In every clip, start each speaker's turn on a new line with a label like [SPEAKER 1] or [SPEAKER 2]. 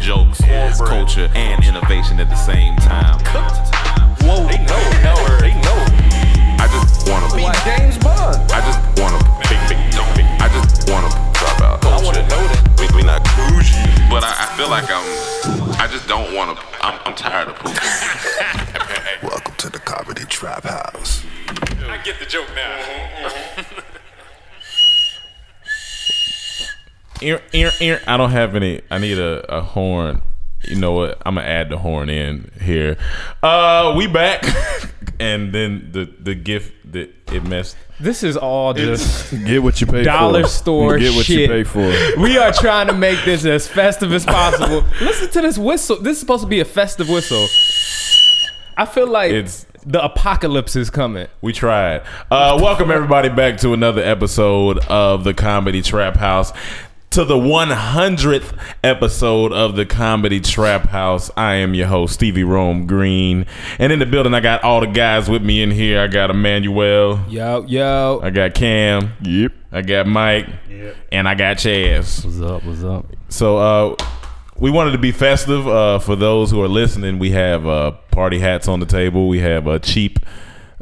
[SPEAKER 1] jokes,
[SPEAKER 2] Cornbread.
[SPEAKER 1] culture, and innovation at the same time.
[SPEAKER 2] Whoa. They know, know, they know.
[SPEAKER 3] I just wanna be.
[SPEAKER 2] Like James Bond.
[SPEAKER 3] I just wanna big big don't big. I just wanna drop out.
[SPEAKER 2] I wanna know that.
[SPEAKER 3] We, we not bougie, but I, I feel like I'm. I just don't wanna. I'm, I'm tired of pooping.
[SPEAKER 4] Welcome to the Comedy Trap House.
[SPEAKER 2] I get the joke now.
[SPEAKER 1] Ear, ear, ear. I don't have any. I need a, a horn. You know what? I'm gonna add the horn in here. Uh, we back, and then the the gift that it messed.
[SPEAKER 5] This is all just.
[SPEAKER 6] Get what you pay
[SPEAKER 5] Dollar
[SPEAKER 6] for.
[SPEAKER 5] store
[SPEAKER 6] Get what you
[SPEAKER 5] shit.
[SPEAKER 6] pay for.
[SPEAKER 5] we are trying to make this as festive as possible. Listen to this whistle. This is supposed to be a festive whistle. I feel like
[SPEAKER 1] It's-
[SPEAKER 5] the apocalypse is coming.
[SPEAKER 1] We tried. Uh, welcome everybody back to another episode of the Comedy Trap House. To the 100th episode of the Comedy Trap House. I am your host Stevie Rome Green, and in the building I got all the guys with me in here. I got Emmanuel.
[SPEAKER 5] Yo, yo.
[SPEAKER 1] I got Cam.
[SPEAKER 6] Yep.
[SPEAKER 1] I got Mike. And I got Chaz.
[SPEAKER 7] What's up? What's up?
[SPEAKER 1] So uh, we wanted to be festive. Uh, for those who are listening, we have uh, party hats on the table. We have uh, cheap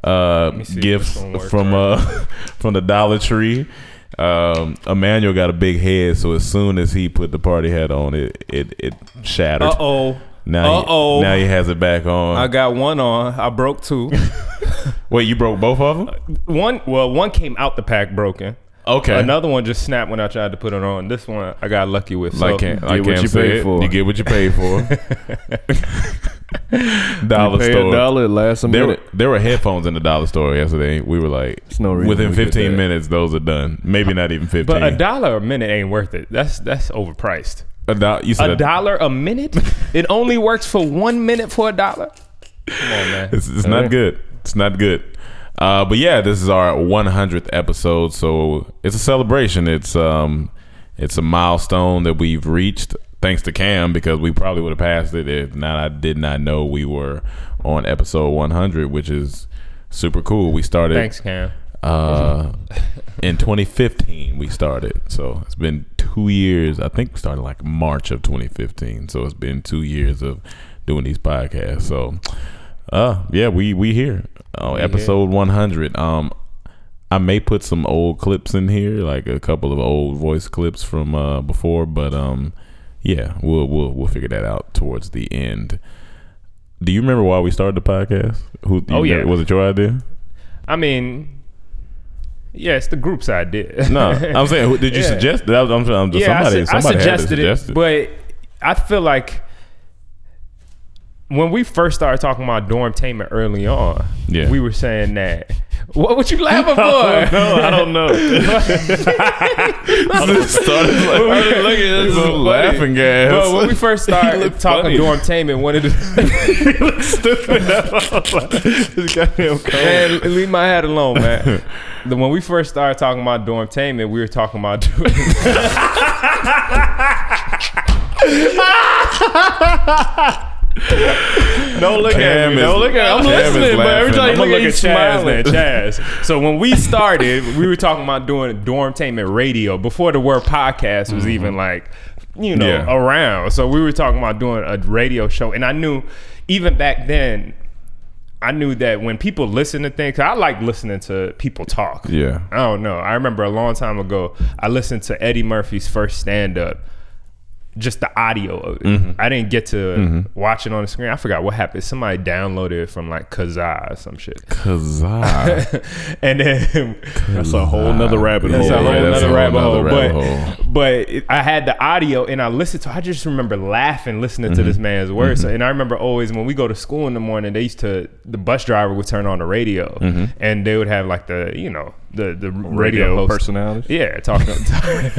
[SPEAKER 1] uh,
[SPEAKER 5] see
[SPEAKER 1] gifts
[SPEAKER 5] if this one works
[SPEAKER 1] from uh, from the Dollar Tree. Um, Emmanuel got a big head, so as soon as he put the party hat on, it it, it shattered.
[SPEAKER 5] Uh oh.
[SPEAKER 1] Now, he-
[SPEAKER 5] Uh-oh.
[SPEAKER 1] now he has it back on.
[SPEAKER 5] I got one on. I broke two.
[SPEAKER 1] Wait, you broke both of
[SPEAKER 5] Uh,
[SPEAKER 1] them?
[SPEAKER 5] one, well, one came out the pack broken.
[SPEAKER 1] Okay.
[SPEAKER 5] Another one just snapped when I tried to put it on. This one I got lucky with. So
[SPEAKER 1] Like Cam,
[SPEAKER 6] get
[SPEAKER 1] like
[SPEAKER 6] what
[SPEAKER 1] Cam
[SPEAKER 6] you
[SPEAKER 1] said,
[SPEAKER 6] paid for.
[SPEAKER 1] you get what you pay for. dollar
[SPEAKER 6] Pay
[SPEAKER 1] store.
[SPEAKER 6] a dollar, it lasts a
[SPEAKER 1] There, were,
[SPEAKER 6] minute.
[SPEAKER 1] there were headphones in the dollar store yesterday. We were like,
[SPEAKER 6] no reason
[SPEAKER 1] within
[SPEAKER 6] we did
[SPEAKER 1] 15
[SPEAKER 6] that.
[SPEAKER 1] minutes, those are done. Maybe not even 15.
[SPEAKER 5] but a dollar a minute ain't worth it. That's that's overpriced.
[SPEAKER 1] a do- you said
[SPEAKER 5] A dollar a minute? It only works for one minute for a dollar? Come on, man.
[SPEAKER 1] It's, it's not good. It's not good. Uh, but yeah, this is our 100th episode, so it's a celebration. It's um, it's a milestone that we've reached thanks to Cam because we probably would have passed it if not. I did not know we were on episode 100, which is super cool. We started
[SPEAKER 5] Thanks, Cam.
[SPEAKER 1] uh, in 2015 we started so it's been two years i think we started like march of 2015 so it's been two years of doing these podcasts so uh yeah we we here oh episode 100 um i may put some old clips in here like a couple of old voice clips from uh before but um yeah we'll we'll we'll figure that out towards the end do you remember why we started the podcast who you
[SPEAKER 5] Oh, yeah.
[SPEAKER 1] remember- was it your idea
[SPEAKER 5] I mean, yeah, it's the group's idea.
[SPEAKER 1] No, I'm saying, who- did you
[SPEAKER 5] Yeah.
[SPEAKER 1] suggest that? I'm, I'm,
[SPEAKER 5] yeah,
[SPEAKER 1] somebody,
[SPEAKER 5] I, su-
[SPEAKER 1] somebody
[SPEAKER 5] I
[SPEAKER 1] had to
[SPEAKER 5] suggested it,
[SPEAKER 1] suggest
[SPEAKER 5] but I feel like when we first started talking about dormtainment early on,
[SPEAKER 1] Yeah.
[SPEAKER 5] we were saying that. What would you laughing for?
[SPEAKER 6] No, I don't know.
[SPEAKER 1] I'm just started like,
[SPEAKER 5] look at
[SPEAKER 1] this is laughing gas.
[SPEAKER 5] But when we first started
[SPEAKER 6] looked
[SPEAKER 5] talking
[SPEAKER 6] funny.
[SPEAKER 5] dormtainment, one of the
[SPEAKER 6] This goddamn cold.
[SPEAKER 5] man, leave my hat alone, man. The- when we first started talking about dormtainment, we were talking about doing.
[SPEAKER 6] Don't look at
[SPEAKER 1] Cam
[SPEAKER 6] me.
[SPEAKER 1] is-
[SPEAKER 6] Don't look at. I'm
[SPEAKER 1] Cam is
[SPEAKER 6] listening, but
[SPEAKER 1] laughing.
[SPEAKER 6] every time
[SPEAKER 5] I'm
[SPEAKER 6] you
[SPEAKER 5] gonna
[SPEAKER 6] look
[SPEAKER 5] look
[SPEAKER 6] at
[SPEAKER 5] at Chaz, man.
[SPEAKER 6] smiling.
[SPEAKER 5] Chaz. So when we started, we were talking about doing dormtainment radio before the word podcast was even like, you know,
[SPEAKER 1] Mm-hmm. Yeah.
[SPEAKER 5] around. So we were talking about doing a radio show, and I knew even back then. I knew that when people listen to things, 'cause I like listening to people talk.
[SPEAKER 1] Yeah.
[SPEAKER 5] I don't know. I remember a long time ago, I listened to Eddie Murphy's first stand up, just the audio of it. I didn't get to watch it on the screen. I forgot what happened. Somebody downloaded it from like Kazaa or some shit.
[SPEAKER 1] Kazaa.
[SPEAKER 5] and then
[SPEAKER 6] That's a whole nother rabbit
[SPEAKER 1] Yeah,
[SPEAKER 6] hole.
[SPEAKER 5] that's a whole
[SPEAKER 1] yeah, that's
[SPEAKER 5] nother
[SPEAKER 1] a whole
[SPEAKER 5] rabbit
[SPEAKER 1] nother
[SPEAKER 5] hole.
[SPEAKER 1] rabbit
[SPEAKER 5] but
[SPEAKER 1] hole.
[SPEAKER 5] but it- I had the audio and I listened to. I just remember laughing listening to
[SPEAKER 1] Mm-hmm.
[SPEAKER 5] this man's words. And I remember always when we go to school in the morning, they used to the bus driver would turn on the radio
[SPEAKER 1] Mm-hmm.
[SPEAKER 5] and they would have like the you know the the radio,
[SPEAKER 6] Radio
[SPEAKER 5] host.
[SPEAKER 6] personalities?
[SPEAKER 5] Yeah, talking,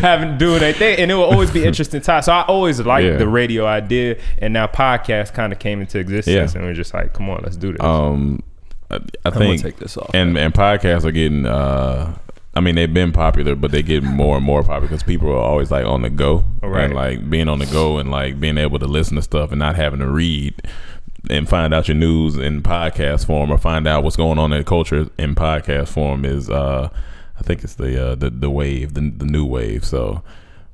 [SPEAKER 5] having doing their thing, and it would always be interesting time. So I always liked
[SPEAKER 1] Yeah.
[SPEAKER 5] the radio idea, and now podcast kind of came into existence,
[SPEAKER 1] Yeah.
[SPEAKER 5] and we are just like, come on, let's do this.
[SPEAKER 1] um, I, I think,
[SPEAKER 6] take this off.
[SPEAKER 1] and and podcasts are getting. Uh, I mean, they've been popular, but they get more and more popular because people are always like on the go,
[SPEAKER 5] Right.
[SPEAKER 1] And like being on the go and like being able to listen to stuff and not having to read and find out your news in podcast form or find out what's going on in culture in podcast form is. uh I think it's the uh, the the wave, the the new wave. So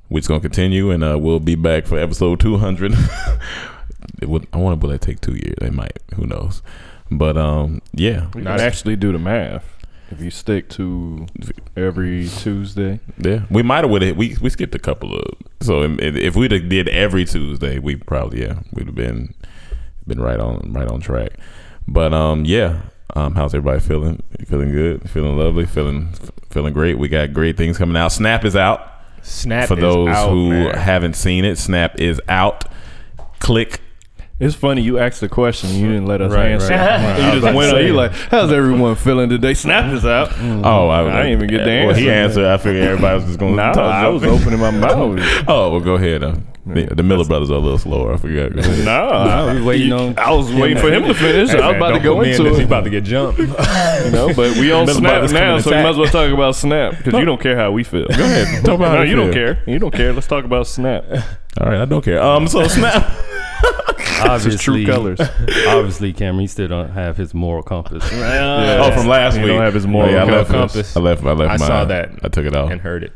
[SPEAKER 1] We're just gonna continue, and uh, we'll be back for episode 200. it would, I want to. Will that take two years? It might. Who knows? But um, yeah,
[SPEAKER 6] Not actually do the math. If you stick to every Tuesday,
[SPEAKER 1] yeah. We might have would have we we skipped a couple of. So um, if if we'd have did every Tuesday, we probably yeah we'd have been been right on right on track. But um, yeah. Um, how's everybody feeling? Feeling good? Feeling lovely? Feeling feeling great? We got great things coming out. Snap is out.
[SPEAKER 5] Snap
[SPEAKER 1] for
[SPEAKER 5] is
[SPEAKER 1] those
[SPEAKER 5] out,
[SPEAKER 1] who
[SPEAKER 5] man.
[SPEAKER 1] haven't seen it, Snap is out. Click.
[SPEAKER 6] it's funny you asked the question you didn't let us
[SPEAKER 5] Right,
[SPEAKER 6] answer.
[SPEAKER 5] right. Right. I
[SPEAKER 6] You
[SPEAKER 5] was
[SPEAKER 6] just
[SPEAKER 5] about
[SPEAKER 6] went
[SPEAKER 5] to
[SPEAKER 6] on.
[SPEAKER 5] say.
[SPEAKER 6] You like, how's everyone feeling today? Snap is out.
[SPEAKER 1] Oh, I,
[SPEAKER 6] Mm-hmm. I didn't even get the
[SPEAKER 1] Well, he
[SPEAKER 6] answer.
[SPEAKER 1] answered. I figured everybody was just going
[SPEAKER 6] No,
[SPEAKER 1] to
[SPEAKER 6] I was opening my mouth.
[SPEAKER 1] Oh, well, go ahead. Uh, the, the Miller brothers are a little slower. I forgot. Go ahead.
[SPEAKER 6] No,
[SPEAKER 5] Ah.
[SPEAKER 6] I was waiting on. I was waiting for him to finish. I was about to go into
[SPEAKER 5] He's
[SPEAKER 6] it.
[SPEAKER 5] about to get jumped.
[SPEAKER 6] You know, but we on
[SPEAKER 5] Middle
[SPEAKER 6] Snap
[SPEAKER 5] brother's
[SPEAKER 6] now,
[SPEAKER 5] coming
[SPEAKER 6] so we
[SPEAKER 5] attack.
[SPEAKER 6] might as well talk about Snap because you don't care how we feel.
[SPEAKER 1] Go ahead. Talk about
[SPEAKER 6] no,
[SPEAKER 1] how
[SPEAKER 6] you don't
[SPEAKER 1] feel.
[SPEAKER 6] care. You don't care. Let's talk about Snap.
[SPEAKER 1] All right, I don't care. Um, so Snap.
[SPEAKER 7] obviously,
[SPEAKER 6] True colors.
[SPEAKER 7] obviously, Cameron, he still don't have his moral compass.
[SPEAKER 1] oh, from last
[SPEAKER 6] He
[SPEAKER 1] week.
[SPEAKER 6] don't have his moral
[SPEAKER 1] I left
[SPEAKER 5] compass.
[SPEAKER 1] this. I left. I left.
[SPEAKER 5] I
[SPEAKER 1] my,
[SPEAKER 5] saw that.
[SPEAKER 1] I took it off.
[SPEAKER 5] and heard it.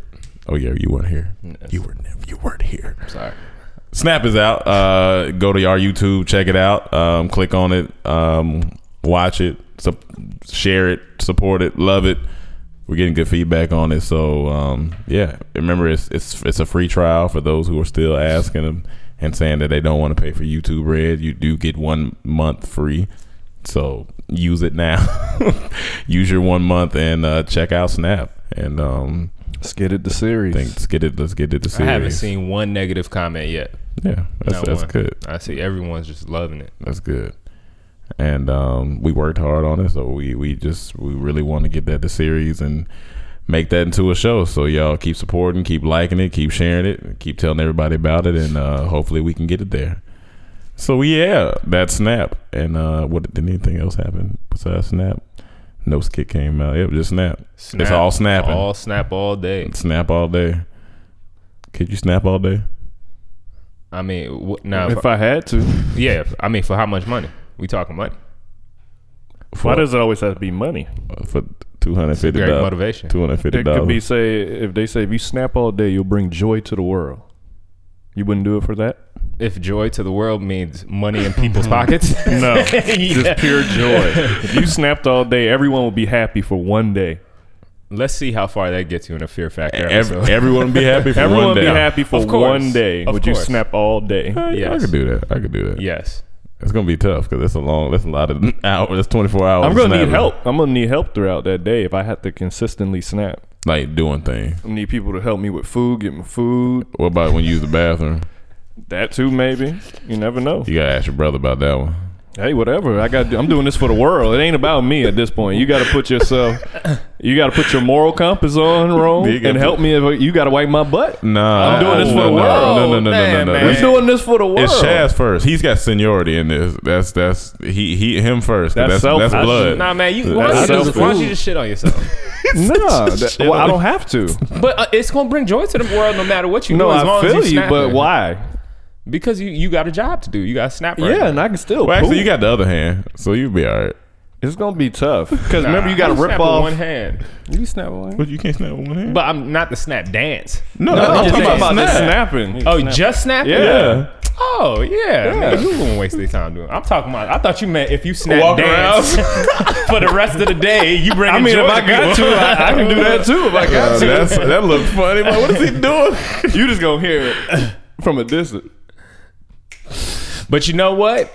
[SPEAKER 1] Oh yeah, you weren't here. You were never. You weren't here.
[SPEAKER 5] Sorry.
[SPEAKER 1] Snap is out. Uh, go to our YouTube, check it out. Um, click on it, um, watch it, sup- share it, support it, love it. We're getting good feedback on it, so um, yeah. Remember, it's it's it's a free trial for those who are still asking them and saying that they don't want to pay for YouTube Red. You do get one month free, so use it now. use your one month and uh, check out Snap. And um,
[SPEAKER 6] Let's get it the
[SPEAKER 1] I
[SPEAKER 6] series.
[SPEAKER 1] think let's get it. Let's get it. The
[SPEAKER 5] I
[SPEAKER 1] series.
[SPEAKER 5] haven't seen one negative comment yet.
[SPEAKER 1] Yeah, that's
[SPEAKER 5] Not
[SPEAKER 1] that's
[SPEAKER 5] one.
[SPEAKER 1] good.
[SPEAKER 5] I see everyone's just loving it.
[SPEAKER 1] That's good. And um, we worked hard on it, so we we just we really want to get that to series and make that into a show. So y'all keep supporting, keep liking it, keep sharing it, keep telling everybody about it, and uh, hopefully we can get it there. So yeah, that's Snap. And uh, what did anything else happen besides Snap? No skit came out. Yep, just Snap. It's all snapping.
[SPEAKER 5] All snap all day.
[SPEAKER 1] Snap all day. Could you snap all day?
[SPEAKER 5] I mean, what, now,
[SPEAKER 6] if I had to,
[SPEAKER 5] yeah. I mean, for how much money? We talking money?
[SPEAKER 6] why does it always have to be money?
[SPEAKER 1] for two hundred fifty
[SPEAKER 5] Great
[SPEAKER 1] dollars?
[SPEAKER 5] motivation.
[SPEAKER 1] Two hundred fifty
[SPEAKER 6] It could be
[SPEAKER 1] dollars.
[SPEAKER 6] say if they say if you snap all day, you'll bring joy to the world. You wouldn't do it for that?
[SPEAKER 5] If joy to the world means money in people's pockets,
[SPEAKER 6] No, just pure joy. If you snapped all day, everyone would be happy for one day.
[SPEAKER 5] let's see how far that gets you in a fear factor.
[SPEAKER 1] Every,
[SPEAKER 5] episode.
[SPEAKER 1] everyone be happy for
[SPEAKER 6] Everyone
[SPEAKER 1] one
[SPEAKER 6] would
[SPEAKER 1] day.
[SPEAKER 6] be happy for
[SPEAKER 5] Of course.
[SPEAKER 6] one day.
[SPEAKER 5] Of
[SPEAKER 6] would you
[SPEAKER 5] course.
[SPEAKER 6] snap all day?
[SPEAKER 1] I, I
[SPEAKER 5] Yes.
[SPEAKER 1] could do that. I could do that.
[SPEAKER 5] yes.
[SPEAKER 1] It's gonna be tough because that's a long. That's a lot of hours. That's twenty four hours.
[SPEAKER 6] I'm
[SPEAKER 1] of
[SPEAKER 6] gonna need
[SPEAKER 1] snapping.
[SPEAKER 6] help. I'm gonna need help throughout that day if I have to consistently snap.
[SPEAKER 1] Like doing things.
[SPEAKER 6] I need people to help me with food, get me food.
[SPEAKER 1] What about when you use the bathroom?
[SPEAKER 6] That too, maybe. You never know.
[SPEAKER 1] You gotta ask your brother about that one.
[SPEAKER 6] Hey, whatever. I got. I'm doing this for the world. It ain't about me at this point. You got to put yourself. You got to put your moral compass on, Rome,
[SPEAKER 1] You gotta
[SPEAKER 6] and help me. If you got to wipe my butt.
[SPEAKER 1] Nah,
[SPEAKER 6] I'm doing this
[SPEAKER 1] I-
[SPEAKER 6] for
[SPEAKER 1] no,
[SPEAKER 6] the
[SPEAKER 1] no,
[SPEAKER 6] world.
[SPEAKER 1] No, no, no,
[SPEAKER 5] Man,
[SPEAKER 1] no, no, no.
[SPEAKER 5] man.
[SPEAKER 6] We're
[SPEAKER 1] It's-
[SPEAKER 6] doing this for the world.
[SPEAKER 1] It's Chaz first. He's got seniority in this. That's that's he he him first. 'cause that's,
[SPEAKER 6] That's
[SPEAKER 1] that's
[SPEAKER 6] selfish.
[SPEAKER 1] blood.
[SPEAKER 5] Nah, man. You,
[SPEAKER 1] That's
[SPEAKER 5] why, don't you
[SPEAKER 6] selfish.
[SPEAKER 5] just, why don't you just shit on yourself?
[SPEAKER 6] Nah, that- well, I don't have to.
[SPEAKER 5] but uh, it's gonna bring joy to the world no matter what you
[SPEAKER 6] No,
[SPEAKER 5] do. As
[SPEAKER 6] I
[SPEAKER 5] long
[SPEAKER 6] feel
[SPEAKER 5] as
[SPEAKER 6] you,
[SPEAKER 5] you,
[SPEAKER 6] but
[SPEAKER 5] snapping.
[SPEAKER 6] why?
[SPEAKER 5] Because you, you got a job to do. You got to snap. Right
[SPEAKER 6] Yeah,
[SPEAKER 5] now.
[SPEAKER 6] and I can still.
[SPEAKER 1] well, actually,
[SPEAKER 6] poop.
[SPEAKER 1] you got the other hand, so you'll be all right.
[SPEAKER 6] It's gonna be tough because remember you got to
[SPEAKER 5] Nah, I
[SPEAKER 6] rip
[SPEAKER 5] snap with
[SPEAKER 6] off.
[SPEAKER 5] one hand.
[SPEAKER 6] You snap one.
[SPEAKER 1] But you can't snap with one hand.
[SPEAKER 5] But I'm not the snap dance.
[SPEAKER 1] no,
[SPEAKER 6] I'm
[SPEAKER 5] just
[SPEAKER 6] talking
[SPEAKER 5] saying
[SPEAKER 6] about this
[SPEAKER 5] snap.
[SPEAKER 6] snapping.
[SPEAKER 5] Oh, just snap?
[SPEAKER 6] Yeah.
[SPEAKER 1] yeah. Uh,
[SPEAKER 5] Oh, yeah. Nigga, you wouldn't waste their time doing. it. I'm talking about. I thought you meant if you snap
[SPEAKER 1] Walk
[SPEAKER 5] dance for the rest of the day, you bring.
[SPEAKER 6] I mean,
[SPEAKER 5] joy
[SPEAKER 6] if I got
[SPEAKER 5] people.
[SPEAKER 6] to, I, I can do that too. If I
[SPEAKER 1] Uh,
[SPEAKER 6] got to,
[SPEAKER 1] that's, that looked funny. But what is he doing?
[SPEAKER 6] you just gonna hear it from a distance.
[SPEAKER 5] But you know what?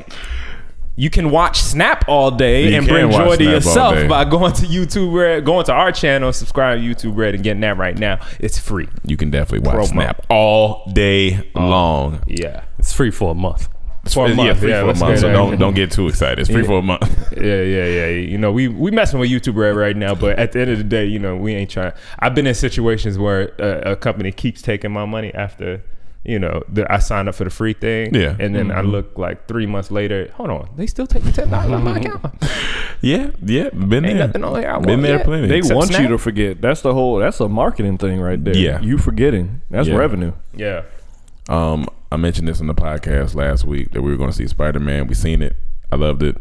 [SPEAKER 5] You can watch Snap all day
[SPEAKER 1] You
[SPEAKER 5] and
[SPEAKER 1] can
[SPEAKER 5] bring
[SPEAKER 1] watch Snap
[SPEAKER 5] joy to
[SPEAKER 1] all day.
[SPEAKER 5] yourself by going to YouTube Red, going to our channel, subscribe to YouTube Red, and getting that right now. It's free.
[SPEAKER 1] You can definitely watch
[SPEAKER 5] Promo.
[SPEAKER 1] Snap all day
[SPEAKER 6] Oh.
[SPEAKER 1] long.
[SPEAKER 5] Yeah.
[SPEAKER 7] It's free for a month.
[SPEAKER 5] For a
[SPEAKER 1] Yeah,
[SPEAKER 5] month.
[SPEAKER 1] free
[SPEAKER 5] Yeah,
[SPEAKER 1] for a
[SPEAKER 5] let's
[SPEAKER 1] month.
[SPEAKER 5] get
[SPEAKER 1] So
[SPEAKER 5] it.
[SPEAKER 1] don't don't get too excited. It's free for a month.
[SPEAKER 5] Yeah, yeah, yeah. You know, we we messing with YouTube Red right now, but at the end of the day, you know, we ain't trying. I've been in situations where a, a company keeps taking my money after, you know, the, I signed up for the free thing.
[SPEAKER 1] Yeah.
[SPEAKER 5] And then I look like three months later. Hold on, they still taking ten dollars out of my account.
[SPEAKER 1] Yeah, yeah, been
[SPEAKER 5] Ain't
[SPEAKER 1] there.
[SPEAKER 5] nothing on there I
[SPEAKER 1] been
[SPEAKER 5] want
[SPEAKER 1] there
[SPEAKER 5] yet.
[SPEAKER 1] plenty.
[SPEAKER 6] They
[SPEAKER 5] Except
[SPEAKER 6] want
[SPEAKER 5] Snap?
[SPEAKER 6] you to forget. That's the whole. That's a marketing thing right there.
[SPEAKER 1] Yeah.
[SPEAKER 6] you forgetting. That's
[SPEAKER 1] Yeah.
[SPEAKER 6] revenue.
[SPEAKER 5] Yeah.
[SPEAKER 1] um, I mentioned this on the podcast last week that we were going to see Spider Man. We seen it. I loved it.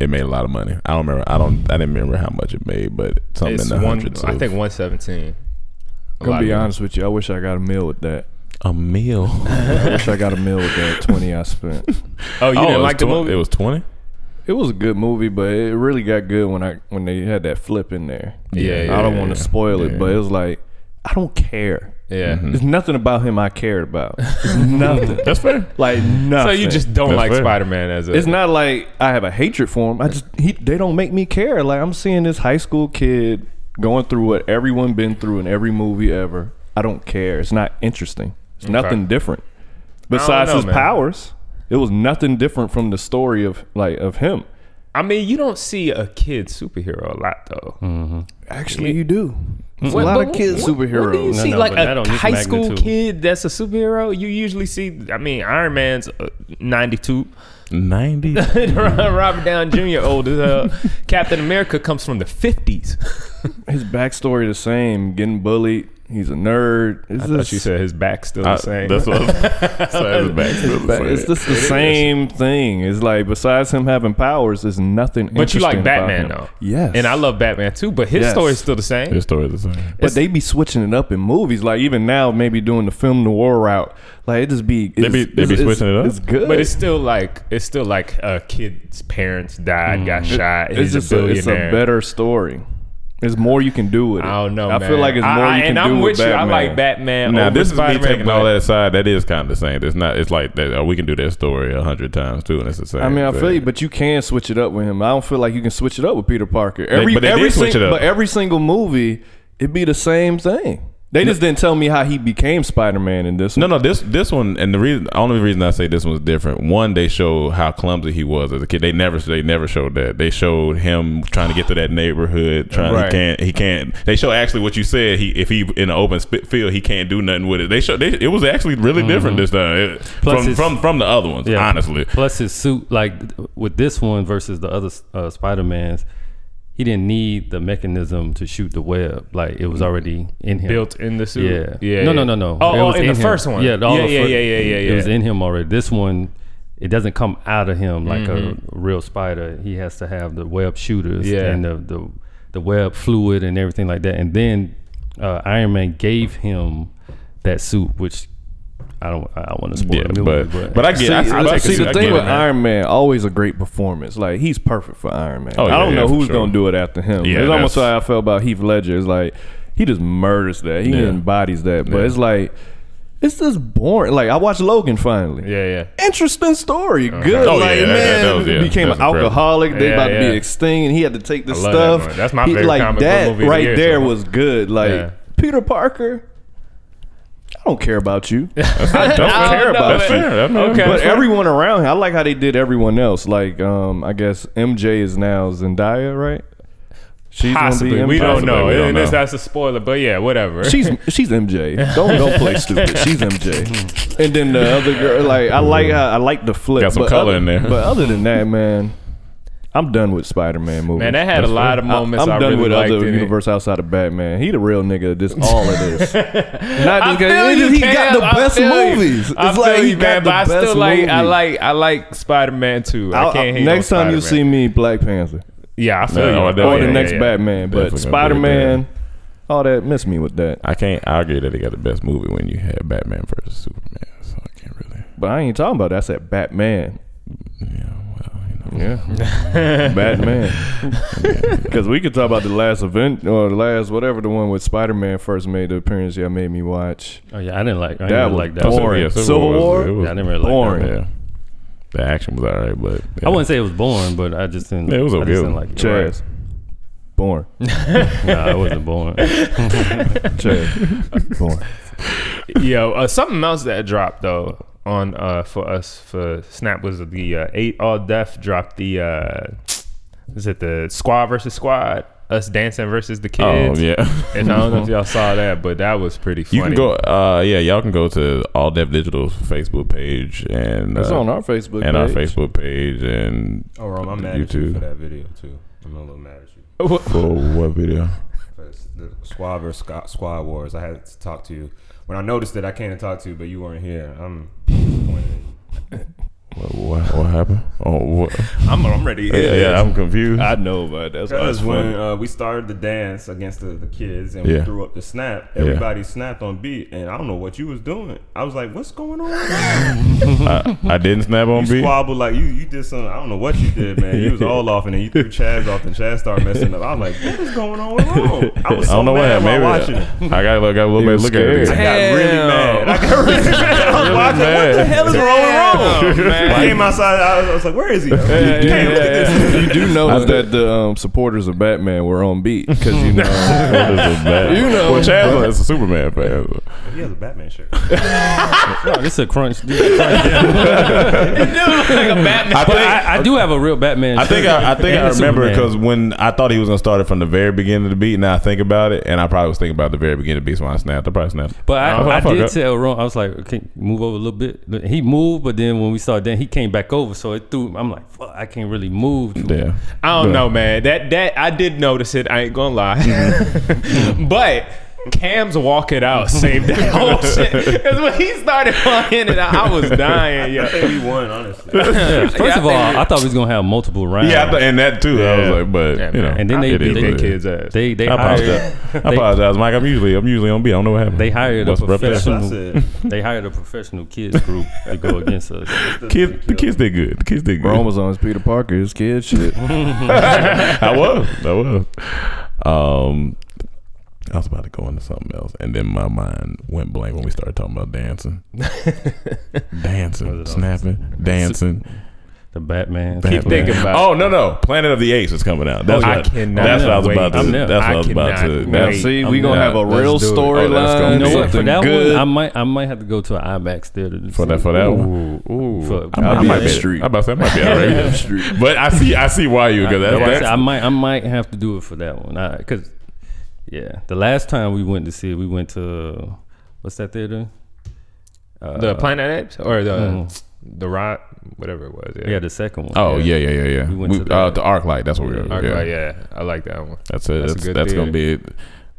[SPEAKER 1] It made a lot of money. I don't remember. I don't. I didn't remember how much it made, but something
[SPEAKER 5] It's
[SPEAKER 1] in the
[SPEAKER 5] one.
[SPEAKER 1] hundreds.
[SPEAKER 5] I
[SPEAKER 1] of-
[SPEAKER 5] think one seventeen.
[SPEAKER 6] I'm gonna be honest with you. I wish I got a meal with that.
[SPEAKER 1] a meal.
[SPEAKER 6] I wish I got a meal with that twenty I spent.
[SPEAKER 5] Oh, you
[SPEAKER 1] Oh, it
[SPEAKER 5] didn't
[SPEAKER 1] was
[SPEAKER 5] like the
[SPEAKER 1] 20
[SPEAKER 5] movie?
[SPEAKER 1] It was twenty.
[SPEAKER 6] It was a good movie, but it really got good when I when they had that flip in there.
[SPEAKER 5] Yeah,
[SPEAKER 6] I don't
[SPEAKER 1] yeah,
[SPEAKER 6] want to spoil it, but it was like I don't care.
[SPEAKER 5] yeah.
[SPEAKER 6] There's nothing about him I cared about. nothing.
[SPEAKER 1] That's fair.
[SPEAKER 6] Like nothing.
[SPEAKER 5] So you just don't
[SPEAKER 1] That's
[SPEAKER 5] like
[SPEAKER 1] fair.
[SPEAKER 5] Spider Man as a
[SPEAKER 6] It's not like I have a hatred for him. I just he they don't make me care. Like I'm seeing this high school kid going through what everyone been through in every movie ever. I don't care. It's not interesting. It's nothing different. Besides
[SPEAKER 5] know,
[SPEAKER 6] his
[SPEAKER 5] man.
[SPEAKER 6] powers, it was nothing different from the story of like of him.
[SPEAKER 5] I mean, you don't see a kid superhero a lot though.
[SPEAKER 6] Actually, you do. There's
[SPEAKER 5] What-
[SPEAKER 6] a lot
[SPEAKER 5] but
[SPEAKER 6] of kids
[SPEAKER 5] what- What do you
[SPEAKER 6] superheroes.
[SPEAKER 5] see
[SPEAKER 7] no,
[SPEAKER 5] like
[SPEAKER 7] but not
[SPEAKER 5] a
[SPEAKER 7] on this
[SPEAKER 5] high school
[SPEAKER 7] magnitude.
[SPEAKER 5] kid that's a superhero? You usually see. I mean, Iron Man's uh, ninety two.
[SPEAKER 1] Ninety.
[SPEAKER 5] Robert Downey Jr. old as hell. Captain America comes from the fifties.
[SPEAKER 6] His backstory the same. Getting bullied. He's a nerd. It's just-
[SPEAKER 5] his back's still
[SPEAKER 1] I- That's what. I was, so it's back. to the
[SPEAKER 6] But
[SPEAKER 1] same.
[SPEAKER 6] it's just the same thing. It's like besides him having powers, there's nothing.
[SPEAKER 5] but you like
[SPEAKER 6] interesting about
[SPEAKER 5] Batman
[SPEAKER 6] him.
[SPEAKER 5] though,
[SPEAKER 6] Yes,
[SPEAKER 5] and I love Batman too. But his
[SPEAKER 6] Yes.
[SPEAKER 5] story's still the same.
[SPEAKER 1] Your story is the same.
[SPEAKER 6] But they be switching it up in movies. Like even now, maybe doing the film noir route. Like it just be. It's,
[SPEAKER 1] be- they be
[SPEAKER 6] it's-
[SPEAKER 1] switching it up?
[SPEAKER 6] It's good.
[SPEAKER 5] But it's still like it's still like a kid's parents died, got shot.
[SPEAKER 6] it's
[SPEAKER 5] He's
[SPEAKER 6] just
[SPEAKER 5] a
[SPEAKER 6] a, it's
[SPEAKER 5] billionaire.
[SPEAKER 6] a better story. There's more you can do with it.
[SPEAKER 5] I don't know.
[SPEAKER 6] I feel
[SPEAKER 5] man.
[SPEAKER 6] like it's more
[SPEAKER 5] I-
[SPEAKER 6] you can
[SPEAKER 5] and
[SPEAKER 6] do
[SPEAKER 5] I'm
[SPEAKER 6] with
[SPEAKER 5] with you. I
[SPEAKER 6] Batman.
[SPEAKER 5] like Batman.
[SPEAKER 1] Now
[SPEAKER 5] over
[SPEAKER 1] this is me
[SPEAKER 5] Spider-Man,
[SPEAKER 1] taking
[SPEAKER 5] but-
[SPEAKER 1] all that aside. That is kind of the same. It's not. It's like that. uh, we can do that story a hundred times too, and it's the same.
[SPEAKER 6] I mean, I feel you, but you can switch it up with him. I don't feel like you can switch it up with Peter Parker. Every,
[SPEAKER 1] but they
[SPEAKER 6] every
[SPEAKER 1] did switch
[SPEAKER 6] sing-
[SPEAKER 1] it up.
[SPEAKER 6] But every single movie, it'd be the same thing. They just didn't tell me how he became Spider Man in this.
[SPEAKER 1] No,
[SPEAKER 6] one.
[SPEAKER 1] no, this this one and the reason only reason I say this one's different. One, they showed how clumsy he was as a kid. They never they never showed that. They showed him trying to get to that neighborhood, trying
[SPEAKER 6] Right.
[SPEAKER 1] he can't he can't. They show actually what you said. He if he in an open spit field, he can't do nothing with it. They show they, it was actually really different this time It-
[SPEAKER 7] Mm-hmm. Plus
[SPEAKER 1] from
[SPEAKER 7] it's-
[SPEAKER 1] from from the other ones.
[SPEAKER 7] Yeah.
[SPEAKER 1] Honestly,
[SPEAKER 7] Plus his suit, like with this one versus the other uh, Spider Mans, he didn't need the mechanism to shoot the web. Like it was already in him.
[SPEAKER 5] built in the suit.
[SPEAKER 7] Yeah.
[SPEAKER 5] yeah.
[SPEAKER 7] No,
[SPEAKER 5] yeah.
[SPEAKER 7] no, no, no.
[SPEAKER 5] Oh,
[SPEAKER 7] It
[SPEAKER 5] oh,
[SPEAKER 7] was
[SPEAKER 5] in the
[SPEAKER 7] him.
[SPEAKER 5] first one.
[SPEAKER 7] Yeah, all
[SPEAKER 5] yeah,
[SPEAKER 7] the
[SPEAKER 5] yeah,
[SPEAKER 7] fir-
[SPEAKER 5] yeah, yeah, yeah, yeah.
[SPEAKER 7] It was in him already. This one, it doesn't come out of him like a real spider. He has to have the web shooters
[SPEAKER 5] Mm-hmm. Yeah.
[SPEAKER 7] and the, the the web fluid and everything like that. And then uh, Iron Man gave him that suit, which I don't. I want to spoil
[SPEAKER 1] yeah,
[SPEAKER 7] the movie,
[SPEAKER 1] but but, I get.
[SPEAKER 6] See,
[SPEAKER 1] I, I,
[SPEAKER 6] but
[SPEAKER 1] I
[SPEAKER 6] see,
[SPEAKER 1] can- I
[SPEAKER 6] the thing
[SPEAKER 1] get
[SPEAKER 6] with
[SPEAKER 1] it, man.
[SPEAKER 6] Iron Man, always a great performance. Like he's perfect for Iron Man.
[SPEAKER 1] Oh, yeah,
[SPEAKER 6] I don't
[SPEAKER 1] yeah,
[SPEAKER 6] know
[SPEAKER 1] for
[SPEAKER 6] who's
[SPEAKER 1] sure.
[SPEAKER 6] gonna do it after him.
[SPEAKER 1] Yeah,
[SPEAKER 6] it's almost
[SPEAKER 1] that's-
[SPEAKER 6] how I felt about Heath Ledger. It's like he just murders that. He
[SPEAKER 1] Yeah.
[SPEAKER 6] embodies that. But
[SPEAKER 1] Yeah.
[SPEAKER 6] it's like it's just boring. Like I watched Logan finally.
[SPEAKER 5] Yeah, yeah.
[SPEAKER 6] interesting story. Good,
[SPEAKER 1] Oh, yeah,
[SPEAKER 6] like
[SPEAKER 1] yeah, that-
[SPEAKER 6] man,
[SPEAKER 1] that was- yeah,
[SPEAKER 6] became
[SPEAKER 1] that's
[SPEAKER 6] an
[SPEAKER 1] incredible.
[SPEAKER 6] alcoholic. They
[SPEAKER 5] Yeah,
[SPEAKER 6] about to
[SPEAKER 5] yeah.
[SPEAKER 6] be extinct, and he had to take this
[SPEAKER 5] love that
[SPEAKER 6] stuff.
[SPEAKER 5] one. That's my
[SPEAKER 6] He-
[SPEAKER 5] favorite
[SPEAKER 6] Like
[SPEAKER 5] comic book
[SPEAKER 6] that
[SPEAKER 5] movie of the
[SPEAKER 6] right
[SPEAKER 5] year so
[SPEAKER 6] there
[SPEAKER 5] far.
[SPEAKER 6] was good. Like
[SPEAKER 5] Yeah.
[SPEAKER 6] Peter Parker. I don't care about you,
[SPEAKER 1] That's
[SPEAKER 6] I don't
[SPEAKER 1] fair.
[SPEAKER 6] care about
[SPEAKER 1] That's
[SPEAKER 6] you.
[SPEAKER 1] fair. That's fair.
[SPEAKER 5] Okay.
[SPEAKER 6] but everyone around. him- I like how they did everyone else. Like, um, I guess MJ is now Zendaya, right? She's gonna be
[SPEAKER 5] Possibly. We
[SPEAKER 6] MJ.
[SPEAKER 5] don't
[SPEAKER 1] Possibly,
[SPEAKER 5] know.
[SPEAKER 1] we don't
[SPEAKER 5] And this
[SPEAKER 1] know.
[SPEAKER 5] that's a spoiler, but yeah, whatever.
[SPEAKER 6] She's she's MJ. Don't don't play stupid. She's MJ.
[SPEAKER 5] Mm-hmm.
[SPEAKER 6] And then the other girl, like I like I, I like the flip.
[SPEAKER 1] Got some
[SPEAKER 6] but
[SPEAKER 1] color
[SPEAKER 6] other-
[SPEAKER 1] in there.
[SPEAKER 6] But other than that, man, I'm done with Spider-Man movies.
[SPEAKER 5] Man, that had a lot of moments
[SPEAKER 6] I'm
[SPEAKER 5] I
[SPEAKER 6] done
[SPEAKER 5] really
[SPEAKER 6] with
[SPEAKER 5] liked
[SPEAKER 6] other
[SPEAKER 5] in it.
[SPEAKER 6] universe outside of Batman. He the real nigga. This all of this. Not
[SPEAKER 5] I
[SPEAKER 6] just 'cause-
[SPEAKER 5] feel
[SPEAKER 6] it
[SPEAKER 5] you,
[SPEAKER 6] just- he got
[SPEAKER 5] Cam.
[SPEAKER 6] the
[SPEAKER 5] I
[SPEAKER 6] best
[SPEAKER 5] feel you.
[SPEAKER 6] movies.
[SPEAKER 5] I
[SPEAKER 6] It's
[SPEAKER 5] feel
[SPEAKER 6] like he
[SPEAKER 5] you,
[SPEAKER 6] got
[SPEAKER 5] man,
[SPEAKER 6] the
[SPEAKER 5] but I still
[SPEAKER 6] best
[SPEAKER 5] like I
[SPEAKER 6] movie.
[SPEAKER 5] like I like Spider Man too. I,
[SPEAKER 6] I'll-
[SPEAKER 5] can't hate
[SPEAKER 6] next
[SPEAKER 5] on
[SPEAKER 6] time you see
[SPEAKER 5] Spider-Man.
[SPEAKER 6] me, Black Panther
[SPEAKER 5] Yeah, I feel
[SPEAKER 1] No,
[SPEAKER 5] you.
[SPEAKER 1] I
[SPEAKER 5] Oh,
[SPEAKER 1] definitely-
[SPEAKER 6] or
[SPEAKER 5] yeah,
[SPEAKER 6] the
[SPEAKER 5] yeah,
[SPEAKER 6] next
[SPEAKER 5] yeah.
[SPEAKER 6] Batman. But
[SPEAKER 1] Definitely gonna do it there.
[SPEAKER 6] Spider-Man, all that. Miss me with that.
[SPEAKER 1] I can't argue that they got the best movie when you had Batman versus Superman. So I can't really.
[SPEAKER 6] But I ain't talking about that. I said Batman.
[SPEAKER 1] Yeah. Well, you know.
[SPEAKER 6] Yeah. Batman. Because we could talk about the last event or the last whatever the one with Spider Man first made the appearance y'all made me watch.
[SPEAKER 7] Oh yeah, I didn't like. I
[SPEAKER 6] That
[SPEAKER 7] didn't
[SPEAKER 6] was
[SPEAKER 7] like that.
[SPEAKER 6] boring.
[SPEAKER 1] Yeah,
[SPEAKER 6] Civil War?
[SPEAKER 1] Was, it was
[SPEAKER 7] Yeah, I didn't really like
[SPEAKER 6] Boring.
[SPEAKER 1] Yeah. The action was all right, but yeah.
[SPEAKER 7] I wouldn't say it was boring, but I just didn't.
[SPEAKER 1] Yeah, it was
[SPEAKER 7] I
[SPEAKER 1] okay.
[SPEAKER 7] just didn't like it.
[SPEAKER 6] Chaz. Born.
[SPEAKER 7] Nah, it wasn't boring.
[SPEAKER 6] Chaz. Born.
[SPEAKER 5] Yo, uh, something else that dropped though on uh, for us for Snap was the uh, eight all deaf dropped the uh, is it the squad versus squad us dancing versus the
[SPEAKER 1] Oh
[SPEAKER 5] kids.
[SPEAKER 1] yeah.
[SPEAKER 5] And I don't know if y'all saw that, but that was pretty funny.
[SPEAKER 1] You can go. Uh, yeah, y'all can go to All Dev Digital's Facebook page and
[SPEAKER 6] That's
[SPEAKER 1] uh,
[SPEAKER 6] on our Facebook
[SPEAKER 1] and our
[SPEAKER 6] page.
[SPEAKER 1] Facebook page and
[SPEAKER 8] Oh, Rome, I'm mad at
[SPEAKER 1] YouTube.
[SPEAKER 8] you for that video too. I'm a little mad at you.
[SPEAKER 1] Oh, what video?
[SPEAKER 8] For s- the squad versus squ- squad wars. I had to talk to you when I noticed that I came to talk to you, but you weren't here. I'm disappointed. in you.
[SPEAKER 1] What, what, what happened? Oh, what?
[SPEAKER 5] I'm, I'm ready.
[SPEAKER 1] yeah, yeah, I'm confused.
[SPEAKER 6] I know, but that's why it's
[SPEAKER 8] Because when
[SPEAKER 6] funny.
[SPEAKER 8] uh, we started the dance against the, the kids and
[SPEAKER 1] Yeah.
[SPEAKER 8] we threw up the snap,
[SPEAKER 1] Yeah.
[SPEAKER 8] everybody snapped on beat, and I don't know what you was doing. I was like, "What's going on?"
[SPEAKER 1] I, I didn't snap on
[SPEAKER 8] you
[SPEAKER 1] beat.
[SPEAKER 8] squabbled like you you did something. I don't know what you did, man. You was all off, and then you threw Chaz off, and Chaz started messing up. I'm like, "What is going on?" Wrong? I was so
[SPEAKER 1] I don't know what
[SPEAKER 8] mad
[SPEAKER 1] happened. Maybe
[SPEAKER 8] while watching it.
[SPEAKER 1] I got I got a little bit
[SPEAKER 6] was
[SPEAKER 1] look at it.
[SPEAKER 8] I
[SPEAKER 1] again.
[SPEAKER 8] got really mad. I got really mad. I was
[SPEAKER 1] Really
[SPEAKER 8] watching. What the
[SPEAKER 1] mad.
[SPEAKER 8] hell is rolling wrong? I came outside. I was, I was like, "Where is he?"
[SPEAKER 6] Yeah, yeah,
[SPEAKER 8] Damn, look
[SPEAKER 6] yeah,
[SPEAKER 8] at this.
[SPEAKER 6] yeah. You do know that the um, supporters of Batman were on beat because you know
[SPEAKER 1] That is a bad-
[SPEAKER 6] You know.
[SPEAKER 1] well, Chaz is a Superman fan. so-
[SPEAKER 8] He has a Batman shirt.
[SPEAKER 7] No, this is a crunch. This is a crunch.
[SPEAKER 1] I
[SPEAKER 7] But
[SPEAKER 1] think
[SPEAKER 7] I, I do have a real Batman.
[SPEAKER 1] I think
[SPEAKER 7] shirt
[SPEAKER 1] I, I think
[SPEAKER 7] and
[SPEAKER 1] I
[SPEAKER 7] a
[SPEAKER 1] remember
[SPEAKER 7] Superman.
[SPEAKER 1] because when I thought he was gonna start it from the very beginning of the beat, now I think about it, and I probably was thinking about the very beginning of the beat, so when I snapped. I probably snapped.
[SPEAKER 7] But I,
[SPEAKER 1] Oh, I
[SPEAKER 7] I,
[SPEAKER 1] fuck
[SPEAKER 7] did
[SPEAKER 1] up.
[SPEAKER 7] tell Ron, I was like, okay, move over a little bit. He moved, but then when we started, then he came back over. So it threw, I'm like, fuck, I can't really move. too much.
[SPEAKER 1] yeah,
[SPEAKER 5] I don't
[SPEAKER 1] But-
[SPEAKER 5] know, man. That that I did notice it. I ain't gonna
[SPEAKER 1] Mm-hmm.
[SPEAKER 5] lie, but. Cam's walk it out saved that whole shit. Because when he started playing it, I was dying, yo.
[SPEAKER 8] I think we won, honestly.
[SPEAKER 7] First of all, I thought we was going to have multiple rounds.
[SPEAKER 1] yeah, I th- and that too. I was like, but you know,
[SPEAKER 7] And then they,
[SPEAKER 1] it
[SPEAKER 7] they,
[SPEAKER 1] is
[SPEAKER 7] they,
[SPEAKER 1] what it is.
[SPEAKER 5] kids ass.
[SPEAKER 7] They, they
[SPEAKER 1] I
[SPEAKER 7] hired,
[SPEAKER 1] apologize. I
[SPEAKER 7] they-
[SPEAKER 1] apologize, Mike. I'm usually I'm usually on beat. I don't know what happened.
[SPEAKER 7] they hired a
[SPEAKER 1] What's up there?
[SPEAKER 8] I
[SPEAKER 7] professional,
[SPEAKER 8] said,
[SPEAKER 7] they hired a professional kids group to go against us.
[SPEAKER 1] Kids, the kids did good. The kids did good.
[SPEAKER 6] Rome was on his Peter Parker, his kid shit.
[SPEAKER 1] I was. I was. Um, I was about to go into something else, and then my mind went blank when we started talking about dancing, dancing, snapping, dancing.
[SPEAKER 7] The Batman.
[SPEAKER 1] Batman.
[SPEAKER 5] thinking about it.
[SPEAKER 1] Oh no, no! Planet of the Apes is coming out. That's
[SPEAKER 5] I
[SPEAKER 1] what.
[SPEAKER 5] cannot
[SPEAKER 1] that's what I was
[SPEAKER 5] wait.
[SPEAKER 1] about to.
[SPEAKER 5] I'm
[SPEAKER 7] there.
[SPEAKER 1] that's what I,
[SPEAKER 5] I
[SPEAKER 1] was about to.
[SPEAKER 5] cannot
[SPEAKER 6] Now
[SPEAKER 1] That's,
[SPEAKER 5] wait.
[SPEAKER 6] see, we
[SPEAKER 1] I'm
[SPEAKER 6] gonna
[SPEAKER 1] not-
[SPEAKER 6] have a
[SPEAKER 1] let's
[SPEAKER 6] real
[SPEAKER 1] do it. Oh, that's
[SPEAKER 6] storyline.
[SPEAKER 1] gonna
[SPEAKER 7] You know what? For
[SPEAKER 6] something
[SPEAKER 7] that
[SPEAKER 6] good.
[SPEAKER 7] one, I might, I might have to go to an IMAX theater to
[SPEAKER 1] for
[SPEAKER 7] see
[SPEAKER 1] that,
[SPEAKER 7] it.
[SPEAKER 1] for that one.
[SPEAKER 7] Ooh. For-
[SPEAKER 1] I,
[SPEAKER 6] I'm
[SPEAKER 1] might
[SPEAKER 6] up
[SPEAKER 1] be.
[SPEAKER 6] the street.
[SPEAKER 1] I about to say I might be all right. But I see, I see why you because
[SPEAKER 7] Yeah,
[SPEAKER 1] that's,
[SPEAKER 7] I
[SPEAKER 1] that's
[SPEAKER 7] said I might I might have to do it for that one. I Cause yeah, the last time we went to see it, we went to what's that theater?
[SPEAKER 5] the Planet Apes or the
[SPEAKER 7] Mhm.
[SPEAKER 1] Mm-hmm.
[SPEAKER 5] the Rock, whatever it was.
[SPEAKER 7] Yeah, the second one.
[SPEAKER 1] Oh yeah, yeah, yeah, yeah.
[SPEAKER 7] We
[SPEAKER 1] We
[SPEAKER 7] went to the-
[SPEAKER 1] uh, the arc light. That's what we were.
[SPEAKER 5] Arc
[SPEAKER 1] yeah.
[SPEAKER 5] Light, yeah. I like that one.
[SPEAKER 1] That's it.
[SPEAKER 5] That's a
[SPEAKER 1] That's,
[SPEAKER 5] good
[SPEAKER 1] that's, gonna be it.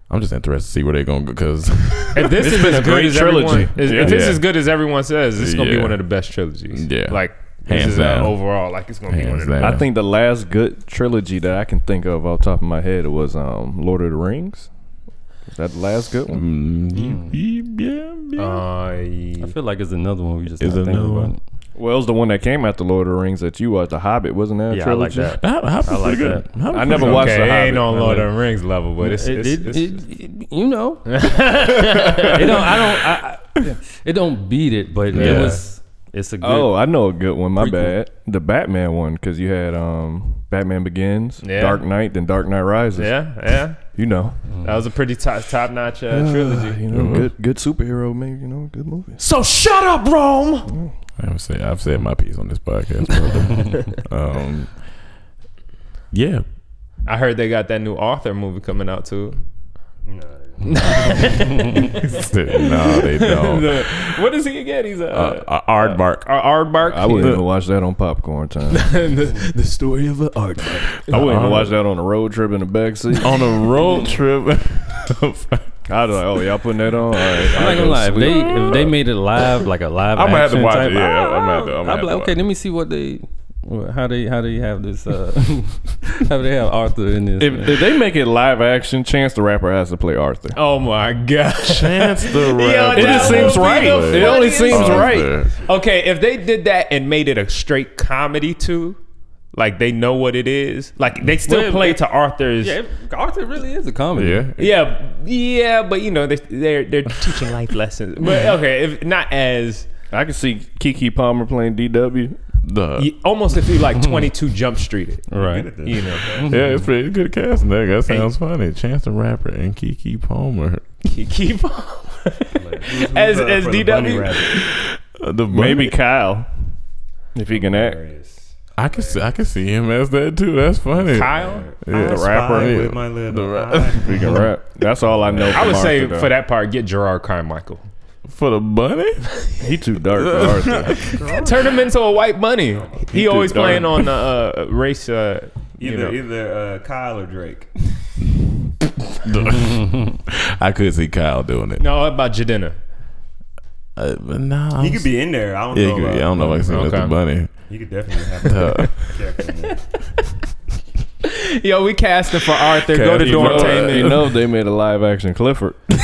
[SPEAKER 1] I'm just interested to see where they're gonna go because
[SPEAKER 5] If this is as good
[SPEAKER 6] great
[SPEAKER 5] as
[SPEAKER 6] trilogy.
[SPEAKER 5] everyone, is- if this
[SPEAKER 1] Yeah.
[SPEAKER 5] is as good as everyone says, this is gonna be
[SPEAKER 1] Yeah.
[SPEAKER 5] one of the best trilogies.
[SPEAKER 1] Yeah.
[SPEAKER 5] like this
[SPEAKER 1] Hands
[SPEAKER 5] is uh,
[SPEAKER 1] down.
[SPEAKER 5] overall, like it's gonna be one
[SPEAKER 1] Hands
[SPEAKER 5] of the.
[SPEAKER 1] down.
[SPEAKER 5] best.
[SPEAKER 6] I think the last good trilogy that I can think of off the top of my head was um, Lord of the Rings. Is that the last good
[SPEAKER 7] Mm.
[SPEAKER 6] one?
[SPEAKER 1] Mm, Hmm. yeah, yeah.
[SPEAKER 5] Uh,
[SPEAKER 7] I feel like it's another one we just
[SPEAKER 1] Is
[SPEAKER 7] not
[SPEAKER 1] it
[SPEAKER 7] thinking
[SPEAKER 1] another
[SPEAKER 7] about.
[SPEAKER 1] one?
[SPEAKER 6] Well, it was the one that came after Lord of the Rings that you watched, The Hobbit, wasn't that? a
[SPEAKER 7] Yeah, I like
[SPEAKER 6] trilogy?
[SPEAKER 7] that.
[SPEAKER 1] That happened
[SPEAKER 7] I like
[SPEAKER 1] pretty good.
[SPEAKER 7] that.
[SPEAKER 1] Happened
[SPEAKER 6] I
[SPEAKER 1] pretty
[SPEAKER 6] never
[SPEAKER 1] good.
[SPEAKER 6] watched
[SPEAKER 5] okay,
[SPEAKER 6] The
[SPEAKER 5] it ain't
[SPEAKER 6] Hobbit.
[SPEAKER 5] on Lord of the Rings level, but it's, it's,
[SPEAKER 7] it,
[SPEAKER 5] it's,
[SPEAKER 7] it, it- you know, it don't. I don't. I, I, it don't beat it, but it
[SPEAKER 5] Yeah.
[SPEAKER 7] was. It's a good.
[SPEAKER 6] Oh, I know a good one. My
[SPEAKER 7] Prequel.
[SPEAKER 6] bad. The Batman one, because you had um, Batman Begins,
[SPEAKER 5] Yeah.
[SPEAKER 6] Dark Knight, then Dark Knight Rises.
[SPEAKER 5] yeah, yeah.
[SPEAKER 6] You know, Ah,
[SPEAKER 5] That was a pretty top top notch uh,
[SPEAKER 6] you
[SPEAKER 5] trilogy.
[SPEAKER 6] know,
[SPEAKER 7] Mm-hmm.
[SPEAKER 6] good good superhero, man. You know, good movie.
[SPEAKER 5] So shut up, Rome.
[SPEAKER 1] I've said I've said my piece on this podcast. brother. um, yeah,
[SPEAKER 5] I heard they got that new author movie coming out too.
[SPEAKER 1] no, they don't.
[SPEAKER 5] what is he again? He's a
[SPEAKER 1] Uh, uh, Aardvark.
[SPEAKER 5] Ar- Aardvark.
[SPEAKER 6] I wouldn't even watch that on popcorn time.
[SPEAKER 5] the, the story of an aardvark.
[SPEAKER 6] I wouldn't even watch that on a road trip in the backseat.
[SPEAKER 1] on a road trip.
[SPEAKER 6] I'd be like, oh, y'all putting that on? All right,
[SPEAKER 7] I'm not
[SPEAKER 6] I'll
[SPEAKER 7] gonna
[SPEAKER 6] go
[SPEAKER 7] lie. If
[SPEAKER 6] sleep.
[SPEAKER 7] they if they made it live, like a live,
[SPEAKER 1] I'm gonna have to
[SPEAKER 7] action
[SPEAKER 1] watch it,
[SPEAKER 7] type,
[SPEAKER 1] yeah, I'm gonna have to- I'm gonna
[SPEAKER 7] I'll
[SPEAKER 1] have
[SPEAKER 7] be like,
[SPEAKER 1] to
[SPEAKER 7] okay,
[SPEAKER 1] watch
[SPEAKER 7] let me see what they, what- how they, how they have this, uh, how they have Arthur in this.
[SPEAKER 6] If, if they make it live action, Chance the Rapper has to play Arthur.
[SPEAKER 5] Oh my gosh.
[SPEAKER 1] Chance the Rapper.
[SPEAKER 5] that
[SPEAKER 6] just
[SPEAKER 5] would
[SPEAKER 6] seems
[SPEAKER 5] be
[SPEAKER 6] right.
[SPEAKER 5] the
[SPEAKER 6] It only
[SPEAKER 5] funniest
[SPEAKER 6] seems
[SPEAKER 5] thing.
[SPEAKER 6] right.
[SPEAKER 5] Okay, if they did that and made it a straight comedy too, like they know what it is, like they still
[SPEAKER 7] Well,
[SPEAKER 5] play
[SPEAKER 7] it-
[SPEAKER 5] to Arthur's.
[SPEAKER 7] yeah,
[SPEAKER 5] Yeah.
[SPEAKER 7] if- Arthur really is a comedy.
[SPEAKER 1] Yeah,
[SPEAKER 5] Yeah, but you know they they're they're teaching life lessons. But okay, if not as
[SPEAKER 6] I can see Kiki Palmer playing DW.
[SPEAKER 1] the
[SPEAKER 5] y- almost if you like twenty two Jump Streeted,
[SPEAKER 7] right.
[SPEAKER 5] you know,
[SPEAKER 1] yeah, it's pretty good casting. There, that sounds funny. Chance the Rapper and Kiki Palmer.
[SPEAKER 5] keep on as as DW.
[SPEAKER 1] Uh, the
[SPEAKER 6] Maybe
[SPEAKER 1] bunny-
[SPEAKER 6] Kyle, if he can act.
[SPEAKER 1] I can see, I can see him as that too. That's funny.
[SPEAKER 5] Kyle,
[SPEAKER 1] Yeah.
[SPEAKER 6] The rapper.
[SPEAKER 1] Yeah.
[SPEAKER 6] With
[SPEAKER 1] my
[SPEAKER 8] little
[SPEAKER 6] He can rap. That's all I know.
[SPEAKER 5] I
[SPEAKER 6] from
[SPEAKER 5] would say
[SPEAKER 6] Arthur,
[SPEAKER 5] for
[SPEAKER 6] though.
[SPEAKER 5] that part, get Gerard Carmichael,
[SPEAKER 1] For the bunny?
[SPEAKER 6] He too dark for Arthur.
[SPEAKER 5] turn him into a white bunny. He always
[SPEAKER 6] dark.
[SPEAKER 5] playing on the uh, race. Uh, you know.
[SPEAKER 8] Either either uh, Kyle or Drake.
[SPEAKER 1] I could see Kyle doing it.
[SPEAKER 5] No, what about Jadena?
[SPEAKER 1] Uh, but nah,
[SPEAKER 8] He
[SPEAKER 1] I'm
[SPEAKER 8] could be in there. I don't
[SPEAKER 1] Yeah, he
[SPEAKER 8] know.
[SPEAKER 1] could,
[SPEAKER 8] about-
[SPEAKER 1] be- I don't know Uh. if I can say
[SPEAKER 5] Okay.
[SPEAKER 1] Mr. Bunny.
[SPEAKER 8] He could definitely have a character in there.
[SPEAKER 5] Yo, we casting for Arthur. Go to
[SPEAKER 1] Casting for
[SPEAKER 5] Dormtainment.
[SPEAKER 1] Arthur.
[SPEAKER 6] They Uh, know they made a live action Clifford.
[SPEAKER 1] this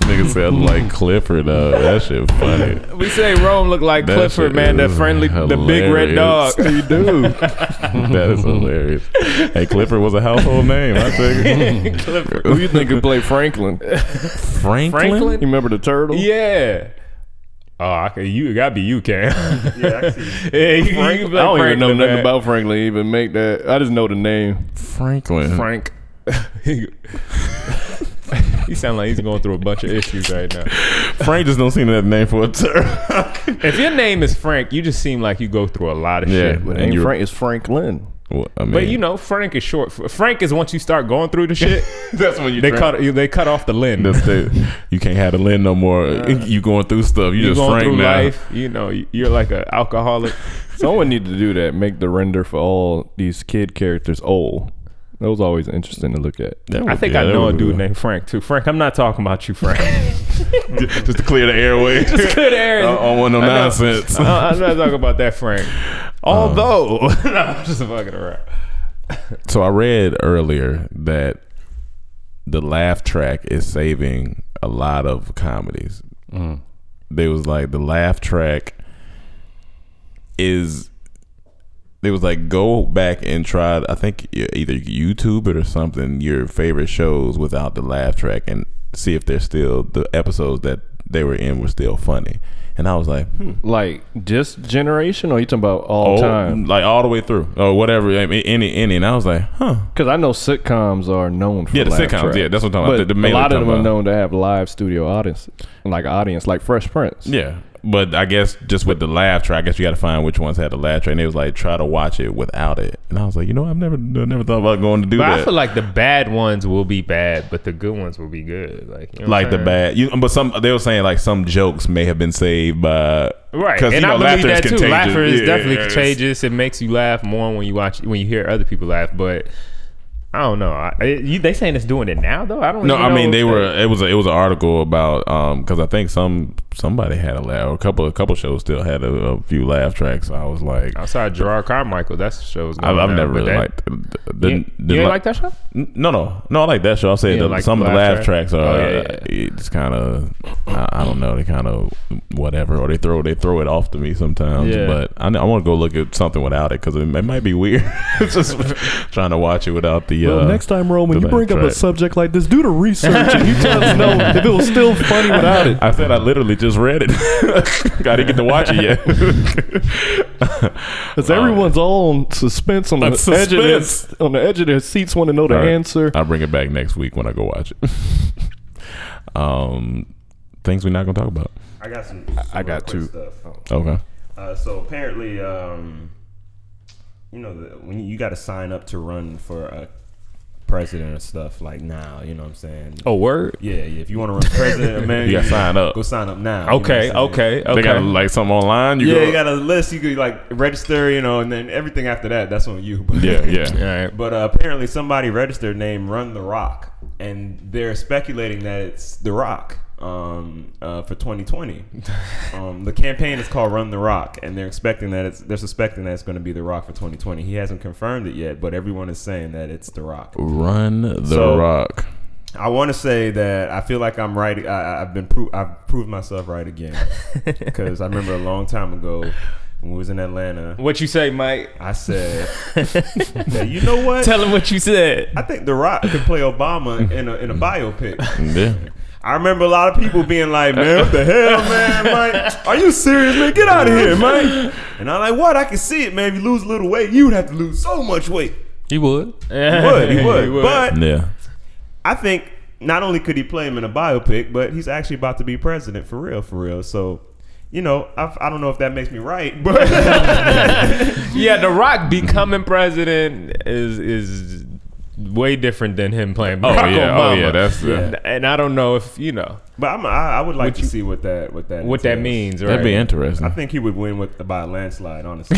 [SPEAKER 1] nigga sounds like Clifford. Uh, that shit funny.
[SPEAKER 5] We say Rome look like
[SPEAKER 1] That
[SPEAKER 5] Clifford,
[SPEAKER 1] shit
[SPEAKER 5] man. The
[SPEAKER 1] is
[SPEAKER 5] friendly, the big red
[SPEAKER 1] hilarious.
[SPEAKER 5] dog. You do.
[SPEAKER 1] That is hilarious. Hey, Clifford was a household name. I think. Clifford.
[SPEAKER 6] Who you think could play Franklin? You
[SPEAKER 1] Franklin?
[SPEAKER 5] Franklin?
[SPEAKER 6] remember the turtle?
[SPEAKER 5] Yeah. Oh, I could, you it gotta be you, Cam.
[SPEAKER 8] Yeah, I see.
[SPEAKER 5] yeah, you, you can be
[SPEAKER 6] Frank- I
[SPEAKER 5] like
[SPEAKER 6] don't even know
[SPEAKER 5] Franklin,
[SPEAKER 6] nothing
[SPEAKER 5] man.
[SPEAKER 6] about Franklin. to Even make that. I just know the name.
[SPEAKER 1] Franklin.
[SPEAKER 5] Frank. he sound like he's going through a bunch of issues right now.
[SPEAKER 1] Frank just don't seem to have a name for a turtle.
[SPEAKER 5] If your name is Frank, you just seem like you go through a lot of
[SPEAKER 1] Yeah.
[SPEAKER 5] shit.
[SPEAKER 6] But
[SPEAKER 1] And
[SPEAKER 6] ain't
[SPEAKER 1] you're-
[SPEAKER 6] Frank. It's Franklin.
[SPEAKER 1] Well, I mean,
[SPEAKER 5] But you know, Frank is short. for- Frank is once you start going through the shit,
[SPEAKER 1] that's when you
[SPEAKER 5] they
[SPEAKER 1] drink.
[SPEAKER 5] cut they cut off the lens.
[SPEAKER 1] That's the- you can't have the lend no more. you going through stuff. You,
[SPEAKER 5] You're
[SPEAKER 1] just
[SPEAKER 5] going
[SPEAKER 1] Frank
[SPEAKER 5] through
[SPEAKER 1] now.
[SPEAKER 5] life. You know, you- you're like an alcoholic.
[SPEAKER 6] Someone need to do that. Make the render for all these kid characters old. That was always interesting to look at.
[SPEAKER 1] That
[SPEAKER 5] I
[SPEAKER 1] would-
[SPEAKER 5] think
[SPEAKER 1] yeah,
[SPEAKER 5] I
[SPEAKER 1] that
[SPEAKER 5] know a
[SPEAKER 1] would be
[SPEAKER 5] dude
[SPEAKER 1] good.
[SPEAKER 5] named Frank too. Frank, I'm not talking about you, Frank.
[SPEAKER 1] just to clear the airway.
[SPEAKER 5] Good Aaron.
[SPEAKER 1] I don't want no
[SPEAKER 5] I know.
[SPEAKER 1] nonsense.
[SPEAKER 5] Uh, I'm not talking about that Frank.
[SPEAKER 1] Oh.
[SPEAKER 5] Although, no, I'm just fucking around.
[SPEAKER 1] So I read earlier that the laugh track is saving a lot of comedies. They was like the laugh track is. They was like go back and try. I think e- either YouTube it or something. Your favorite shows without the laugh track and see if they're still the episodes that they were in were still funny. And I was like, hmm,
[SPEAKER 6] Like this generation, or you talking about all
[SPEAKER 1] oh,
[SPEAKER 6] time?
[SPEAKER 1] like all the way through or whatever. I mean, any any. And I was like, huh.
[SPEAKER 6] Because I know sitcoms are known for
[SPEAKER 1] Yeah, the
[SPEAKER 6] laugh
[SPEAKER 1] sitcoms,
[SPEAKER 6] tracks.
[SPEAKER 1] yeah, that's what I'm talking about.
[SPEAKER 6] But
[SPEAKER 1] The- the main
[SPEAKER 6] a lot of them
[SPEAKER 1] one I'm
[SPEAKER 6] are
[SPEAKER 1] talking
[SPEAKER 6] known to have live studio audience, like audience, like Fresh Prince.
[SPEAKER 1] Yeah. But I guess just with the laugh track, I guess you got to find which ones had the laugh track. And it was like, try to watch it without it. And I was like, you know, I've never, I never thought about going to do
[SPEAKER 5] But
[SPEAKER 1] that.
[SPEAKER 5] I feel like the bad ones will be bad, but the good ones will be good. Like, you know what
[SPEAKER 1] like
[SPEAKER 5] I'm
[SPEAKER 1] the
[SPEAKER 5] saying?
[SPEAKER 1] bad, you, but some they were saying like some jokes may have been saved by
[SPEAKER 5] Right,
[SPEAKER 1] 'cause,
[SPEAKER 5] and
[SPEAKER 1] you know,
[SPEAKER 5] I believe
[SPEAKER 1] laughter is
[SPEAKER 5] that too.
[SPEAKER 1] contagious.
[SPEAKER 5] Laughter is
[SPEAKER 1] Yeah,
[SPEAKER 5] definitely
[SPEAKER 1] it's-
[SPEAKER 5] contagious. It makes you laugh more when you watch when you hear other people laugh. But I don't know. I, I- you, they saying it's doing it now though. I don't.
[SPEAKER 1] No,
[SPEAKER 5] even
[SPEAKER 1] I mean
[SPEAKER 5] know
[SPEAKER 1] they
[SPEAKER 5] if
[SPEAKER 1] were. It was a, it was an article about um because I think some somebody had a laugh or a couple a couple shows still had a, a few laugh tracks. I was like, I've,
[SPEAKER 5] outside Gerard Carmichael. That's the show's. Going
[SPEAKER 1] I've
[SPEAKER 5] on,
[SPEAKER 1] never
[SPEAKER 5] but
[SPEAKER 1] really
[SPEAKER 5] that-
[SPEAKER 1] liked the, the,
[SPEAKER 5] You,
[SPEAKER 1] the
[SPEAKER 5] you ain't
[SPEAKER 1] li-
[SPEAKER 5] like that show?
[SPEAKER 1] N- No, no, no. I like that show. I'm saying
[SPEAKER 5] Yeah,
[SPEAKER 1] the,
[SPEAKER 5] like
[SPEAKER 1] some of the
[SPEAKER 5] laugh
[SPEAKER 1] laugh
[SPEAKER 5] track?
[SPEAKER 1] tracks are
[SPEAKER 5] Oh, yeah, yeah,
[SPEAKER 1] uh, it's kind of I, I don't know. They kind of whatever, or they throw they throw it off to me sometimes.
[SPEAKER 5] Yeah.
[SPEAKER 1] But I, I want to go look at something without it because it, it might be weird. Just trying to watch it without the. uh,
[SPEAKER 6] time, Roman,
[SPEAKER 1] the laugh track.
[SPEAKER 6] subject like this, do the research and you tell us know if it was still funny without it.
[SPEAKER 1] I said I literally just read it. I didn't get to watch it yet.
[SPEAKER 6] Because everyone's all on suspense on the
[SPEAKER 1] On
[SPEAKER 6] edge of their,
[SPEAKER 1] suspense.
[SPEAKER 6] on the edge of their seats, want to know the
[SPEAKER 1] All right.
[SPEAKER 6] answer.
[SPEAKER 1] I'll bring it back next week when I go watch it. um, things we're not gonna talk about.
[SPEAKER 8] I got some.
[SPEAKER 6] I got
[SPEAKER 8] real
[SPEAKER 6] two.
[SPEAKER 8] quick Stuff.
[SPEAKER 1] Okay.
[SPEAKER 8] Uh, so apparently, um, you know, the, when you, you got to sign up to run for a president or stuff like now. You know what I'm saying?
[SPEAKER 5] Oh, word.
[SPEAKER 8] Yeah, yeah. If you want to run for president, man,
[SPEAKER 1] You gotta sign up.
[SPEAKER 8] Go sign up now. you know
[SPEAKER 5] Okay,
[SPEAKER 8] what I'm saying?
[SPEAKER 5] okay, okay.
[SPEAKER 1] They got like something online. You
[SPEAKER 8] Yeah,
[SPEAKER 1] go,
[SPEAKER 8] you got a list. You could like register, you know, and then everything after that, that's on you. But,
[SPEAKER 1] Yeah, yeah.
[SPEAKER 5] All right.
[SPEAKER 8] But uh, apparently, somebody registered named Run the Rock, and they're speculating that it's the Rock um, uh, for 2020. um, the campaign is called Run the Rock, and they're expecting that it's they're suspecting that it's going to be the Rock for 2020. He hasn't confirmed it yet, but everyone is saying that it's the Rock.
[SPEAKER 1] Run the
[SPEAKER 8] So-
[SPEAKER 1] rock.
[SPEAKER 8] I want to say that I feel like I'm right. I, I- I've been pro- I've proved myself right again because I remember a long time ago when we was in Atlanta.
[SPEAKER 5] What you say, Mike?
[SPEAKER 8] I said, "Hey, you know what?
[SPEAKER 5] Tell him what you said.
[SPEAKER 8] I think The Rock could play Obama in a in a biopic.
[SPEAKER 1] Yeah.
[SPEAKER 8] I remember a lot of people being like, man, what the hell, man? Mike, are you serious, man? Get out of here, Mike. And I'm like, what? I can see it, man. If you lose a little weight, you would have to lose so much weight.
[SPEAKER 7] He would.
[SPEAKER 8] He would, he would. But
[SPEAKER 1] Yeah.
[SPEAKER 8] I think not only could he play him in a biopic, but he's actually about to be president for real, for real. So, you know, I, I don't know if that makes me right, but
[SPEAKER 5] yeah, The Rock becoming president is is way different than him playing.
[SPEAKER 1] Oh
[SPEAKER 5] Barack
[SPEAKER 1] yeah. Oh
[SPEAKER 5] Obama.
[SPEAKER 1] yeah. That's uh,
[SPEAKER 5] and I don't know if you know
[SPEAKER 8] but I'm, I, I would like to see what that what that
[SPEAKER 5] what that
[SPEAKER 8] entails.
[SPEAKER 5] means. Right?
[SPEAKER 1] that'd be
[SPEAKER 8] I
[SPEAKER 1] interesting.
[SPEAKER 8] think he would win with by a landslide, honestly.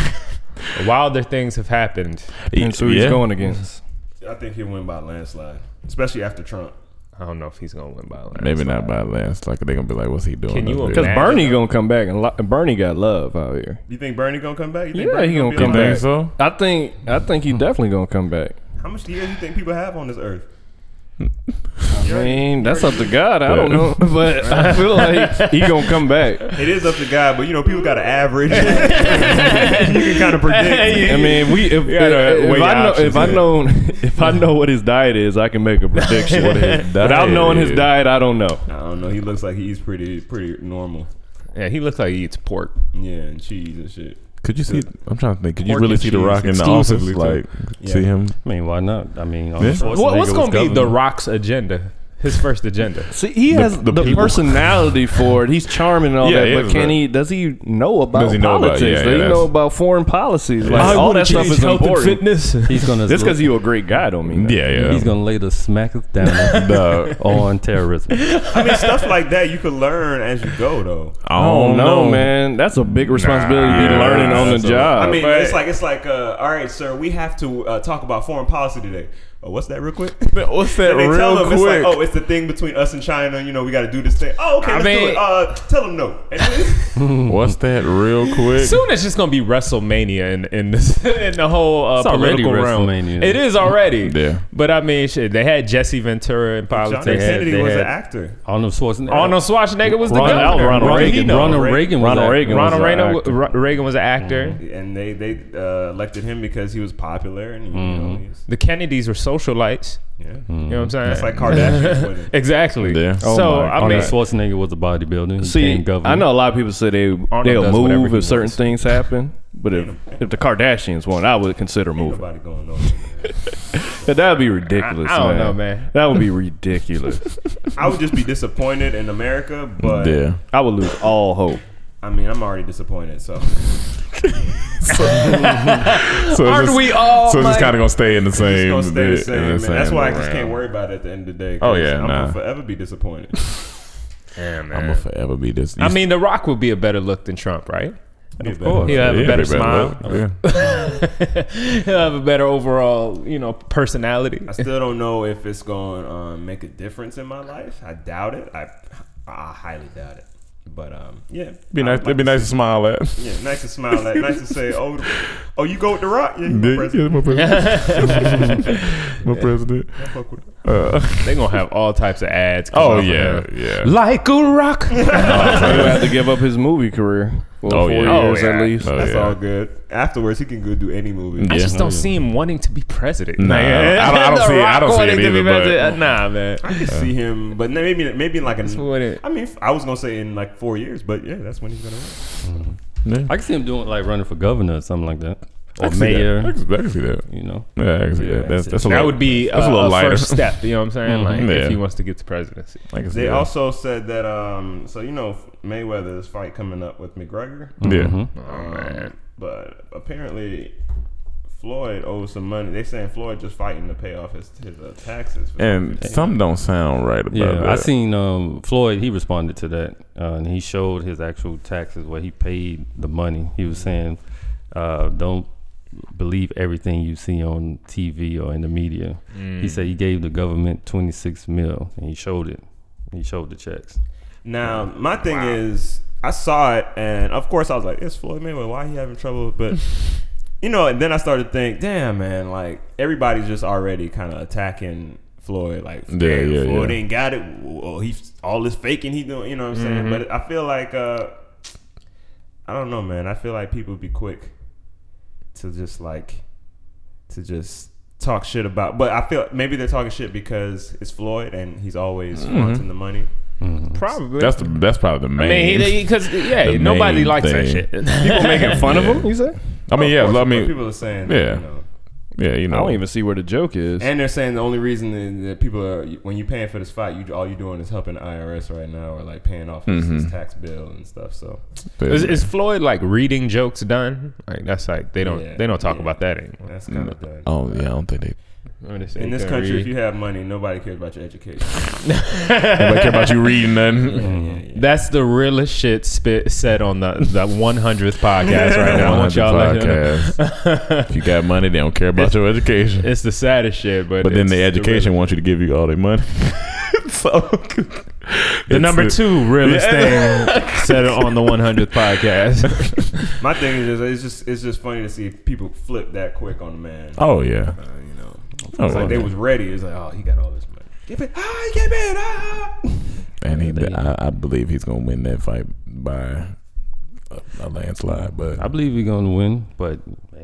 [SPEAKER 5] Wilder things have happened.
[SPEAKER 6] And so he's
[SPEAKER 1] yeah.
[SPEAKER 6] going against.
[SPEAKER 8] I think he'll win by a landslide, especially after Trump.
[SPEAKER 5] I don't know if he's gonna win by last.
[SPEAKER 1] Maybe not by last. Like they're gonna be like, "What's he doing?"
[SPEAKER 5] Can you
[SPEAKER 1] up
[SPEAKER 5] imagine?
[SPEAKER 1] there?
[SPEAKER 6] Because Bernie gonna come back and lo- Bernie got love out here.
[SPEAKER 8] You think Bernie gonna come back? You think
[SPEAKER 6] Yeah,
[SPEAKER 8] Bernie
[SPEAKER 6] he gonna
[SPEAKER 8] be
[SPEAKER 6] come
[SPEAKER 8] all right?
[SPEAKER 1] Think so?
[SPEAKER 6] I think I think he definitely gonna come back.
[SPEAKER 8] How much years you think people have on this earth?
[SPEAKER 6] I mean, that's up to God. I don't know, but I feel like he gonna come back.
[SPEAKER 8] It is up to God, but you know people got an average. you can kind of predict.
[SPEAKER 6] I mean, we if,
[SPEAKER 8] gotta
[SPEAKER 6] if,
[SPEAKER 8] weigh
[SPEAKER 6] if
[SPEAKER 8] your
[SPEAKER 6] I know
[SPEAKER 8] options
[SPEAKER 6] if I
[SPEAKER 8] here.
[SPEAKER 6] know if I know what his diet is, I can make a prediction.
[SPEAKER 1] What his
[SPEAKER 6] Without
[SPEAKER 1] diet
[SPEAKER 6] knowing his
[SPEAKER 1] is.
[SPEAKER 6] diet, I don't know.
[SPEAKER 8] I don't know. He looks like he's pretty pretty normal.
[SPEAKER 5] Yeah, he looks like he eats pork.
[SPEAKER 8] Yeah, and cheese and shit.
[SPEAKER 1] Could you see? I'm trying to think. Could you
[SPEAKER 8] Pork
[SPEAKER 1] really
[SPEAKER 8] and
[SPEAKER 1] see The
[SPEAKER 8] cheese
[SPEAKER 1] Rock in the office?
[SPEAKER 8] exclusively,
[SPEAKER 1] Like,
[SPEAKER 8] Yeah.
[SPEAKER 1] see him?
[SPEAKER 7] I mean, why not? I mean,
[SPEAKER 1] Yeah.
[SPEAKER 7] Arnold Schwarzenegger
[SPEAKER 5] What, what's
[SPEAKER 7] was
[SPEAKER 5] gonna be The
[SPEAKER 7] governor.
[SPEAKER 5] Rock's agenda? His first agenda.
[SPEAKER 6] See, he has
[SPEAKER 1] the
[SPEAKER 6] the,
[SPEAKER 1] people.
[SPEAKER 6] personality for it. He's charming and all
[SPEAKER 1] Yeah,
[SPEAKER 6] that,
[SPEAKER 1] he
[SPEAKER 6] but
[SPEAKER 1] is
[SPEAKER 6] can
[SPEAKER 1] very-
[SPEAKER 6] he? Does he know about
[SPEAKER 1] Does he know about-
[SPEAKER 6] politics?
[SPEAKER 1] yeah, yeah,
[SPEAKER 6] does he
[SPEAKER 1] that's-
[SPEAKER 6] know about foreign policies? Like
[SPEAKER 1] I
[SPEAKER 6] all that stuff is important.
[SPEAKER 5] fitness.
[SPEAKER 7] He's gonna
[SPEAKER 6] Just because you a great guy don't mean that.
[SPEAKER 1] Yeah, yeah.
[SPEAKER 7] he's gonna lay the smack down
[SPEAKER 1] Dog.
[SPEAKER 7] on terrorism.
[SPEAKER 8] I mean, stuff like that you could learn as you go, though.
[SPEAKER 1] I
[SPEAKER 6] I
[SPEAKER 1] don't know, man.
[SPEAKER 6] Oh, man. That's a big responsibility to be
[SPEAKER 1] Nah,
[SPEAKER 6] learning on the
[SPEAKER 1] that's a-
[SPEAKER 6] job.
[SPEAKER 8] I mean,
[SPEAKER 1] but-
[SPEAKER 8] it's like it's like, uh, all right, sir, we have to uh, talk about foreign policy today. Oh, what's that, real quick?
[SPEAKER 1] What's that
[SPEAKER 8] And they
[SPEAKER 1] real
[SPEAKER 8] tell them
[SPEAKER 1] quick?
[SPEAKER 8] it's like, oh, it's the thing between us and China. You know, we got to do this thing. Oh, okay,
[SPEAKER 5] I
[SPEAKER 8] let's do
[SPEAKER 5] mean-
[SPEAKER 8] it. Uh, tell them no. And it's-
[SPEAKER 1] What's that real quick?
[SPEAKER 5] Soon it's just gonna be WrestleMania in in, this, in the whole uh,
[SPEAKER 7] It's already
[SPEAKER 5] political realm.
[SPEAKER 7] WrestleMania.
[SPEAKER 5] It is already.
[SPEAKER 1] Yeah.
[SPEAKER 5] But I mean, shit. They had Jesse Ventura in
[SPEAKER 8] John
[SPEAKER 5] politics.
[SPEAKER 8] F.
[SPEAKER 5] They had-
[SPEAKER 8] Kennedy
[SPEAKER 5] they
[SPEAKER 8] was
[SPEAKER 5] had-
[SPEAKER 8] an actor.
[SPEAKER 7] Arnold Schwarzenegger.
[SPEAKER 5] Arnold Schwarzenegger was the
[SPEAKER 7] Ronald-
[SPEAKER 5] governor.
[SPEAKER 6] Ronald
[SPEAKER 5] What did he
[SPEAKER 6] Reagan.
[SPEAKER 5] know?
[SPEAKER 7] Ronald Reagan. was
[SPEAKER 6] Ronald
[SPEAKER 7] that.
[SPEAKER 6] Reagan
[SPEAKER 5] Ronald
[SPEAKER 6] was an
[SPEAKER 5] Reagan,
[SPEAKER 6] actor.
[SPEAKER 5] Ro- Reagan was an actor.
[SPEAKER 8] And they they uh, elected him because he was popular and you know,
[SPEAKER 1] Mm-hmm.
[SPEAKER 8] he's,
[SPEAKER 5] The Kennedys were socialites.
[SPEAKER 8] yeah,
[SPEAKER 5] You know what I'm saying?
[SPEAKER 8] that's like Kardashian. winning.
[SPEAKER 5] exactly.
[SPEAKER 1] Yeah. Oh
[SPEAKER 5] so
[SPEAKER 6] my
[SPEAKER 5] I
[SPEAKER 7] Arnold
[SPEAKER 5] mean,
[SPEAKER 7] Schwarzenegger was a bodybuilder. He
[SPEAKER 6] See,
[SPEAKER 7] became governor.
[SPEAKER 6] I know a lot of people say they
[SPEAKER 5] does
[SPEAKER 6] they'll
[SPEAKER 5] whatever
[SPEAKER 6] move
[SPEAKER 5] he
[SPEAKER 6] if certain
[SPEAKER 5] wants.
[SPEAKER 6] things happen. But if if the Kardashians won, I would consider moving.
[SPEAKER 8] Nobody going over.
[SPEAKER 6] That would be ridiculous.
[SPEAKER 5] I- I don't
[SPEAKER 6] man.
[SPEAKER 5] know, man.
[SPEAKER 6] That would be ridiculous.
[SPEAKER 8] I would just be disappointed in America, but
[SPEAKER 1] yeah.
[SPEAKER 6] I would lose all hope.
[SPEAKER 8] I mean, I'm already disappointed. So
[SPEAKER 1] So it's just,
[SPEAKER 5] we all?
[SPEAKER 1] so it's just kind of gonna stay in the
[SPEAKER 8] it's
[SPEAKER 1] same.
[SPEAKER 8] gonna stay the same.
[SPEAKER 1] in
[SPEAKER 8] man. That's why I just
[SPEAKER 1] realm.
[SPEAKER 8] can't worry about it at the end of the day. 'cause
[SPEAKER 1] Oh, yeah,
[SPEAKER 8] I'm
[SPEAKER 1] nah.
[SPEAKER 8] gonna forever be disappointed.
[SPEAKER 1] I'm gonna forever be this.
[SPEAKER 5] I mean, The Rock would be a better look than Trump, right?
[SPEAKER 8] of
[SPEAKER 5] He'll have a
[SPEAKER 1] Yeah,
[SPEAKER 5] better
[SPEAKER 1] they
[SPEAKER 5] smile.
[SPEAKER 1] look. Yeah.
[SPEAKER 5] He'll have a better overall, you know, personality.
[SPEAKER 8] I still don't know if it's going to um, make a difference in my life. I doubt it. I, I highly doubt it. But um, yeah,
[SPEAKER 1] Be
[SPEAKER 8] I
[SPEAKER 1] nice.
[SPEAKER 8] would
[SPEAKER 1] It'd be
[SPEAKER 8] like
[SPEAKER 1] nice to smile at.
[SPEAKER 8] to- Yeah, nice to smile at. nice to say, oh, oh, you go with the rock. Yeah, you my
[SPEAKER 1] Yeah, yeah,
[SPEAKER 8] president.
[SPEAKER 1] my president. my president.
[SPEAKER 8] Fuck with it.
[SPEAKER 1] Uh,
[SPEAKER 5] They're gonna have all types of ads. come
[SPEAKER 1] oh
[SPEAKER 5] off of
[SPEAKER 1] yeah,
[SPEAKER 5] him.
[SPEAKER 1] yeah.
[SPEAKER 5] Like a rock.
[SPEAKER 6] He would have to give up his movie career for
[SPEAKER 1] Oh,
[SPEAKER 6] four
[SPEAKER 1] yeah. Oh,
[SPEAKER 6] years
[SPEAKER 5] yeah.
[SPEAKER 6] at least.
[SPEAKER 1] Oh,
[SPEAKER 8] That's
[SPEAKER 1] yeah.
[SPEAKER 8] all good. Afterwards, he can go do any movie.
[SPEAKER 5] I
[SPEAKER 1] Yeah.
[SPEAKER 5] just don't see him wanting to be president.
[SPEAKER 1] Nah, I don't- I don't
[SPEAKER 5] The
[SPEAKER 1] see it. I
[SPEAKER 5] Rock
[SPEAKER 1] don't see it
[SPEAKER 5] wanting to be
[SPEAKER 1] either, but-
[SPEAKER 5] president. Nah, man.
[SPEAKER 8] I can see him, but maybe maybe in like a.
[SPEAKER 5] what it-
[SPEAKER 8] I mean, I was gonna say in like four years, but yeah, that's when he's gonna. Win.
[SPEAKER 7] I can see him doing like running for governor or something like that,
[SPEAKER 1] I
[SPEAKER 7] or
[SPEAKER 1] can see that.
[SPEAKER 7] mayor.
[SPEAKER 1] I can, I can see that.
[SPEAKER 7] You know,
[SPEAKER 1] Yeah, I can see
[SPEAKER 7] Yeah,
[SPEAKER 1] that. That's,
[SPEAKER 7] that's it.
[SPEAKER 1] that's a
[SPEAKER 5] That
[SPEAKER 1] little,
[SPEAKER 5] would be a,
[SPEAKER 1] that's a little
[SPEAKER 5] a
[SPEAKER 1] lighter. Mm-hmm.
[SPEAKER 5] first step. You know what I'm saying? Like
[SPEAKER 1] Yeah.
[SPEAKER 5] if he wants to get to presidency.
[SPEAKER 1] I can see
[SPEAKER 8] They
[SPEAKER 1] that.
[SPEAKER 8] also said that. Um, so you know Mayweather's fight coming up with McGregor.
[SPEAKER 1] yeah.
[SPEAKER 8] Um, but apparently, Floyd owes some money. They saying Floyd just fighting to pay off his, his uh, taxes. For
[SPEAKER 1] And some don't sound right about
[SPEAKER 7] yeah.
[SPEAKER 1] that.
[SPEAKER 7] I seen um, Floyd. He responded to that, uh, and he showed his actual taxes where he paid the money. He was saying, uh, "Don't believe everything you see on TV or in the media." He said he gave the government twenty six mil, and he showed it. He showed the checks.
[SPEAKER 8] now my thing is, I saw it, and of course I was like, "It's Floyd Mayweather. Why he having trouble?" But you know, and then I started to think, "Damn, man! Like everybody's just already kind of attacking." Floyd, like
[SPEAKER 1] Yeah,
[SPEAKER 8] "Damn,
[SPEAKER 1] yeah,
[SPEAKER 8] Floyd
[SPEAKER 1] yeah.
[SPEAKER 8] ain't got it. Oh, he's all this faking he doing. You know what I'm
[SPEAKER 1] Mm-hmm.
[SPEAKER 8] saying? But I feel like uh, I don't know, man. I feel like people be quick to just like to just talk shit about. But I feel maybe they're talking shit because it's Floyd and he's always
[SPEAKER 1] Mm-hmm.
[SPEAKER 8] flaunting the money.
[SPEAKER 5] Probably.
[SPEAKER 1] that's the that's probably the
[SPEAKER 5] I
[SPEAKER 1] main.
[SPEAKER 5] mean, because yeah,
[SPEAKER 1] the
[SPEAKER 5] nobody
[SPEAKER 1] main
[SPEAKER 5] likes that
[SPEAKER 1] thing.
[SPEAKER 5] shit.
[SPEAKER 6] People making fun of him. You say?
[SPEAKER 1] I mean, yeah,
[SPEAKER 8] Of course,
[SPEAKER 1] I
[SPEAKER 8] but
[SPEAKER 1] mean,
[SPEAKER 8] people are saying,
[SPEAKER 1] yeah.
[SPEAKER 8] You know,
[SPEAKER 1] yeah, you
[SPEAKER 6] I
[SPEAKER 1] know,
[SPEAKER 6] don't even see where the joke is.
[SPEAKER 8] and they're saying the only reason that, that people are when you paying for this fight, you all you doing is helping the IRS right now or like paying off his,
[SPEAKER 1] Mm-hmm.
[SPEAKER 8] his tax bill and stuff. So
[SPEAKER 5] Is, is Floyd like reading jokes done? Like that's like they don't
[SPEAKER 8] Yeah.
[SPEAKER 5] they don't talk
[SPEAKER 8] Yeah.
[SPEAKER 5] about that anymore.
[SPEAKER 8] that's kind of done.
[SPEAKER 1] oh yeah, I don't think they.
[SPEAKER 5] Let me just say
[SPEAKER 8] In
[SPEAKER 5] you
[SPEAKER 8] this
[SPEAKER 5] couldn't
[SPEAKER 8] country,
[SPEAKER 5] read.
[SPEAKER 8] if you have money, nobody cares about your education.
[SPEAKER 1] Nobody care about you reading nothing.
[SPEAKER 5] that's the realest shit spit said on the the one hundredth podcast right now. I want y'all to know.
[SPEAKER 1] Podcast. if you got money, they don't care about your education.
[SPEAKER 5] It's the saddest shit, but
[SPEAKER 1] But then
[SPEAKER 5] it's
[SPEAKER 1] the education wants you to give you all their money. so
[SPEAKER 5] The number two realest thing said it on the 100th podcast.
[SPEAKER 8] My thing is just it's just it's just funny to see people flip that quick on the man.
[SPEAKER 1] Oh yeah.
[SPEAKER 8] Uh, you know,
[SPEAKER 1] Oh,
[SPEAKER 8] it's like they
[SPEAKER 1] yeah.
[SPEAKER 8] was ready. It's like oh he got all this money. Give it, ah, give it, ah.
[SPEAKER 1] And he, I, I believe he's gonna win that fight by a, a landslide. But
[SPEAKER 7] I believe we're gonna win, but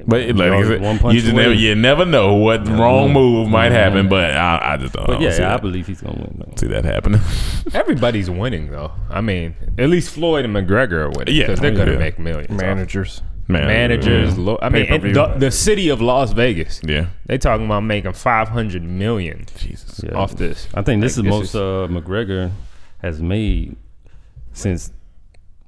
[SPEAKER 1] but it- like I said, you just never, you never know what wrong move might happen. But I, I just don't, I
[SPEAKER 7] But
[SPEAKER 1] don't see,
[SPEAKER 7] yeah, Oh, I
[SPEAKER 1] that,
[SPEAKER 7] believe he's gonna win. though.
[SPEAKER 1] see that happening.
[SPEAKER 5] Everybody's winning though. I mean, at least Floyd and McGregor are winning
[SPEAKER 1] Yeah.
[SPEAKER 5] because they're gonna
[SPEAKER 1] Yeah.
[SPEAKER 5] make millions.
[SPEAKER 6] Managers.
[SPEAKER 1] Man,
[SPEAKER 5] Managers,
[SPEAKER 1] yeah.
[SPEAKER 5] lo- I mean,
[SPEAKER 6] Pay-per-view.
[SPEAKER 5] the, the city of Las Vegas.
[SPEAKER 1] yeah,
[SPEAKER 5] They talking about making 500 million
[SPEAKER 1] Jesus,
[SPEAKER 7] Yeah.
[SPEAKER 5] off this.
[SPEAKER 7] I think this is
[SPEAKER 5] Like,
[SPEAKER 7] most
[SPEAKER 5] is-
[SPEAKER 7] uh, McGregor has made since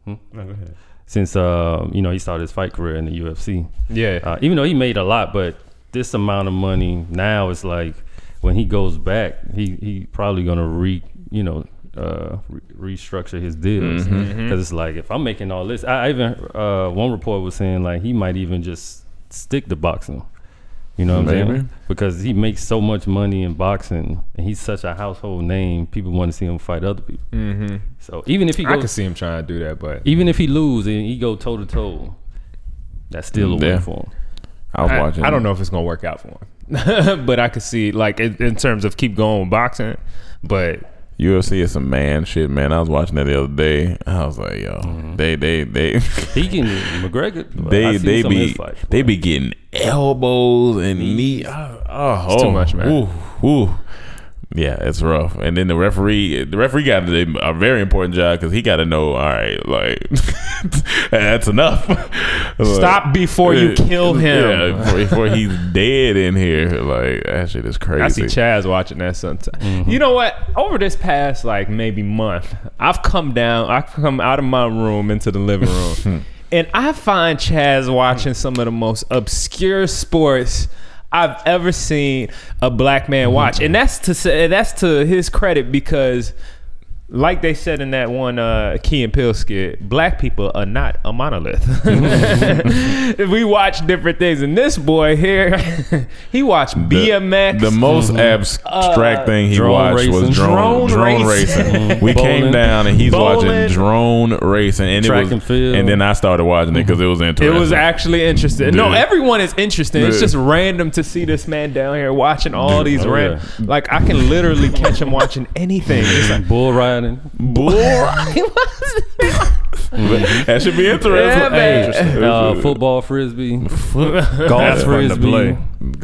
[SPEAKER 8] No, go ahead.
[SPEAKER 7] since uh, you know he started his fight career in the UFC.
[SPEAKER 5] Yeah.
[SPEAKER 7] Uh, even though he made a lot, but this amount of money now is like when he goes back, he he probably gonna re you know uh, re- restructure his deals because it's like if I'm making all this, I, I even uh, one report was saying like he might even just stick to boxing. You know what I'm
[SPEAKER 1] Maybe.
[SPEAKER 7] saying? Because he makes so much money in boxing, and he's such a household name. People want to see him fight other people. Mm-hmm. So even if he
[SPEAKER 5] I could
[SPEAKER 7] goes,
[SPEAKER 5] see him trying to do that, but
[SPEAKER 7] even if he lose and he go toe to toe, that's still a
[SPEAKER 1] Yeah.
[SPEAKER 7] win for him.
[SPEAKER 1] I was
[SPEAKER 5] I,
[SPEAKER 1] watching.
[SPEAKER 5] I don't know if it's gonna work out for him. but I could see like in, in terms of keep going with boxing, but
[SPEAKER 1] UFC is some man shit, man. I was watching that the other day. I was like, yo, they, they, they.
[SPEAKER 7] He can McGregor. I
[SPEAKER 1] they
[SPEAKER 7] seen
[SPEAKER 1] they
[SPEAKER 7] some of
[SPEAKER 1] be
[SPEAKER 7] his fights,
[SPEAKER 1] they be getting elbows and knee. Oh, oh,
[SPEAKER 5] Mm-hmm. It's too much, man.
[SPEAKER 1] Ooh, ooh. Yeah, it's rough. And then the referee, the referee got a a very important job because he got to know. All right, like that's enough. Like, uh,
[SPEAKER 5] stop before you kill him.
[SPEAKER 1] Yeah, before, before he's dead in here. Like that shit is crazy. Mm-hmm.
[SPEAKER 5] I see Chaz watching that sometimes. You know what? Over this past like maybe month, I've come down. I've come out of my room into the living
[SPEAKER 1] Hmm.
[SPEAKER 5] room, and I find Chaz watching some of the most obscure sports I've ever seen a black
[SPEAKER 1] Mm-hmm.
[SPEAKER 5] man watch. And that's to say, that's to his credit because. Like they said in that one uh, Key and Peele skit, black people are not a monolith.
[SPEAKER 1] Mm-hmm.
[SPEAKER 5] we watch different things, and this boy here, he watched
[SPEAKER 1] The-
[SPEAKER 5] BMX.
[SPEAKER 1] The most abstract
[SPEAKER 5] Uh,
[SPEAKER 1] thing he
[SPEAKER 7] drone
[SPEAKER 1] watched
[SPEAKER 7] racing.
[SPEAKER 1] was drone
[SPEAKER 5] Drone
[SPEAKER 1] drone
[SPEAKER 5] racing.
[SPEAKER 1] racing. we came
[SPEAKER 7] Bowling.
[SPEAKER 1] down and he's
[SPEAKER 5] Bowling.
[SPEAKER 1] watching drone racing, and
[SPEAKER 7] Track
[SPEAKER 1] it was,
[SPEAKER 7] and field.
[SPEAKER 1] and then I started watching it because it was
[SPEAKER 5] Mm-hmm. It
[SPEAKER 1] interesting.
[SPEAKER 5] was actually interesting. No,
[SPEAKER 1] Yeah.
[SPEAKER 5] everyone is interesting. It's
[SPEAKER 1] Yeah.
[SPEAKER 5] just random to see this man down here watching all these
[SPEAKER 7] Oh,
[SPEAKER 5] random. Like I can literally catch him watching anything. It's like,
[SPEAKER 7] bull riding.
[SPEAKER 1] bull. Mm-hmm. that should be interesting.
[SPEAKER 5] Yeah, man.
[SPEAKER 1] Interesting.
[SPEAKER 7] Uh, football frisbee, golf
[SPEAKER 1] That's fun to
[SPEAKER 7] frisbee.
[SPEAKER 1] play.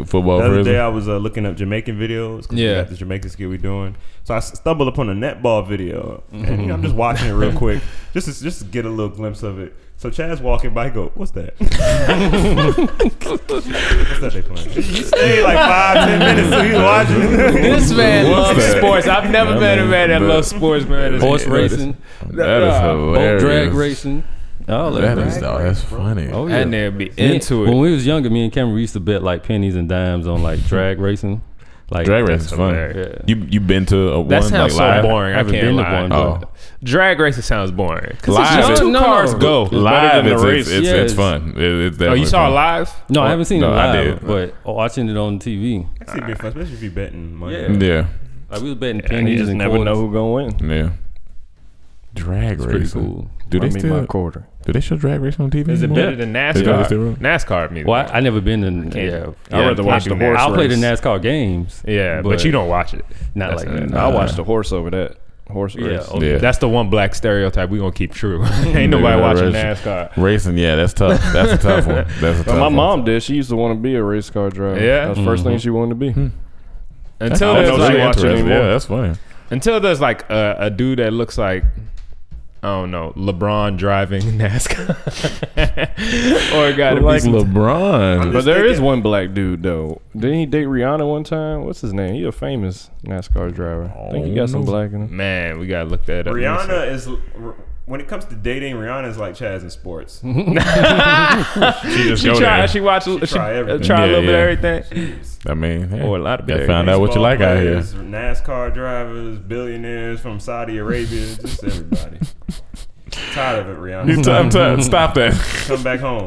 [SPEAKER 1] Football
[SPEAKER 6] Oh,
[SPEAKER 8] The other day
[SPEAKER 1] frisbee.
[SPEAKER 8] I was uh, looking up Jamaican videos. 'cause
[SPEAKER 5] Yeah.
[SPEAKER 8] we got the Jamaican skit we doing. So I stumbled upon a netball video, and you know, I'm just watching it
[SPEAKER 6] Mm-hmm.
[SPEAKER 8] real quick, just to, just to get a little glimpse of it. So Chad's walking by, he go, "What's that? What's that they playing?" He stayed like five, ten minutes, so he's watching. it.
[SPEAKER 5] this man
[SPEAKER 1] What's
[SPEAKER 5] loves
[SPEAKER 1] that?
[SPEAKER 5] sports. I've never
[SPEAKER 1] I
[SPEAKER 5] met a
[SPEAKER 1] mean,
[SPEAKER 5] man that
[SPEAKER 1] the-
[SPEAKER 5] loves sports, man. It's-
[SPEAKER 7] horse
[SPEAKER 1] Yeah,
[SPEAKER 7] racing,
[SPEAKER 1] That is
[SPEAKER 7] boat
[SPEAKER 1] hilarious.
[SPEAKER 7] drag racing. All that.
[SPEAKER 1] That is oh, that's funny.
[SPEAKER 7] Oh yeah.
[SPEAKER 5] That nigga be
[SPEAKER 7] Me-
[SPEAKER 5] into
[SPEAKER 7] When
[SPEAKER 5] it.
[SPEAKER 7] we was younger, me and Cameron we used to bet like pennies and dimes on like drag racing. Like
[SPEAKER 1] Drag racing's fun.
[SPEAKER 7] hilarious. Yeah.
[SPEAKER 1] You you been to a
[SPEAKER 5] That
[SPEAKER 1] one
[SPEAKER 5] sounds
[SPEAKER 1] like
[SPEAKER 5] so
[SPEAKER 1] live?
[SPEAKER 5] boring. I
[SPEAKER 7] I've
[SPEAKER 5] can't
[SPEAKER 7] been to
[SPEAKER 5] lie.
[SPEAKER 7] one,
[SPEAKER 1] Oh.
[SPEAKER 7] but
[SPEAKER 5] Drag racing sounds boring. 'Cause
[SPEAKER 1] Live
[SPEAKER 5] it's just
[SPEAKER 1] is-
[SPEAKER 5] two
[SPEAKER 7] No, no,
[SPEAKER 5] cars
[SPEAKER 7] no.
[SPEAKER 5] go.
[SPEAKER 1] Live,
[SPEAKER 7] than
[SPEAKER 1] it's,
[SPEAKER 7] the
[SPEAKER 1] it's,
[SPEAKER 7] race.
[SPEAKER 1] it's,
[SPEAKER 7] Yeah,
[SPEAKER 1] it's
[SPEAKER 7] it's-
[SPEAKER 1] fun. It, it's
[SPEAKER 5] Oh, you
[SPEAKER 1] definitely
[SPEAKER 5] saw
[SPEAKER 1] fun.
[SPEAKER 5] it live?
[SPEAKER 7] No, I haven't seen
[SPEAKER 1] No,
[SPEAKER 7] it
[SPEAKER 1] I
[SPEAKER 7] live,
[SPEAKER 1] did.
[SPEAKER 7] but watching it on TV.
[SPEAKER 8] Actually, it'd be fun, especially if you betting money.
[SPEAKER 7] Yeah.
[SPEAKER 1] Yeah,
[SPEAKER 7] Like we was betting
[SPEAKER 6] And
[SPEAKER 7] pennies
[SPEAKER 6] you just
[SPEAKER 7] and
[SPEAKER 6] never
[SPEAKER 7] quarters.
[SPEAKER 6] know who's going to win.
[SPEAKER 1] yeah. Drag
[SPEAKER 7] Pretty
[SPEAKER 1] racing.
[SPEAKER 7] cool.
[SPEAKER 1] Do they
[SPEAKER 6] I mean, my
[SPEAKER 1] still
[SPEAKER 6] quarter.
[SPEAKER 1] do they show drag race on TV?
[SPEAKER 5] Is it
[SPEAKER 1] anymore?
[SPEAKER 5] better than
[SPEAKER 1] They got it
[SPEAKER 5] NASCAR?
[SPEAKER 1] still-
[SPEAKER 5] NASCAR music.
[SPEAKER 7] Well, I, I never been in. Yeah,
[SPEAKER 6] I'd rather watch the horse
[SPEAKER 7] I'll play the
[SPEAKER 6] race.
[SPEAKER 7] NASCAR games.
[SPEAKER 5] yeah, but, you don't watch it.
[SPEAKER 7] Not
[SPEAKER 5] That's
[SPEAKER 7] like
[SPEAKER 5] not-
[SPEAKER 7] that.
[SPEAKER 6] I watched the horse over that. Horse
[SPEAKER 7] Yeah,
[SPEAKER 6] race.
[SPEAKER 7] oh,
[SPEAKER 1] Uh, Yeah.
[SPEAKER 5] That's the one black stereotype we gonna keep true. Ain't
[SPEAKER 1] Yeah,
[SPEAKER 5] nobody watching
[SPEAKER 1] racing.
[SPEAKER 5] NASCAR.
[SPEAKER 1] Racing, yeah, that's tough. That's a tough one. That's a tough
[SPEAKER 6] But my
[SPEAKER 1] one.
[SPEAKER 6] mom did. She used to want to be a race car driver.
[SPEAKER 5] Yeah? Hmm.
[SPEAKER 6] That's the first
[SPEAKER 1] Mm-hmm.
[SPEAKER 6] thing she wanted to be.
[SPEAKER 5] Until
[SPEAKER 1] I
[SPEAKER 5] there's
[SPEAKER 1] don't know if
[SPEAKER 5] like
[SPEAKER 1] they watch
[SPEAKER 6] watch it
[SPEAKER 1] anymore.
[SPEAKER 6] anymore.
[SPEAKER 1] Yeah, that's funny.
[SPEAKER 5] until there's like a, a dude that looks like I don't know LeBron driving NASCAR, or a guy that
[SPEAKER 1] Like
[SPEAKER 5] like
[SPEAKER 1] LeBron.
[SPEAKER 6] But there
[SPEAKER 8] thinking-
[SPEAKER 6] is one black dude though. Didn't he date Rihanna one time? What's his name? He a famous NASCAR driver. I think he got some
[SPEAKER 1] Oh, no.
[SPEAKER 6] black in him.
[SPEAKER 5] man, we gotta look that up.
[SPEAKER 8] Rihanna is. When it comes to dating, Rihanna is like Chaz in sports.
[SPEAKER 1] She just
[SPEAKER 5] she
[SPEAKER 1] go
[SPEAKER 5] try,
[SPEAKER 1] there.
[SPEAKER 5] she watch, she,
[SPEAKER 8] try
[SPEAKER 5] try,
[SPEAKER 8] everything.
[SPEAKER 5] a
[SPEAKER 1] Yeah, yeah.
[SPEAKER 5] little bit of everything.
[SPEAKER 1] I mean, hey,
[SPEAKER 5] Or a lot of
[SPEAKER 1] they
[SPEAKER 5] big
[SPEAKER 1] found out what you
[SPEAKER 8] Baseball
[SPEAKER 1] like out here.
[SPEAKER 8] players, NASCAR drivers, billionaires from Saudi Arabia, just everybody. Tired of
[SPEAKER 1] You
[SPEAKER 8] it, Rihanna.
[SPEAKER 1] t- I'm t- stop that.
[SPEAKER 8] Come back home.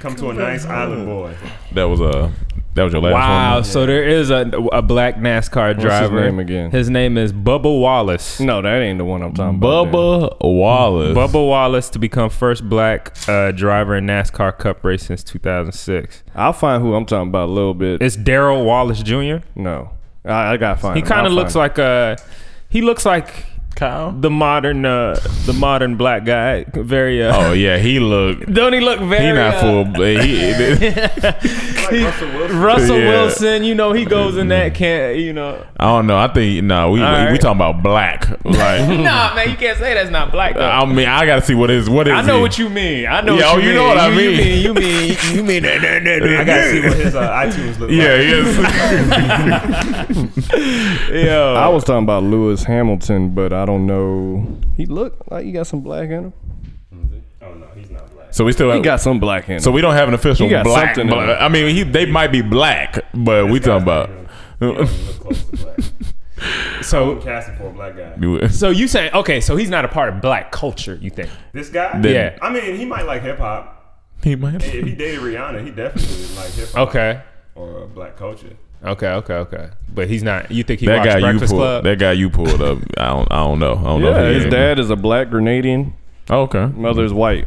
[SPEAKER 8] Come to a nice island boy.
[SPEAKER 1] That was a That was your last
[SPEAKER 5] Wow.
[SPEAKER 1] one.
[SPEAKER 5] So there is a, a black NASCAR
[SPEAKER 6] What's his
[SPEAKER 5] driver.
[SPEAKER 6] name again?
[SPEAKER 5] His name is Bubba Wallace.
[SPEAKER 6] No, that ain't the one I'm talking about.
[SPEAKER 1] Bubba Wallace.
[SPEAKER 5] Bubba Wallace to become first black uh, driver in NASCAR Cup race since 2006.
[SPEAKER 6] then. I'll find who I'm talking about a little bit.
[SPEAKER 5] It's Daryl Wallace Jr.
[SPEAKER 6] no, I, I gotta find.
[SPEAKER 5] He
[SPEAKER 6] him.
[SPEAKER 5] kind of
[SPEAKER 6] I'll
[SPEAKER 5] looks
[SPEAKER 6] find
[SPEAKER 5] like a. He looks like Kyle, the modern, uh, the modern black guy. Very. Uh,
[SPEAKER 1] Oh yeah, he look.
[SPEAKER 5] Don't he look very?
[SPEAKER 1] He not
[SPEAKER 5] uh,
[SPEAKER 1] full. He,
[SPEAKER 5] Russell
[SPEAKER 1] Yeah.
[SPEAKER 5] Wilson, you know, he goes in that can't, you know.
[SPEAKER 1] I don't know. I think no. we we, we
[SPEAKER 5] right.
[SPEAKER 1] talking about black. Like
[SPEAKER 5] Nah, man, you can't say that's not black. Though.
[SPEAKER 1] I mean, I gotta see what is what is.
[SPEAKER 5] I know
[SPEAKER 1] he?
[SPEAKER 5] what you mean. I know
[SPEAKER 1] Yeah,
[SPEAKER 5] what
[SPEAKER 1] oh, you
[SPEAKER 5] you, mean.
[SPEAKER 1] know what I mean.
[SPEAKER 5] You mean you mean you mean that, that, that, that.
[SPEAKER 8] I gotta see what his uh, iTunes look
[SPEAKER 1] Yeah,
[SPEAKER 8] like.
[SPEAKER 1] yes.
[SPEAKER 5] Yo.
[SPEAKER 6] I was talking about Lewis Hamilton, but I don't know. He looked like he got some black in him.
[SPEAKER 8] Oh no, he's not black.
[SPEAKER 1] so we still
[SPEAKER 6] He got some black in him.
[SPEAKER 1] So we don't have an official
[SPEAKER 6] He got
[SPEAKER 1] black.
[SPEAKER 6] something in
[SPEAKER 1] black-
[SPEAKER 6] him.
[SPEAKER 1] I mean, he, they might be black, but we talking about.
[SPEAKER 8] Look close to black.
[SPEAKER 5] so
[SPEAKER 8] Casting for a black guy.
[SPEAKER 5] so you saying okay? So he's not a part of black culture. You think?
[SPEAKER 8] This guy?
[SPEAKER 5] Yeah.
[SPEAKER 8] I mean, he might like hip hop.
[SPEAKER 1] he might.
[SPEAKER 8] If he dated Rihanna, he definitely would like hip hop
[SPEAKER 5] Okay.
[SPEAKER 8] or uh, black culture.
[SPEAKER 5] Okay. Okay. Okay. But he's not. You think he
[SPEAKER 1] That
[SPEAKER 5] watched
[SPEAKER 1] guy you
[SPEAKER 5] Breakfast
[SPEAKER 1] pulled.
[SPEAKER 5] Club?
[SPEAKER 1] That guy you pulled up. I don't. I don't know. I don't know.
[SPEAKER 6] yeah,
[SPEAKER 1] if he
[SPEAKER 6] his
[SPEAKER 1] is.
[SPEAKER 6] dad is a black Grenadian.
[SPEAKER 1] Oh, okay.
[SPEAKER 6] Mother's white.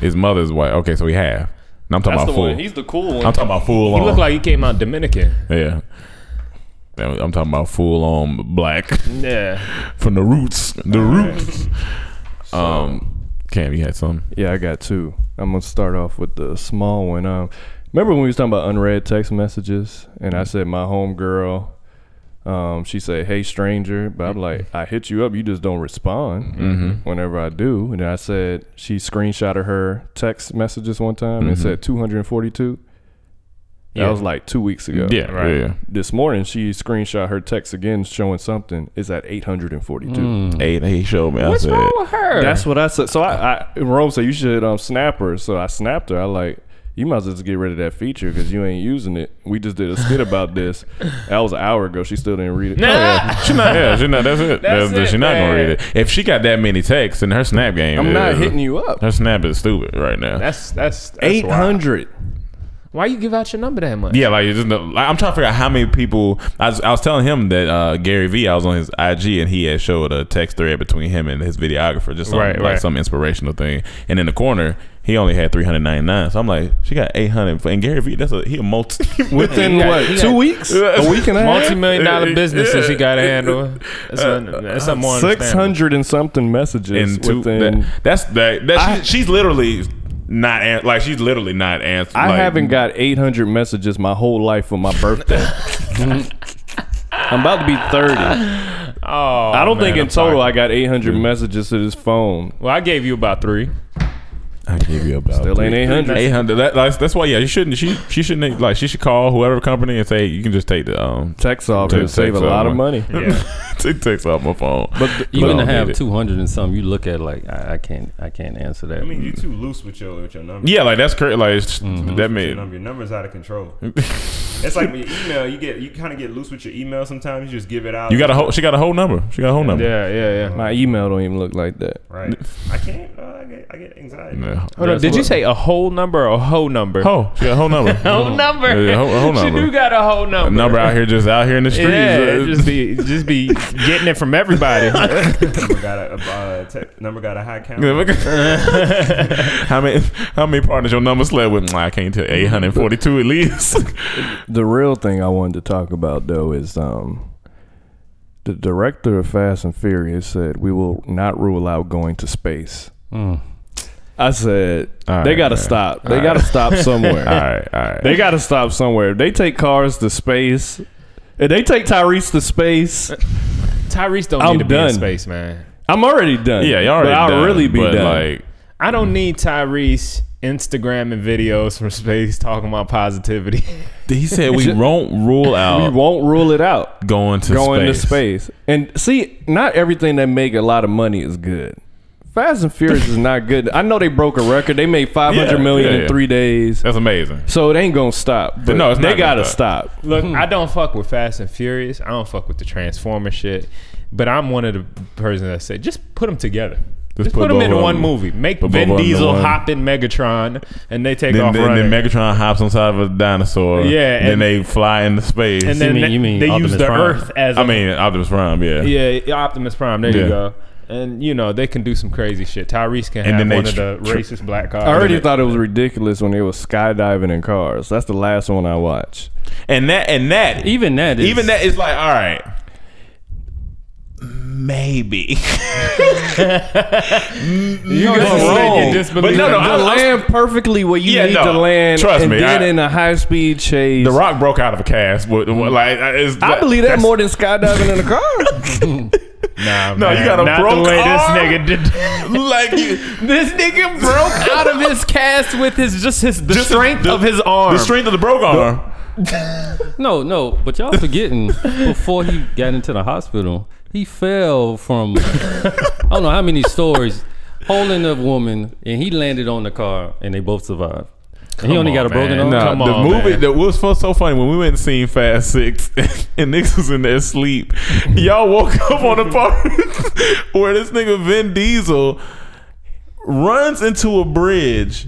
[SPEAKER 1] His mother's white. Okay, so we have. And I'm talking about full.
[SPEAKER 6] the cool
[SPEAKER 1] I'm talking about full
[SPEAKER 5] he
[SPEAKER 1] on.
[SPEAKER 5] looked like he came out Dominican.
[SPEAKER 1] yeah. I'm I'm talking about full on black
[SPEAKER 5] Yeah.
[SPEAKER 1] from the roots. The roots. Um, Cam, you had some.
[SPEAKER 6] Yeah, I got two. I'm gonna start off with the small one. Um, remember when we was talking about unread text messages, and I said my homegirl, um, she said, "Hey stranger," but I'm like, I hit you up, you just don't respond whenever I do. And then I said she screenshotted her text messages one time and said 242. That
[SPEAKER 5] Yeah.
[SPEAKER 6] was like two weeks ago.
[SPEAKER 1] Yeah, right. Yeah.
[SPEAKER 6] This morning she screenshot her text again, showing something. It's at 842.
[SPEAKER 1] Eight. He showed me.
[SPEAKER 5] What's
[SPEAKER 1] I said,
[SPEAKER 5] wrong with her?
[SPEAKER 6] That's what I said. So I, I Rome said you should um, snap her. So I snapped her. I like you might as well just get rid of that feature because you ain't using it. We just did a skit about this. That was an hour ago. She still didn't read it. Oh,
[SPEAKER 1] Yeah, she not. Yeah, she not. That's it.
[SPEAKER 5] That's
[SPEAKER 1] That's she
[SPEAKER 5] it,
[SPEAKER 1] not gonna
[SPEAKER 5] man.
[SPEAKER 1] read it. If she got that many texts, then her snap game.
[SPEAKER 6] I'm not
[SPEAKER 1] is-
[SPEAKER 6] hitting you up.
[SPEAKER 1] Her snap is stupid right now.
[SPEAKER 5] That's that's, that's
[SPEAKER 6] Eight
[SPEAKER 5] wild.
[SPEAKER 6] hundred.
[SPEAKER 5] Why you give out your number that much?
[SPEAKER 1] yeah, like, it's just, no- like I'm trying to figure out how many people. I was, I was telling him that uh, Gary Vee, I was on his IG and he had showed a text thread between him and his videographer, just some,
[SPEAKER 5] Right,
[SPEAKER 1] like
[SPEAKER 5] right.
[SPEAKER 1] some inspirational thing. And in the corner, he only had 399. So I'm like, she got 800. And Gary Vee, that's a he a multi
[SPEAKER 6] Within
[SPEAKER 5] got-
[SPEAKER 6] what
[SPEAKER 5] he got-
[SPEAKER 6] two weeks? A week and a
[SPEAKER 5] Multi
[SPEAKER 6] half.
[SPEAKER 5] million dollar businesses he
[SPEAKER 1] Yeah.
[SPEAKER 5] got to handle. That's, un- that's something more
[SPEAKER 6] Six
[SPEAKER 5] understandable.
[SPEAKER 6] hundred and something messages
[SPEAKER 1] and two,
[SPEAKER 6] within.
[SPEAKER 1] that, that's that. that
[SPEAKER 6] I-
[SPEAKER 1] she, she's literally not an, like she's literally not answering.
[SPEAKER 6] I
[SPEAKER 1] like,
[SPEAKER 6] haven't got 800 messages my whole life for my birthday. I'm about to be 30.
[SPEAKER 5] Oh,
[SPEAKER 6] I don't
[SPEAKER 5] man,
[SPEAKER 6] think in
[SPEAKER 5] I'm sorry.
[SPEAKER 6] total I got 800 messages to this phone.
[SPEAKER 5] Well, I gave you about three.
[SPEAKER 1] I give you about
[SPEAKER 6] Still ain't 800.
[SPEAKER 1] 800. That, that's, that's why. Yeah, you shouldn't. She she shouldn't like. She should call whoever company and say you can just take the um
[SPEAKER 6] Tax off
[SPEAKER 1] Take
[SPEAKER 6] and save a
[SPEAKER 1] tax
[SPEAKER 6] lot
[SPEAKER 1] off
[SPEAKER 6] of
[SPEAKER 1] my-
[SPEAKER 6] money.
[SPEAKER 1] take text off my phone. But
[SPEAKER 7] Even to
[SPEAKER 1] don't
[SPEAKER 7] have
[SPEAKER 1] need it.
[SPEAKER 7] two hundred and something, you look at like I, I can't, I can't answer that.
[SPEAKER 8] I mean, you too loose with your with your number.
[SPEAKER 1] yeah, like that's crazy. Like it's,
[SPEAKER 6] Mm-hmm.
[SPEAKER 1] that
[SPEAKER 8] Your,
[SPEAKER 1] made
[SPEAKER 8] number. your number's out of control. it's like when you email, you get you kind of get loose with your email sometimes. You just give it out.
[SPEAKER 1] you got a whole. She got a whole number. She got a whole number.
[SPEAKER 5] Yeah, yeah, yeah.
[SPEAKER 6] My email don't even look like that.
[SPEAKER 8] right. I can't. Uh, I, get, I get anxiety.
[SPEAKER 1] Yeah.
[SPEAKER 5] Hold on. Did you say a whole number or a whole number?
[SPEAKER 1] Oh, she got a whole number.
[SPEAKER 5] Whole number.
[SPEAKER 1] Yeah, whole- whole
[SPEAKER 5] She
[SPEAKER 1] number.
[SPEAKER 5] do got a whole number.
[SPEAKER 1] A number out here, just out here in the streets.
[SPEAKER 5] Yeah,
[SPEAKER 1] Uh,
[SPEAKER 5] just be just be getting it from everybody.
[SPEAKER 8] Number got a uh, tech, number got a high count.
[SPEAKER 1] how many how many partners your number sled with? Mwah, I can't tell. Eight hundred forty two at least.
[SPEAKER 6] The real thing I wanted to talk about though is um the director of Fast and Furious said we will not rule out going to space. I said
[SPEAKER 1] All
[SPEAKER 6] they
[SPEAKER 1] right,
[SPEAKER 6] got to
[SPEAKER 1] man.
[SPEAKER 6] stop. They got to stop somewhere.
[SPEAKER 1] all right, all right.
[SPEAKER 6] They got to stop somewhere. If they take cars to space, if they take Tyrese to space,
[SPEAKER 5] Tyrese don't
[SPEAKER 6] I'm
[SPEAKER 5] need to be in
[SPEAKER 6] done.
[SPEAKER 5] space, man.
[SPEAKER 6] I'm already done.
[SPEAKER 1] yeah, y'all already.
[SPEAKER 6] But I'll
[SPEAKER 1] done,
[SPEAKER 6] really be
[SPEAKER 1] but,
[SPEAKER 6] done.
[SPEAKER 1] Like,
[SPEAKER 5] I don't need Tyrese Instagram and videos from space talking about positivity.
[SPEAKER 1] He said we won't rule
[SPEAKER 6] we
[SPEAKER 1] out
[SPEAKER 6] won't rule it out.
[SPEAKER 1] going to
[SPEAKER 6] going
[SPEAKER 1] space.
[SPEAKER 6] to space. And see, not everything that make a lot of money is good. Fast and Furious is not good. I know they broke a record. They made five
[SPEAKER 1] Yeah,
[SPEAKER 6] hundred million
[SPEAKER 1] yeah, yeah.
[SPEAKER 6] in three days.
[SPEAKER 1] That's amazing.
[SPEAKER 6] So it ain't gonna stop. But
[SPEAKER 1] No, it's not
[SPEAKER 6] they
[SPEAKER 1] gonna
[SPEAKER 6] gotta
[SPEAKER 1] stop.
[SPEAKER 6] stop.
[SPEAKER 5] Look, I don't fuck with Fast and Furious. I don't fuck with the Transformer shit. But I'm one of the persons that say just put them together.
[SPEAKER 1] Just,
[SPEAKER 5] Just put, them
[SPEAKER 1] both
[SPEAKER 5] in
[SPEAKER 1] of
[SPEAKER 5] one
[SPEAKER 1] them-
[SPEAKER 5] movie. Make
[SPEAKER 1] put both
[SPEAKER 5] Vin
[SPEAKER 1] of them in
[SPEAKER 5] Diesel
[SPEAKER 1] one.
[SPEAKER 5] hop in Megatron, and they take
[SPEAKER 1] Then,
[SPEAKER 5] off
[SPEAKER 1] then,
[SPEAKER 5] running.
[SPEAKER 1] then Megatron hops on top of a dinosaur.
[SPEAKER 5] Yeah,
[SPEAKER 1] Then
[SPEAKER 5] and-
[SPEAKER 1] they fly into space.
[SPEAKER 5] and then
[SPEAKER 7] You mean-
[SPEAKER 5] they-
[SPEAKER 7] you mean
[SPEAKER 5] they
[SPEAKER 7] Optimus
[SPEAKER 5] use the
[SPEAKER 7] Prime.
[SPEAKER 5] Earth as. a
[SPEAKER 1] I mean, Optimus Prime. Yeah.
[SPEAKER 5] yeah, yeah, Optimus Prime. There
[SPEAKER 1] Yeah.
[SPEAKER 5] you go. And you know they can do some crazy shit. Tyrese can
[SPEAKER 1] And
[SPEAKER 5] have
[SPEAKER 1] then they
[SPEAKER 5] one of
[SPEAKER 1] tr-
[SPEAKER 5] the
[SPEAKER 1] tr-
[SPEAKER 5] racist black cars.
[SPEAKER 6] I already thought it was ridiculous when they were skydiving in cars. That's the last one I watched.
[SPEAKER 1] And that and that
[SPEAKER 7] Even that is-
[SPEAKER 1] even that is like all right. Maybe.
[SPEAKER 5] you
[SPEAKER 6] You're
[SPEAKER 5] can
[SPEAKER 6] wrong.
[SPEAKER 1] But no, no,
[SPEAKER 6] To
[SPEAKER 1] I- I-
[SPEAKER 6] land perfectly where you
[SPEAKER 1] Yeah,
[SPEAKER 6] need
[SPEAKER 1] no.
[SPEAKER 6] to land,
[SPEAKER 1] Trust
[SPEAKER 6] and
[SPEAKER 1] me,
[SPEAKER 6] then
[SPEAKER 1] I-
[SPEAKER 6] in a high speed chase.
[SPEAKER 1] The Rock broke out of a cast. What, what, like, uh, it's-
[SPEAKER 6] I believe that
[SPEAKER 1] that's-
[SPEAKER 6] more than skydiving in a car.
[SPEAKER 1] No, you got a
[SPEAKER 5] not
[SPEAKER 1] broke
[SPEAKER 5] the way
[SPEAKER 1] arm.
[SPEAKER 5] this nigga did.
[SPEAKER 1] like you,
[SPEAKER 5] This nigga broke out of his cast with his just his the
[SPEAKER 1] Just his-
[SPEAKER 5] strength
[SPEAKER 1] the-
[SPEAKER 5] of his arm.
[SPEAKER 1] the strength of the broke arm.
[SPEAKER 7] No, no, but y'all forgetting before he got into the hospital, he fell from I don't know how many stories, holding a woman, and he landed on the car, and they both survived. And he only got a broken arm.
[SPEAKER 1] No,
[SPEAKER 5] Come
[SPEAKER 1] the
[SPEAKER 6] Oh,
[SPEAKER 5] on,
[SPEAKER 1] movie
[SPEAKER 5] man.
[SPEAKER 1] that was fu- so funny when we went and seen Fast Six, and niggas was in their sleep. Y'all woke up on the part where this nigga Vin Diesel runs into a bridge,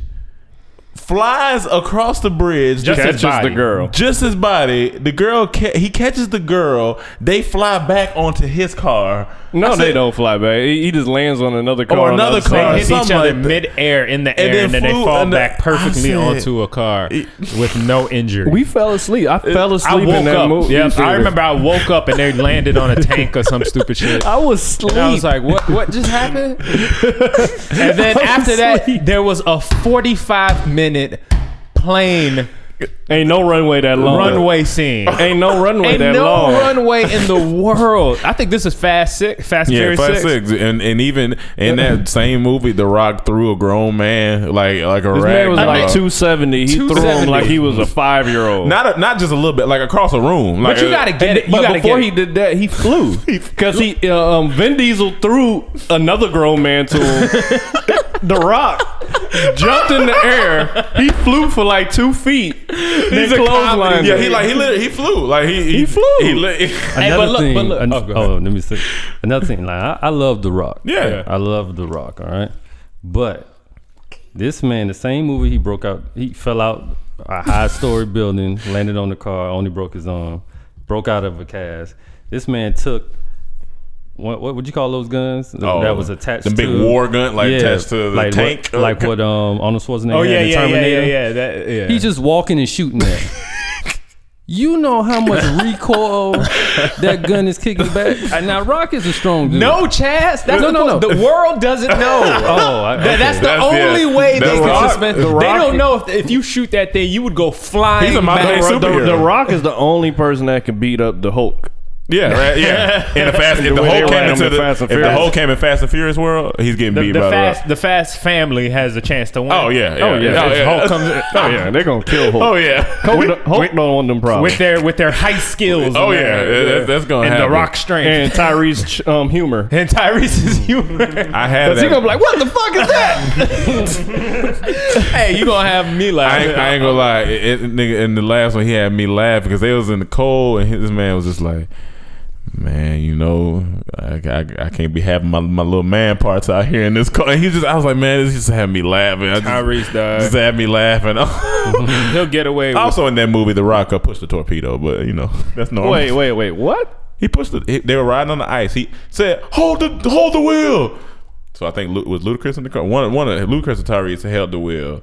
[SPEAKER 1] flies across the bridge,
[SPEAKER 5] Just his Catches body. the
[SPEAKER 6] girl.
[SPEAKER 1] just his body. The girl, ca- he catches the girl. They fly back onto his car. I
[SPEAKER 6] No,
[SPEAKER 1] said-
[SPEAKER 6] they don't fly back. He, he just lands on another car. on the
[SPEAKER 1] another
[SPEAKER 6] other
[SPEAKER 1] car.
[SPEAKER 6] side.
[SPEAKER 5] They hit each
[SPEAKER 1] something
[SPEAKER 5] other
[SPEAKER 1] like that.
[SPEAKER 5] mid-air in the
[SPEAKER 1] And
[SPEAKER 5] air,
[SPEAKER 1] then
[SPEAKER 5] and then they
[SPEAKER 1] flew
[SPEAKER 5] fall
[SPEAKER 1] under-
[SPEAKER 5] back perfectly
[SPEAKER 1] I said-
[SPEAKER 5] onto a car with no injury.
[SPEAKER 6] We fell asleep. I fell
[SPEAKER 5] I
[SPEAKER 6] asleep in
[SPEAKER 5] woke
[SPEAKER 6] that
[SPEAKER 5] up.
[SPEAKER 6] movie.
[SPEAKER 5] Yep, I
[SPEAKER 6] theater.
[SPEAKER 5] remember I woke up and they landed on a tank or some stupid shit.
[SPEAKER 6] I was asleep.
[SPEAKER 5] And I was like, what what just happened? and then after that, there was a 45 minute plane
[SPEAKER 6] ain't no runway that long.
[SPEAKER 5] runway scene.
[SPEAKER 6] Ain't no runway
[SPEAKER 5] Ain't
[SPEAKER 6] Oh. that
[SPEAKER 5] no
[SPEAKER 6] long.
[SPEAKER 5] runway in the world. I think this is Fast Six, Fast
[SPEAKER 1] Yeah,
[SPEAKER 5] Furious
[SPEAKER 1] Fast
[SPEAKER 5] Six.
[SPEAKER 1] Six, and and even in that same movie, The Rock threw a grown man like like a
[SPEAKER 6] This
[SPEAKER 1] rag
[SPEAKER 6] man was
[SPEAKER 1] doll.
[SPEAKER 6] like 270. He threw him
[SPEAKER 5] 270.
[SPEAKER 6] like he was a five year old.
[SPEAKER 1] not a, not just a little bit, like across a room. Like
[SPEAKER 5] But you
[SPEAKER 1] uh,
[SPEAKER 5] gotta get it. You
[SPEAKER 6] but
[SPEAKER 5] gotta
[SPEAKER 6] before
[SPEAKER 5] get
[SPEAKER 6] he did that, he flew because he uh, um, Vin Diesel threw another grown man to him. the Rock jumped in the air. He flew for like two feet. He's
[SPEAKER 1] a
[SPEAKER 6] clothesline.
[SPEAKER 1] Yeah, he like he literally, he flew like he he,
[SPEAKER 6] flew.
[SPEAKER 1] He li-
[SPEAKER 7] Another
[SPEAKER 5] but look-
[SPEAKER 7] thing,
[SPEAKER 5] but look-
[SPEAKER 7] an-
[SPEAKER 5] oh, go ahead.
[SPEAKER 7] oh, let me say another thing. Like I, I love The Rock.
[SPEAKER 1] Yeah.
[SPEAKER 7] I love The Rock. All right, but this man, the same movie, he broke out. He fell out a high story building, landed on the car, only broke his arm, broke out of a cast. This man took. What, what would you call those guns that-
[SPEAKER 1] Oh,
[SPEAKER 7] that was attached?
[SPEAKER 1] the
[SPEAKER 7] to...
[SPEAKER 1] big war gun, like, attached to the
[SPEAKER 7] like
[SPEAKER 1] tank?
[SPEAKER 7] What, like what um, Arnold Schwarzenegger?
[SPEAKER 5] Oh
[SPEAKER 7] had
[SPEAKER 5] yeah, yeah,
[SPEAKER 7] in
[SPEAKER 5] yeah,
[SPEAKER 7] Terminator.
[SPEAKER 5] yeah, yeah, that, yeah.
[SPEAKER 7] He's just walking and shooting that. you know how much recoil that gun is kicking back. And now Rock is a strong dude.
[SPEAKER 5] no chance. That's
[SPEAKER 7] No,
[SPEAKER 5] the
[SPEAKER 7] no,
[SPEAKER 5] point.
[SPEAKER 7] no.
[SPEAKER 5] The world doesn't know.
[SPEAKER 7] Oh, I,
[SPEAKER 5] That- that's the
[SPEAKER 1] That's-
[SPEAKER 5] only
[SPEAKER 1] yeah.
[SPEAKER 5] way
[SPEAKER 1] That's
[SPEAKER 5] they can
[SPEAKER 1] Rock.
[SPEAKER 5] suspend.
[SPEAKER 1] The
[SPEAKER 5] They
[SPEAKER 1] Rock-
[SPEAKER 5] don't know if, if you shoot that thing, you would go flying.
[SPEAKER 1] He's a modern
[SPEAKER 5] back.
[SPEAKER 1] day
[SPEAKER 6] The,
[SPEAKER 1] superhero.
[SPEAKER 6] the Rock is the only person that can beat up the Hulk.
[SPEAKER 1] yeah, right, yeah. In the fast, if the
[SPEAKER 6] way they
[SPEAKER 1] whole came
[SPEAKER 6] ran
[SPEAKER 1] into
[SPEAKER 6] him in
[SPEAKER 1] the,
[SPEAKER 6] Fast and
[SPEAKER 1] if the
[SPEAKER 6] Furious.
[SPEAKER 1] whole came in Fast and Furious world, he's getting
[SPEAKER 5] The,
[SPEAKER 1] beat
[SPEAKER 5] the
[SPEAKER 1] by
[SPEAKER 5] fast,
[SPEAKER 1] the. Rock.
[SPEAKER 5] the fast family has a chance to win.
[SPEAKER 1] Oh yeah, yeah,
[SPEAKER 6] Oh, yeah.
[SPEAKER 1] oh
[SPEAKER 6] If
[SPEAKER 1] yeah.
[SPEAKER 6] Hulk comes in- Oh yeah, they're gonna kill Hulk.
[SPEAKER 1] oh yeah.
[SPEAKER 6] Hulk, Hulk don't want them problems.
[SPEAKER 5] with their with their high skills.
[SPEAKER 1] Oh,
[SPEAKER 5] and
[SPEAKER 1] yeah,
[SPEAKER 5] their-
[SPEAKER 1] yeah, that's- that's gonna
[SPEAKER 5] and
[SPEAKER 1] happen.
[SPEAKER 5] the rock strength
[SPEAKER 6] and Tyrese ch- um, humor.
[SPEAKER 5] and Tyrese's humor.
[SPEAKER 1] I had that.
[SPEAKER 6] He gonna be like, what the fuck is that?
[SPEAKER 5] hey, you gonna have me
[SPEAKER 1] I
[SPEAKER 5] like
[SPEAKER 1] ain't, I ain't gonna lie, it, it, nigga. In the last one, he had me laugh because they was in the cold, and his man was just like, "Man, you know, I, I, I can't be having my, my little man parts out here in this cold." And he just, I was like, "Man, this just had me laughing." I just,
[SPEAKER 5] Tyrese
[SPEAKER 1] just
[SPEAKER 5] does.
[SPEAKER 1] had me laughing.
[SPEAKER 5] He'll get away. with
[SPEAKER 1] also, in that movie, The Rock uh, pushed the torpedo, but you know that's normal.
[SPEAKER 6] Wait, wait, wait. What?
[SPEAKER 1] He pushed the. he- they were riding on the ice. He said, "Hold the hold the wheel." So I think Lu- was Ludacris in the car. One one of Ludacris and Tyrese held the wheel,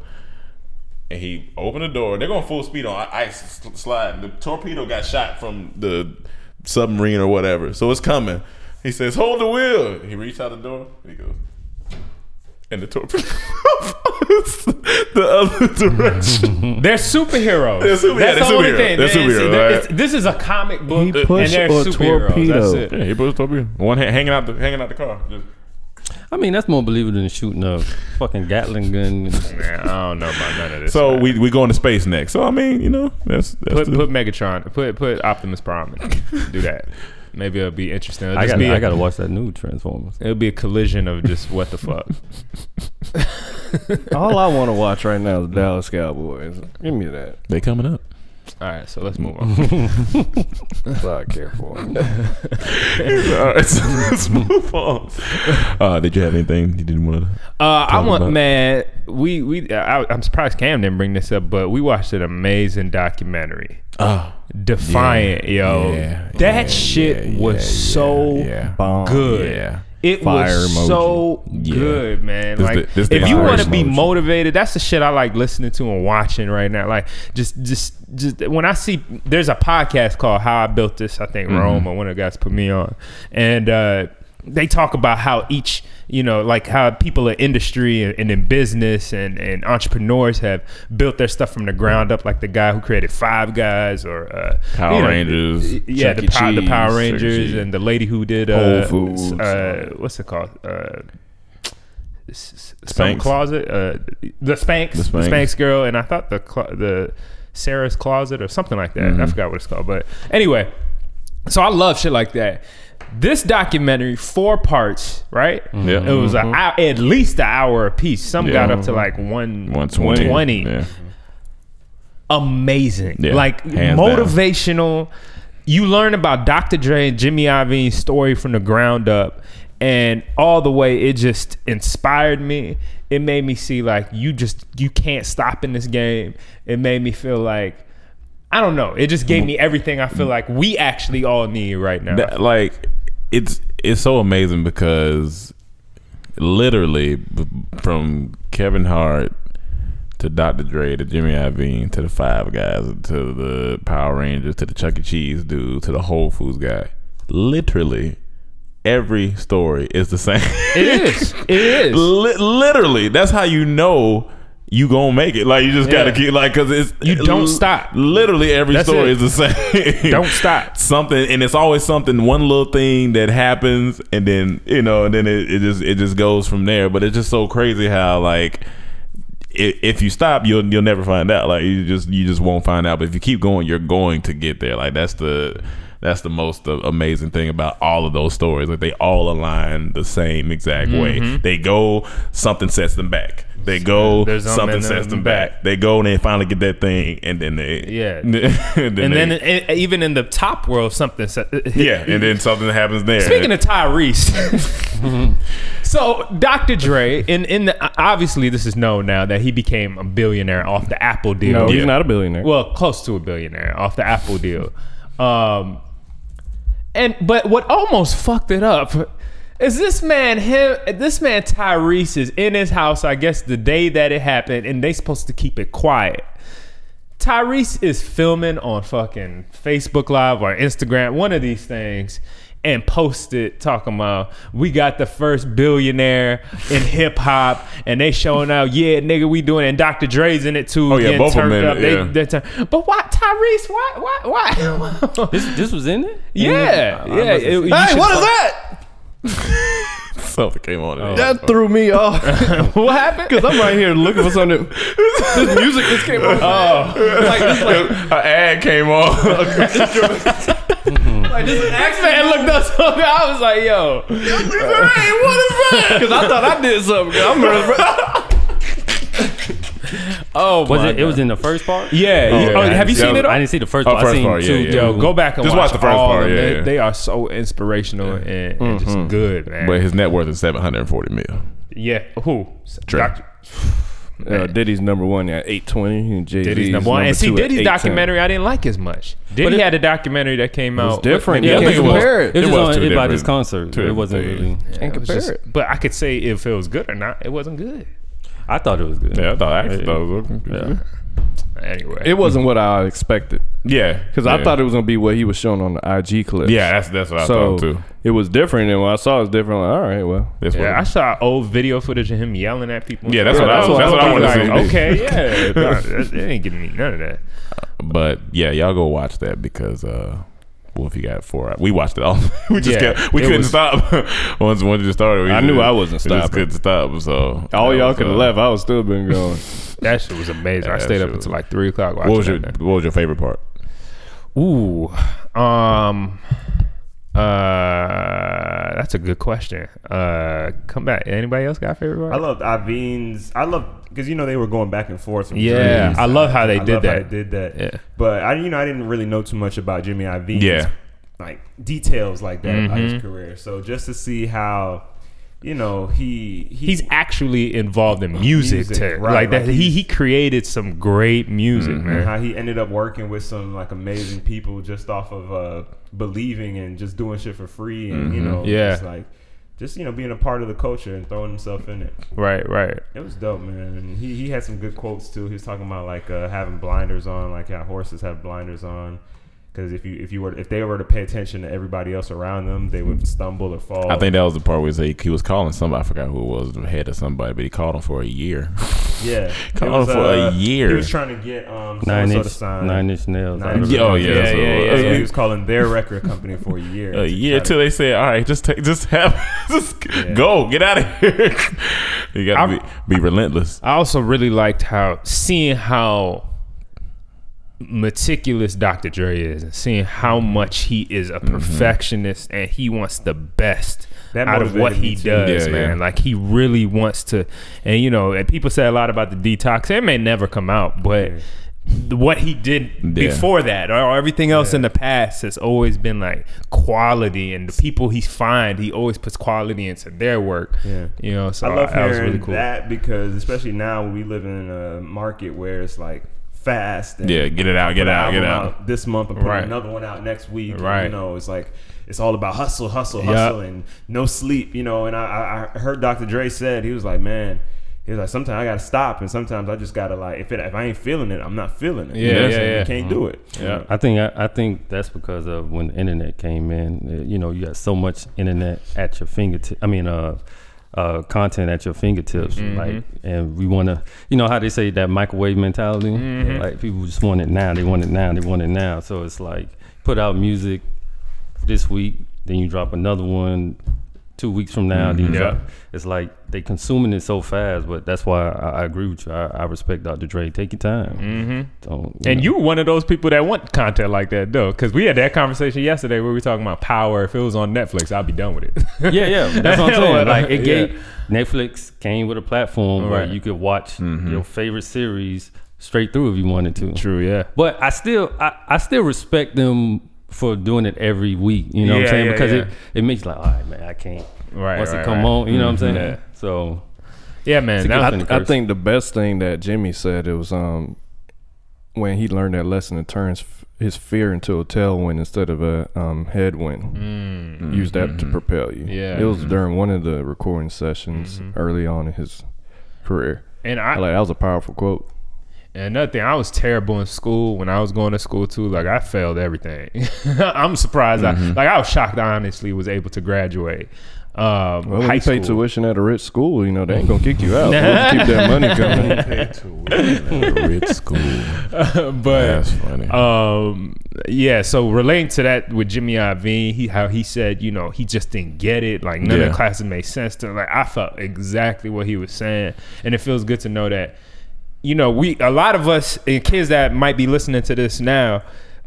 [SPEAKER 1] and he opened the door. They're going full speed on i- ice sl- slide. The torpedo got shot from the submarine or whatever, so it's coming. He says, "Hold the wheel." He reached out the door. He goes. And the torpedo flies the other direction.
[SPEAKER 5] They're superheroes.
[SPEAKER 1] They're super- yeah,
[SPEAKER 5] That's
[SPEAKER 1] they're
[SPEAKER 5] the only
[SPEAKER 1] superheroes.
[SPEAKER 5] thing.
[SPEAKER 1] They're
[SPEAKER 5] It's-
[SPEAKER 1] superheroes,
[SPEAKER 5] it's-
[SPEAKER 1] right.
[SPEAKER 5] This is a comic book,
[SPEAKER 6] He
[SPEAKER 5] and
[SPEAKER 6] pushed
[SPEAKER 5] they're
[SPEAKER 6] a
[SPEAKER 5] superheroes. That's
[SPEAKER 6] torpedo.
[SPEAKER 5] it.
[SPEAKER 1] yeah, he pushed the torpedo. One hand hanging out the hanging out the car. Just-
[SPEAKER 7] I mean, that's more believable than shooting a fucking Gatling gun.
[SPEAKER 5] I don't know about none of this.
[SPEAKER 1] So we we going to space next. So I mean, you know, that's, that's
[SPEAKER 5] put
[SPEAKER 1] the-
[SPEAKER 5] put Megatron, put put Optimus Prime, in. do that. Maybe it'll be interesting. It'll
[SPEAKER 7] I
[SPEAKER 5] just
[SPEAKER 7] got
[SPEAKER 5] be a-
[SPEAKER 7] I got to watch that new Transformers.
[SPEAKER 5] It'll be a collision of just what the fuck.
[SPEAKER 6] All I want to watch right now is Dallas Cowboys. Give me that.
[SPEAKER 1] they coming up.
[SPEAKER 5] All right, so let's move on.
[SPEAKER 6] Fuck, careful.
[SPEAKER 1] All right, so let's move on. Uh, did you have anything you didn't want to?
[SPEAKER 5] Uh, I
[SPEAKER 1] Talk
[SPEAKER 5] want
[SPEAKER 1] about-
[SPEAKER 5] man. We we I, I'm surprised Cam didn't bring this up, but we watched an amazing documentary.
[SPEAKER 1] Oh,
[SPEAKER 5] Defiant, yo.
[SPEAKER 1] yeah,
[SPEAKER 5] that
[SPEAKER 1] yeah,
[SPEAKER 5] shit
[SPEAKER 1] yeah,
[SPEAKER 5] was
[SPEAKER 1] yeah,
[SPEAKER 5] so
[SPEAKER 1] yeah.
[SPEAKER 6] Bomb.
[SPEAKER 5] good.
[SPEAKER 1] Yeah.
[SPEAKER 5] It
[SPEAKER 6] Fire
[SPEAKER 5] was
[SPEAKER 6] emoji.
[SPEAKER 5] so
[SPEAKER 1] Yeah.
[SPEAKER 5] good, man.
[SPEAKER 1] This
[SPEAKER 5] like
[SPEAKER 1] the- this the
[SPEAKER 5] if you
[SPEAKER 1] fire
[SPEAKER 5] want to be
[SPEAKER 1] emoji.
[SPEAKER 5] motivated, that's the shit I like listening to and watching right now. Like just just just when I see there's a podcast called How I Built This, I
[SPEAKER 6] Mm-hmm.
[SPEAKER 5] think Rome or one of the guys put me on. And uh they talk about how each you know like how people in industry and, and in business and, and entrepreneurs have built their stuff from the ground up like the guy who created five guys or uh
[SPEAKER 1] Power
[SPEAKER 5] you know,
[SPEAKER 1] Rangers,
[SPEAKER 5] yeah,
[SPEAKER 6] Chuck
[SPEAKER 5] the,
[SPEAKER 6] E.
[SPEAKER 5] Pow- the Power
[SPEAKER 6] Cheese,
[SPEAKER 5] Rangers
[SPEAKER 6] Chuck E.
[SPEAKER 5] and the lady who did
[SPEAKER 6] Whole
[SPEAKER 5] uh,
[SPEAKER 6] Foods.
[SPEAKER 5] Uh, what's it called? Uh, s- s- some
[SPEAKER 1] Spanx.
[SPEAKER 5] closet. Uh, the Spanx. The
[SPEAKER 1] The
[SPEAKER 5] Spanx.
[SPEAKER 1] Spanx.
[SPEAKER 5] girl, and I thought the clo- the Sarah's closet or something like that.
[SPEAKER 1] Mm-hmm.
[SPEAKER 5] I forgot what it's called, but anyway. So I love shit like that. This documentary, four parts, right?
[SPEAKER 1] Yeah.
[SPEAKER 5] It was a hou- at least an hour a piece. Some
[SPEAKER 1] Mm-hmm. Yeah.
[SPEAKER 5] got up to like one
[SPEAKER 1] 120.
[SPEAKER 5] 120
[SPEAKER 1] Yeah.
[SPEAKER 5] amazing.
[SPEAKER 1] Yeah,
[SPEAKER 5] Like
[SPEAKER 1] hands
[SPEAKER 5] motivational. You learn about Dr. Dre and Jimmy Iovine's story from the ground up, and all the way it just inspired me. It made me see like you just you can't stop in this game. It made me feel like I don't know. It just gave me everything I feel like we actually all need right now.
[SPEAKER 1] That, like it's it's so amazing because literally b- from Kevin Hart to Dr. Dre to Jimmy Iovine to the Five Guys to the Power Rangers to the Chuck E. Cheese dude to the Whole Foods guy, literally every story is the same.
[SPEAKER 5] it is. It is.
[SPEAKER 1] Li- literally, that's how you know you gonna make it. Like you just gotta
[SPEAKER 5] Yeah.
[SPEAKER 1] keep like because it's
[SPEAKER 5] You don't stop.
[SPEAKER 1] Literally, every
[SPEAKER 5] That's
[SPEAKER 1] story
[SPEAKER 5] it.
[SPEAKER 1] is the same.
[SPEAKER 5] Don't stop.
[SPEAKER 1] Something, and it's always something. One little thing that happens, and then you know, and then it, it just it just goes from there. But it's just so crazy how like. i- If you stop, you'll you'll never find out. Like you just you just won't find out. But if you keep going, you're going to get there. Like that's the that's the most uh, amazing thing about all of those stories. Like they all align the same exact way.
[SPEAKER 5] Mm-hmm.
[SPEAKER 1] They go, something sets them back. They go,
[SPEAKER 5] There's something
[SPEAKER 1] something
[SPEAKER 5] in
[SPEAKER 1] sets
[SPEAKER 5] them
[SPEAKER 1] them back. They go and they finally get that thing, and then they
[SPEAKER 5] Yeah.
[SPEAKER 1] and then,
[SPEAKER 5] and then
[SPEAKER 1] they-
[SPEAKER 5] e- even in the top world, something. sa-
[SPEAKER 1] yeah, and then something happens there.
[SPEAKER 5] Speaking of Tyrese, so Dr. Dre, in in the, obviously this is known now that he became a billionaire off the Apple deal.
[SPEAKER 6] No, he's not a billionaire.
[SPEAKER 5] Well, close to a billionaire off the Apple deal. Um, and but what almost fucked it up is this man him this man Tyrese is in his house, I guess the day that it happened, and they supposed to keep it quiet. Tyrese is filming on fucking Facebook Live or Instagram, one of these things, and posted talking about we got the first billionaire in hip hop, and they showing out, yeah, nigga, we doing, it. and Dr. Dre's in it too.
[SPEAKER 1] Oh, yeah,
[SPEAKER 5] getting
[SPEAKER 1] both of them
[SPEAKER 5] turned
[SPEAKER 1] in
[SPEAKER 5] up.
[SPEAKER 1] it,
[SPEAKER 5] They-
[SPEAKER 1] yeah.
[SPEAKER 5] they're turn- but why, Tyrese? Why? Why? Why?
[SPEAKER 7] This this was in it.
[SPEAKER 5] yeah, yeah. it- you should-
[SPEAKER 6] that?
[SPEAKER 1] something came on, in there.
[SPEAKER 6] Oh. That threw me off.
[SPEAKER 5] What happened?
[SPEAKER 6] Cause I'm right here looking for something. this music just came on. like this, like,
[SPEAKER 1] an ad came on.
[SPEAKER 6] like this is
[SPEAKER 5] Next man looked us up. I was like, yo,
[SPEAKER 6] Cause I thought I did something. I'm
[SPEAKER 5] oh
[SPEAKER 7] Was
[SPEAKER 5] my
[SPEAKER 7] it? It was in the first part.
[SPEAKER 5] Yeah.
[SPEAKER 1] Oh,
[SPEAKER 5] you-
[SPEAKER 1] yeah,
[SPEAKER 5] oh,
[SPEAKER 1] I
[SPEAKER 5] have
[SPEAKER 1] didn't
[SPEAKER 5] you
[SPEAKER 1] see
[SPEAKER 5] seen
[SPEAKER 1] that.
[SPEAKER 5] it? all?
[SPEAKER 7] I didn't see the first
[SPEAKER 1] Oh,
[SPEAKER 7] part.
[SPEAKER 1] first
[SPEAKER 7] I seen
[SPEAKER 1] part, yeah,
[SPEAKER 7] two.
[SPEAKER 1] yeah.
[SPEAKER 5] Yo, go back and
[SPEAKER 1] Just
[SPEAKER 5] watch,
[SPEAKER 1] watch the first
[SPEAKER 5] all
[SPEAKER 1] part,
[SPEAKER 5] of
[SPEAKER 1] yeah,
[SPEAKER 5] them. They-
[SPEAKER 1] yeah. Mm-hmm.
[SPEAKER 5] They are so inspirational and, and just good, man.
[SPEAKER 1] but his net worth is seven hundred and forty mil.
[SPEAKER 5] yeah, who?
[SPEAKER 1] Dre.
[SPEAKER 5] Dr.
[SPEAKER 6] Uh, Diddy's number one at 820. And Jay-Z's
[SPEAKER 5] Diddy's number one. And see,
[SPEAKER 6] two at
[SPEAKER 5] Diddy's
[SPEAKER 6] 810.
[SPEAKER 5] documentary, I didn't like as much. Diddy
[SPEAKER 7] it-
[SPEAKER 5] had a documentary that came out.
[SPEAKER 6] It's different.
[SPEAKER 7] Yeah,
[SPEAKER 6] You
[SPEAKER 7] I
[SPEAKER 6] can't
[SPEAKER 7] think it was-
[SPEAKER 6] compare
[SPEAKER 7] It was,
[SPEAKER 1] It
[SPEAKER 7] just
[SPEAKER 1] was
[SPEAKER 7] on
[SPEAKER 1] two
[SPEAKER 7] it by this
[SPEAKER 1] different-
[SPEAKER 7] concert.
[SPEAKER 1] two
[SPEAKER 7] It
[SPEAKER 1] different
[SPEAKER 7] wasn't
[SPEAKER 1] things.
[SPEAKER 7] really.
[SPEAKER 6] Can't compare it.
[SPEAKER 5] But I could say if it was good or not. It wasn't good.
[SPEAKER 7] I thought it was good.
[SPEAKER 1] Yeah, I thought actually that was yeah.
[SPEAKER 5] Anyway.
[SPEAKER 6] It wasn't what I expected.
[SPEAKER 1] Yeah,
[SPEAKER 6] Cause I thought it was gonna be what he was showing on the IG clip.
[SPEAKER 1] Yeah, that's that's what I
[SPEAKER 6] So
[SPEAKER 1] thought too.
[SPEAKER 6] it was different, and when I saw it was different, I'm like, all right, well,
[SPEAKER 1] That's what
[SPEAKER 5] yeah, I saw old video footage of him yelling at people.
[SPEAKER 1] Yeah, that's what I- that's what I wanted to see.
[SPEAKER 5] Okay, yeah, nah, that- they ain't giving me none of that.
[SPEAKER 1] But yeah, y'all go watch that because uh Wolfie got four. hours. We watched it all. we just
[SPEAKER 5] Yeah,
[SPEAKER 1] kept. We
[SPEAKER 5] it
[SPEAKER 1] couldn't
[SPEAKER 5] was-
[SPEAKER 1] stop once once it started. We
[SPEAKER 6] I knew I wasn't
[SPEAKER 1] we just
[SPEAKER 6] stopping.
[SPEAKER 1] couldn't stop. So
[SPEAKER 6] all
[SPEAKER 1] that
[SPEAKER 6] y'all
[SPEAKER 1] was,
[SPEAKER 6] could have
[SPEAKER 1] uh,
[SPEAKER 6] left. I would still been going.
[SPEAKER 5] That shit was amazing. I
[SPEAKER 1] that
[SPEAKER 5] stayed up
[SPEAKER 1] shit was-
[SPEAKER 5] until like three o'clock. Watching
[SPEAKER 1] What was your
[SPEAKER 5] that.
[SPEAKER 1] What was your favorite part?
[SPEAKER 5] Ooh, um, uh, that's a good question. Uh, come back. Anybody else got a favorite part?
[SPEAKER 8] I loved Ivine's. I loved because you know they were going back and forth. From
[SPEAKER 5] Yeah,
[SPEAKER 8] threes.
[SPEAKER 5] I love how they
[SPEAKER 8] I
[SPEAKER 5] did
[SPEAKER 8] love How
[SPEAKER 5] that.
[SPEAKER 8] they did that.
[SPEAKER 5] Yeah.
[SPEAKER 8] But I, you know, I didn't really know too much about Jimmy Iovine.
[SPEAKER 1] Yeah.
[SPEAKER 8] Like details like that about his
[SPEAKER 5] Mm-hmm.
[SPEAKER 8] career. So just to see how, you know, he, he
[SPEAKER 5] He's actually involved in music,
[SPEAKER 8] Oh, Music,
[SPEAKER 5] too.
[SPEAKER 8] right,
[SPEAKER 5] like that,
[SPEAKER 8] like
[SPEAKER 5] he
[SPEAKER 8] he's- Mm-hmm.
[SPEAKER 5] he created some great music,
[SPEAKER 8] and
[SPEAKER 5] man.
[SPEAKER 8] how he ended up working with some like amazing people just off of uh, believing and just doing shit for free and you know
[SPEAKER 5] Mm-hmm. Yeah.
[SPEAKER 8] just like just you know being a part of the culture and throwing himself in it.
[SPEAKER 5] Right, right.
[SPEAKER 8] It was dope, man. And he he had some good quotes too. He was talking about like uh, having blinders on, like how horses have blinders on. Because if you if you were if they were to pay attention to everybody else around them, they would stumble or fall.
[SPEAKER 1] I think that was the part where he, said he was calling somebody. I forgot who it was, the head of somebody, but he called him for a year.
[SPEAKER 8] yeah,
[SPEAKER 1] Called
[SPEAKER 8] It was, uh,
[SPEAKER 1] him for a
[SPEAKER 8] He
[SPEAKER 1] year.
[SPEAKER 8] was trying to get um
[SPEAKER 7] Nine
[SPEAKER 8] so-and-so to
[SPEAKER 7] inch,
[SPEAKER 8] sign.
[SPEAKER 7] nine inch nails.
[SPEAKER 8] Nine Inch
[SPEAKER 1] Yeah, oh, yeah,
[SPEAKER 8] Nails.
[SPEAKER 1] that's what it
[SPEAKER 5] yeah,
[SPEAKER 1] was.
[SPEAKER 8] So
[SPEAKER 5] yeah.
[SPEAKER 8] he was calling their record company for a year.
[SPEAKER 1] a
[SPEAKER 8] to
[SPEAKER 1] year
[SPEAKER 8] try
[SPEAKER 1] till they said, "All right, just take, just have, just go, get out of here." you got to
[SPEAKER 5] I'm-
[SPEAKER 1] be, be relentless.
[SPEAKER 5] I also really liked how seeing how meticulous Dr. Dre is and seeing how
[SPEAKER 8] Mm-hmm.
[SPEAKER 5] much he is a perfectionist and he wants the best
[SPEAKER 8] That
[SPEAKER 5] out of what
[SPEAKER 8] motivated me
[SPEAKER 5] he
[SPEAKER 8] too.
[SPEAKER 5] does,
[SPEAKER 1] Yeah,
[SPEAKER 5] man.
[SPEAKER 1] yeah.
[SPEAKER 5] Like he really wants to and you know, and people say a lot about the detox. It may never come out, but th- what he did
[SPEAKER 1] Yeah.
[SPEAKER 5] before that or, or everything else in the past has always been like quality and the people he find he always puts quality into their work
[SPEAKER 8] Yeah.
[SPEAKER 5] you know so
[SPEAKER 8] I love
[SPEAKER 5] that
[SPEAKER 8] hearing
[SPEAKER 5] was really cool
[SPEAKER 8] that because especially now we live in a market where it's like fast. And
[SPEAKER 1] Yeah, get it out, get
[SPEAKER 8] put
[SPEAKER 1] it
[SPEAKER 8] an
[SPEAKER 1] out, get it
[SPEAKER 8] album
[SPEAKER 1] out.
[SPEAKER 8] This month and put
[SPEAKER 5] Right.
[SPEAKER 8] another one out next week.
[SPEAKER 5] Right.
[SPEAKER 8] You know, it's like it's all about hustle, hustle, hustle, and no sleep. You know, and I, I- I heard Dr. Dre said he was like, man. He was like, sometimes I gotta stop, and sometimes I just gotta like, if it, if I ain't feeling it, I'm not feeling it. You
[SPEAKER 5] Yeah,
[SPEAKER 8] know what I'm
[SPEAKER 5] yeah,
[SPEAKER 8] saying?
[SPEAKER 5] yeah. Mm-hmm.
[SPEAKER 8] You can't do it. Yeah,
[SPEAKER 7] I think I, I think that's because of when the internet came in. Uh, You know, you got so much internet at your fingertips. I mean, uh, uh, content at your fingertips. Like, and we want to, you know, how they say that microwave mentality. Like, people just want it now. They want it now. They want it now. So it's like put out music this week, then you drop another one two weeks from now. Then you drop. It's like they consuming it so fast. But that's why I, I agree with you. I, I respect Dr. Dre. Take your time. Mm-hmm. Don't.
[SPEAKER 5] And you were one of those people that want content like that, though, because we had that conversation yesterday where we were talking about power. If it was on Netflix, I'd be done with it.
[SPEAKER 7] Yeah, yeah, that's what I'm
[SPEAKER 5] Well,
[SPEAKER 7] saying. Like
[SPEAKER 5] yeah.
[SPEAKER 7] it gave Netflix came with a platform where
[SPEAKER 5] Right. Mm-hmm.
[SPEAKER 7] you could watch your favorite series straight through if you wanted to.
[SPEAKER 5] True, yeah.
[SPEAKER 7] But I still I, I still respect them for doing it every week. You know what
[SPEAKER 5] Yeah,
[SPEAKER 7] I'm saying?
[SPEAKER 5] yeah,
[SPEAKER 7] because it
[SPEAKER 5] yeah.
[SPEAKER 7] it makes like, all right, man, I can't.
[SPEAKER 5] Right,
[SPEAKER 7] Once
[SPEAKER 5] right,
[SPEAKER 7] it come
[SPEAKER 5] right.
[SPEAKER 7] on, you know what I'm saying?
[SPEAKER 5] Yeah.
[SPEAKER 7] So
[SPEAKER 5] Yeah, man.
[SPEAKER 7] It's a
[SPEAKER 5] that-
[SPEAKER 7] good thing.
[SPEAKER 6] I
[SPEAKER 7] Curse.
[SPEAKER 6] think the best thing that Jimmy said it was um when he learned that lesson and turns f- his fear into a tailwind instead of a um, headwind.
[SPEAKER 1] Mm.
[SPEAKER 6] Use that
[SPEAKER 1] Mm-hmm.
[SPEAKER 6] to propel you.
[SPEAKER 5] Yeah.
[SPEAKER 6] it was during one of the recording sessions
[SPEAKER 1] Mm-hmm.
[SPEAKER 6] early on in his career.
[SPEAKER 5] and I,
[SPEAKER 6] like that was a powerful quote.
[SPEAKER 5] And another thing, I was terrible in school when I was going to school too. Like I failed everything. I'm surprised.
[SPEAKER 7] Mm-hmm.
[SPEAKER 5] I like I was shocked. I honestly was able to graduate. Um,
[SPEAKER 6] Well, when
[SPEAKER 5] high
[SPEAKER 6] you pay
[SPEAKER 5] school.
[SPEAKER 6] tuition at a rich school, you know they ain't gonna kick you out. We'll keep that money coming.
[SPEAKER 1] Rich school.
[SPEAKER 5] but
[SPEAKER 1] That's funny.
[SPEAKER 6] Uh,
[SPEAKER 5] um, yeah. So relating to that with Jimmy Iovine, he how he said, you know, he just didn't get it. Like none of
[SPEAKER 1] Yeah.
[SPEAKER 5] the classes made sense to. him. Like I felt exactly what he was saying, and it feels good to know that. You know, we a lot of us and kids that might be listening to this now.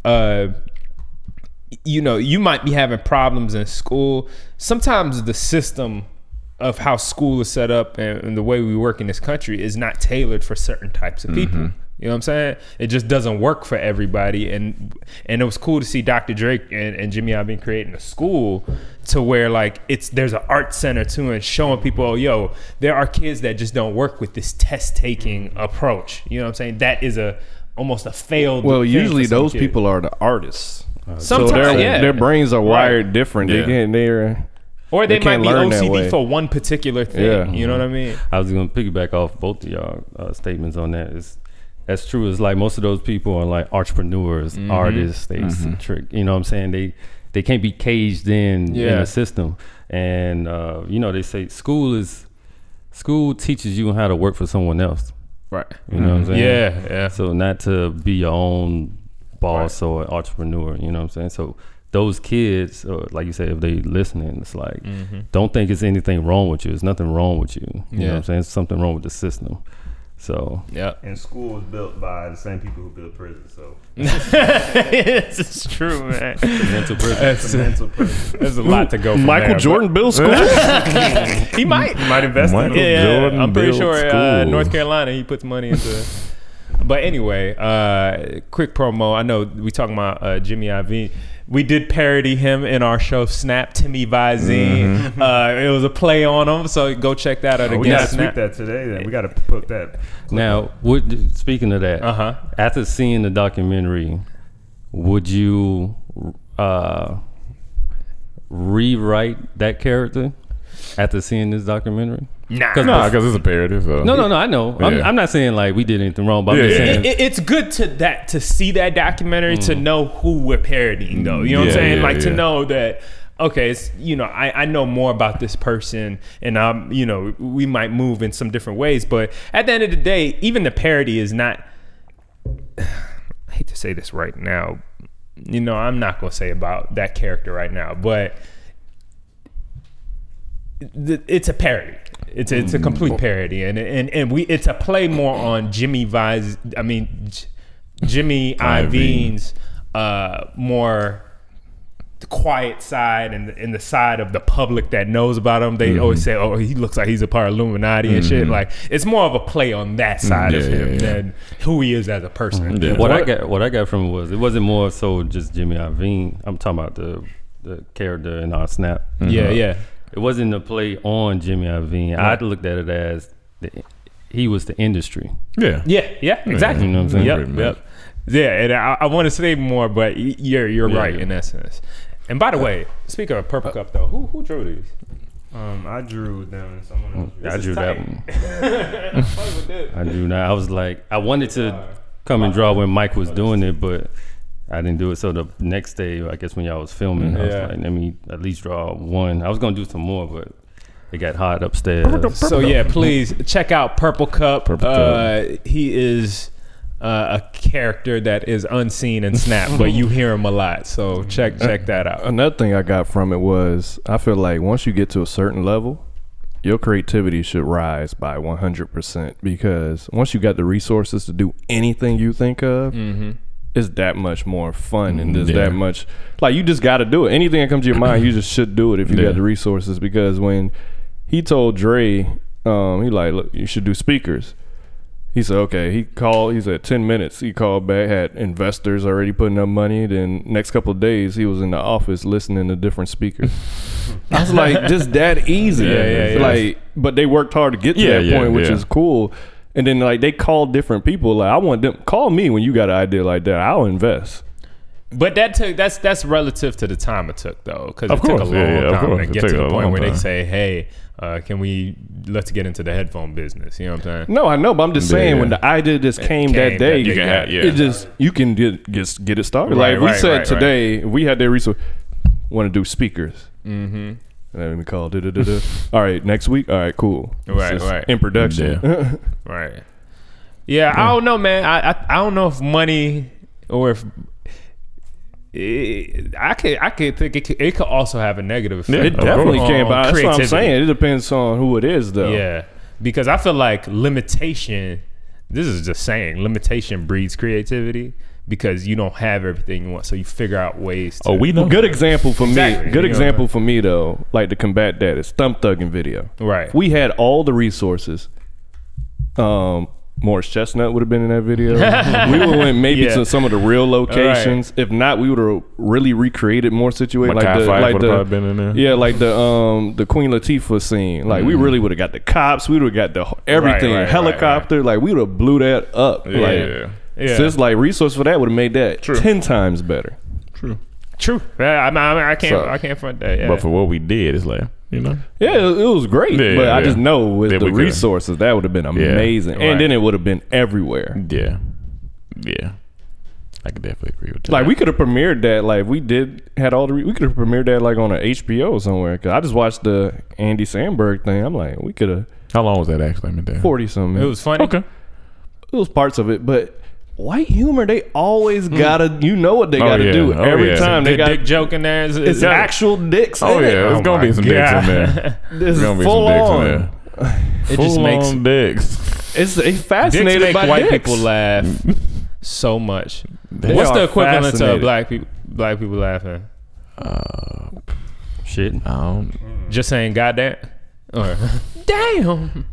[SPEAKER 5] Uh, you know, you might be having problems in school. Sometimes the system of how school is set up and, and the way we work in this country is not tailored for certain types
[SPEAKER 6] Mm-hmm.
[SPEAKER 5] of people. You know what I'm saying? It just doesn't work for everybody. And and it was cool to see Dr. Drake and, and Jimmy Iovine creating a school to where like it's there's an art center too and showing people, oh yo, there are kids that just don't work with this test taking approach. You know what I'm saying? That is a almost a failed
[SPEAKER 6] Well,
[SPEAKER 5] thing
[SPEAKER 6] usually
[SPEAKER 5] for some
[SPEAKER 6] those
[SPEAKER 5] kids.
[SPEAKER 6] people are the artists.
[SPEAKER 5] sometimes
[SPEAKER 6] so their,
[SPEAKER 5] yeah.
[SPEAKER 6] their brains are
[SPEAKER 5] Right.
[SPEAKER 6] wired different. They
[SPEAKER 1] Yeah.
[SPEAKER 6] can't, they're
[SPEAKER 5] Or they,
[SPEAKER 6] They
[SPEAKER 5] might
[SPEAKER 6] can't
[SPEAKER 5] be
[SPEAKER 6] learn that way.
[SPEAKER 5] OCD for one particular thing.
[SPEAKER 6] Yeah.
[SPEAKER 5] You know what I mean?
[SPEAKER 7] I was gonna piggyback off both of y'all uh, statements on that. It's, that's true. It's like most of those people are like entrepreneurs, artists, they eccentric. You know what I'm saying? They they can't be caged in in
[SPEAKER 5] Yeah.
[SPEAKER 7] a system. And uh, you know they say school is school teaches you how to work for someone else.
[SPEAKER 5] Right.
[SPEAKER 7] You know what I'm saying?
[SPEAKER 5] Yeah, yeah.
[SPEAKER 7] So not to be your own boss or an entrepreneur, you know what I'm saying? So those kids, or like you said, if they listening, it's like don't think it's anything wrong with you. It's nothing wrong with you. You know
[SPEAKER 5] Mm-hmm. Yeah.
[SPEAKER 7] what I'm saying? It's something wrong with the system. So
[SPEAKER 5] Yeah.
[SPEAKER 8] And school was built by the same people who built prison, so
[SPEAKER 5] this is true, man.
[SPEAKER 7] mental prison.
[SPEAKER 8] it's a mental prison.
[SPEAKER 5] There's a lot to go. From
[SPEAKER 6] Michael
[SPEAKER 5] there,
[SPEAKER 6] Jordan built school.
[SPEAKER 5] but- he might.
[SPEAKER 8] Might invest in
[SPEAKER 1] Michael
[SPEAKER 8] it.
[SPEAKER 5] Yeah, yeah,
[SPEAKER 1] Jordan
[SPEAKER 5] I'm pretty
[SPEAKER 1] built
[SPEAKER 5] sure uh,
[SPEAKER 1] school.
[SPEAKER 5] North Carolina he puts money into. but anyway, uh, quick promo. I know we talking about uh, Jimmy Iovine. We did parody him in our show Snap Timmy Vizine. Uh, it was a play on him, so go check that out
[SPEAKER 8] Oh,
[SPEAKER 5] again.
[SPEAKER 8] we gotta
[SPEAKER 5] Snap-
[SPEAKER 8] tweak that today. Then we gotta put that.
[SPEAKER 7] Now, would speaking of that,
[SPEAKER 5] Uh-huh.
[SPEAKER 7] after seeing the documentary, would you uh, rewrite that character after seeing this documentary?
[SPEAKER 5] Nah.
[SPEAKER 1] Nah, because it's a parody. So.
[SPEAKER 7] No, no, no. I know. I'm,
[SPEAKER 1] Yeah.
[SPEAKER 7] I'm not saying like we did anything wrong, but I'm
[SPEAKER 1] Yeah,
[SPEAKER 7] just
[SPEAKER 1] yeah. Mm.
[SPEAKER 7] saying.
[SPEAKER 5] It, it's good to that to see that documentary to know who we're parodying though. You know what
[SPEAKER 1] Yeah,
[SPEAKER 5] I'm saying?
[SPEAKER 1] yeah,
[SPEAKER 5] like to
[SPEAKER 1] yeah.
[SPEAKER 5] know that okay, it's you know I, I know more about this person and I'm you know we might move in some different ways, but at the end of the day, even the parody is not. I hate to say this right now, you know I'm not gonna say about that character right now, but th- it's a parody. It's a, it's
[SPEAKER 1] Mm.
[SPEAKER 5] a complete parody, and and and we it's a play more on Jimmy Vise. I mean, J- Jimmy Iovine's uh, more the quiet side and and the side of the public that knows about him. They
[SPEAKER 1] Mm-hmm.
[SPEAKER 5] always say, "Oh, he looks like he's a part of Illuminati and shit." Like it's more of a play on that side of
[SPEAKER 1] Mm-hmm. Yeah,
[SPEAKER 5] him
[SPEAKER 1] yeah, yeah.
[SPEAKER 5] than who he is as a person.
[SPEAKER 1] Yeah.
[SPEAKER 7] What I got, what I got from it was it wasn't more so just Jimmy Iovine. I'm talking about the the character in our snap.
[SPEAKER 1] Mm-hmm.
[SPEAKER 5] Yeah, yeah.
[SPEAKER 7] It wasn't a play on Jimmy Iovine. I looked at it as the, he was the industry.
[SPEAKER 1] Yeah.
[SPEAKER 5] Yeah, yeah, exactly.
[SPEAKER 7] You know what I'm saying?
[SPEAKER 5] Yep,
[SPEAKER 1] Pretty much.
[SPEAKER 5] yep. Yeah, and I, I want to say more, but y- you're you're right in essence. And
[SPEAKER 1] Uh,
[SPEAKER 5] by the way, speak of purple cup though, who who drew these?
[SPEAKER 8] Um, I drew them. and Someone else. drew
[SPEAKER 7] I drew
[SPEAKER 8] them.
[SPEAKER 7] that one. I drew that. I was like, I wanted to come and draw when Mike was doing it, but I didn't do it. So the next day, I guess when y'all was filming, I was
[SPEAKER 5] Yeah.
[SPEAKER 7] like, let me at least draw one. I was gonna do some more, but it got hot upstairs.
[SPEAKER 5] So yeah, please check out Purple Cup.
[SPEAKER 1] Purple
[SPEAKER 5] uh, He is uh, a character that is unseen in Snap, but you hear him a lot. So check check that out.
[SPEAKER 6] Another thing I got from it was I feel like once you get to a certain level, your creativity should rise by 100% because once you got the resources to do anything you think of, it's that much more fun and there's
[SPEAKER 1] Mm-hmm. Yeah.
[SPEAKER 6] that much like you just got to do it. Anything that comes to your mind, you just should do it if you
[SPEAKER 1] Yeah.
[SPEAKER 6] got the resources because when he told Dre, um, he like, look, you should do speakers. He said, okay. He called, he said 10 minutes. He called back, had investors already putting up money. Then next couple of days, he was in the office listening to different speakers. I was like, just that easy.
[SPEAKER 1] Yeah, yeah, yeah.
[SPEAKER 6] Like, but they worked hard to get to
[SPEAKER 1] Yeah,
[SPEAKER 6] that
[SPEAKER 1] yeah,
[SPEAKER 6] point, which
[SPEAKER 1] yeah.
[SPEAKER 6] is cool. And then like they call different people. Like I want them call me when you got an idea like that. I'll invest.
[SPEAKER 5] But that took that's that's relative to the time it took though, because it
[SPEAKER 1] Of
[SPEAKER 5] took a
[SPEAKER 1] course,
[SPEAKER 5] long
[SPEAKER 1] yeah, yeah, of
[SPEAKER 5] time
[SPEAKER 1] course.
[SPEAKER 5] to
[SPEAKER 1] It
[SPEAKER 5] get
[SPEAKER 1] took
[SPEAKER 5] to the
[SPEAKER 1] a
[SPEAKER 5] point
[SPEAKER 1] long
[SPEAKER 5] where they
[SPEAKER 1] time.
[SPEAKER 5] say, "Hey, uh, can we let's get into the headphone business?" You know what I'm saying?
[SPEAKER 6] No, I know, but I'm just
[SPEAKER 1] Yeah,
[SPEAKER 6] saying
[SPEAKER 1] yeah.
[SPEAKER 6] when the idea just
[SPEAKER 5] came,
[SPEAKER 6] came, that day,
[SPEAKER 5] that
[SPEAKER 1] you can have- yeah.
[SPEAKER 6] it just you can get get, get it started.
[SPEAKER 5] Right,
[SPEAKER 6] like we
[SPEAKER 5] right,
[SPEAKER 6] said
[SPEAKER 5] right,
[SPEAKER 6] today, we had that resource. Want to do speakers? Mm-hmm. Let me call. Da, da, da, da. All right, next week. All right, cool. It's
[SPEAKER 5] Right,
[SPEAKER 6] just
[SPEAKER 5] right.
[SPEAKER 6] In production.
[SPEAKER 5] Right. Yeah, I don't know, man. I, I I don't know if money or if eh, I could I could think it could, it could also have a negative effect.
[SPEAKER 1] Yeah,
[SPEAKER 6] It
[SPEAKER 1] Of
[SPEAKER 6] definitely
[SPEAKER 5] course.
[SPEAKER 6] came
[SPEAKER 5] On
[SPEAKER 6] by. That's what I'm
[SPEAKER 5] creativity.
[SPEAKER 6] saying. It depends on who it is, though.
[SPEAKER 5] Yeah, because I feel like limitation. This is just saying limitation breeds creativity because you don't have everything you want, so you figure out ways. To,
[SPEAKER 1] Oh, we know.
[SPEAKER 6] Good example for
[SPEAKER 5] Exactly.
[SPEAKER 6] me.
[SPEAKER 5] You
[SPEAKER 6] Good
[SPEAKER 5] know,
[SPEAKER 6] example for me though. Like to combat that is thumb thugging video.
[SPEAKER 5] Right.
[SPEAKER 6] We had all the resources. Um, Morris Chestnut would have been in that video. we would have went maybe
[SPEAKER 5] Yeah.
[SPEAKER 6] to some of the real locations. If not, we would have really recreated more situations.
[SPEAKER 1] Makai
[SPEAKER 6] Like the,
[SPEAKER 1] Fife
[SPEAKER 6] like
[SPEAKER 1] would've
[SPEAKER 6] the
[SPEAKER 1] probably been in there. Mm-hmm.
[SPEAKER 6] yeah, like the um the Queen Latifah scene. Like we really would have got the cops. We would have got the everything
[SPEAKER 5] right, right,
[SPEAKER 6] helicopter. Like we would have blew that up.
[SPEAKER 1] Yeah.
[SPEAKER 6] Like
[SPEAKER 1] yeah.
[SPEAKER 5] Yeah.
[SPEAKER 6] just like resource for that would have made that ten times better.
[SPEAKER 5] True. Yeah, I, mean, I, mean, I can't.
[SPEAKER 6] So-
[SPEAKER 5] I can't front that. Yeah.
[SPEAKER 1] But for what we did, it's like, you know.
[SPEAKER 6] Yeah, it, it was great,
[SPEAKER 1] Yeah,
[SPEAKER 6] but I
[SPEAKER 1] yeah.
[SPEAKER 6] just know with
[SPEAKER 1] That
[SPEAKER 6] the
[SPEAKER 1] we could've-
[SPEAKER 6] resources that would have been amazing,
[SPEAKER 5] right.
[SPEAKER 6] and then it would have been everywhere.
[SPEAKER 1] Yeah. Yeah. I could definitely agree with that.
[SPEAKER 6] Like we could have premiered that, like if we did had all the re- we could have premiered that like on a HBO or somewhere. Cause I just watched the Andy Sandberg thing. I'm like, we could have
[SPEAKER 1] How long was that actually? I mean, damn.
[SPEAKER 6] forty something.
[SPEAKER 5] it was funny.
[SPEAKER 1] Okay.
[SPEAKER 6] it was parts of it, but white humor they always gotta you know what they
[SPEAKER 1] Oh,
[SPEAKER 6] gotta
[SPEAKER 1] yeah.
[SPEAKER 6] do
[SPEAKER 1] Oh,
[SPEAKER 6] every
[SPEAKER 1] yeah.
[SPEAKER 6] time they
[SPEAKER 5] The
[SPEAKER 6] got
[SPEAKER 5] Hmm. dick joke in there. Is,
[SPEAKER 6] it's
[SPEAKER 5] is
[SPEAKER 6] actual dicks.
[SPEAKER 1] Oh,
[SPEAKER 6] in it.
[SPEAKER 1] yeah. It's going to be some dicks in there.
[SPEAKER 6] This
[SPEAKER 1] There's going to be some
[SPEAKER 6] is full
[SPEAKER 1] dicks in
[SPEAKER 6] on.
[SPEAKER 1] there.
[SPEAKER 5] It just makes
[SPEAKER 1] dicks.
[SPEAKER 6] It's they
[SPEAKER 5] Dicks
[SPEAKER 6] fascinated
[SPEAKER 5] make
[SPEAKER 6] by
[SPEAKER 5] white
[SPEAKER 6] dicks.
[SPEAKER 5] people laugh so much.
[SPEAKER 1] They
[SPEAKER 5] What's the
[SPEAKER 6] are
[SPEAKER 5] equivalent to
[SPEAKER 6] fascinated.
[SPEAKER 5] black people? Black people laughing.
[SPEAKER 7] Shit.
[SPEAKER 1] I don't.
[SPEAKER 5] Just saying, goddamn. Or, damn.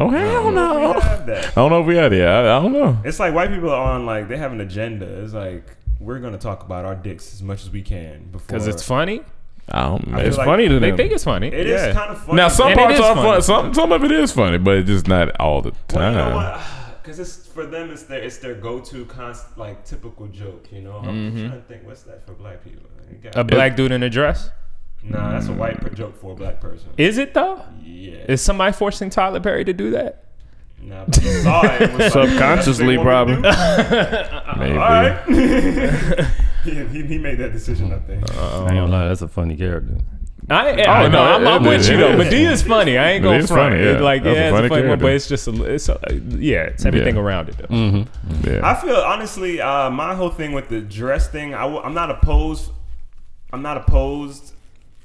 [SPEAKER 1] Oh hell no!
[SPEAKER 8] We
[SPEAKER 1] I
[SPEAKER 8] have that.
[SPEAKER 1] don't know if we had it. I, I don't know.
[SPEAKER 8] It's like white people are on like they have an agenda. It's like we're gonna talk about our dicks as much as we can before
[SPEAKER 5] Because it's funny.
[SPEAKER 1] I don't. man.
[SPEAKER 8] feel
[SPEAKER 1] It's
[SPEAKER 8] like-
[SPEAKER 1] funny to
[SPEAKER 5] They
[SPEAKER 1] them.
[SPEAKER 5] think it's funny.
[SPEAKER 8] It is
[SPEAKER 5] yeah.
[SPEAKER 8] kind of funny.
[SPEAKER 1] now some
[SPEAKER 5] And it
[SPEAKER 1] parts
[SPEAKER 5] is
[SPEAKER 1] are
[SPEAKER 5] funny.
[SPEAKER 1] fun. Some some of it is funny, but it's just not all the
[SPEAKER 8] Well,
[SPEAKER 1] time.
[SPEAKER 8] you know what? Because it's for them, it's their it's their go to const, like typical joke. You know, I'm trying to think what's that for black people. You got-
[SPEAKER 5] Mm-hmm. A black dude in a dress.
[SPEAKER 8] nah, that's a white per- joke for a black person.
[SPEAKER 5] Is it though?
[SPEAKER 8] yeah,
[SPEAKER 5] Is somebody forcing Tyler Perry to do that?
[SPEAKER 8] nah, but you saw it, it was like,
[SPEAKER 6] Subconsciously,
[SPEAKER 8] that's what they want me to do?
[SPEAKER 1] Maybe.
[SPEAKER 8] All right. he, he, he made that decision, I think.
[SPEAKER 7] I ain't gonna lie, that's a funny character.
[SPEAKER 5] I, I
[SPEAKER 1] Oh, no,
[SPEAKER 5] no, I'm,
[SPEAKER 1] it-
[SPEAKER 5] I'm
[SPEAKER 1] it
[SPEAKER 5] with
[SPEAKER 1] is.
[SPEAKER 5] you though. Medea's funny. I ain't
[SPEAKER 1] Medea
[SPEAKER 5] going
[SPEAKER 1] is
[SPEAKER 5] front.
[SPEAKER 1] funny, yeah.
[SPEAKER 5] It, like
[SPEAKER 1] That's a
[SPEAKER 5] yeah, it's
[SPEAKER 1] funny
[SPEAKER 5] a funny one,
[SPEAKER 1] character.
[SPEAKER 5] but it's just a, it's a, yeah, it's everything
[SPEAKER 1] Yeah. Mm-hmm.
[SPEAKER 5] around it though.
[SPEAKER 1] Yeah.
[SPEAKER 8] I feel honestly, uh, my whole thing with the dress thing, I w- I'm not opposed. I'm not opposed.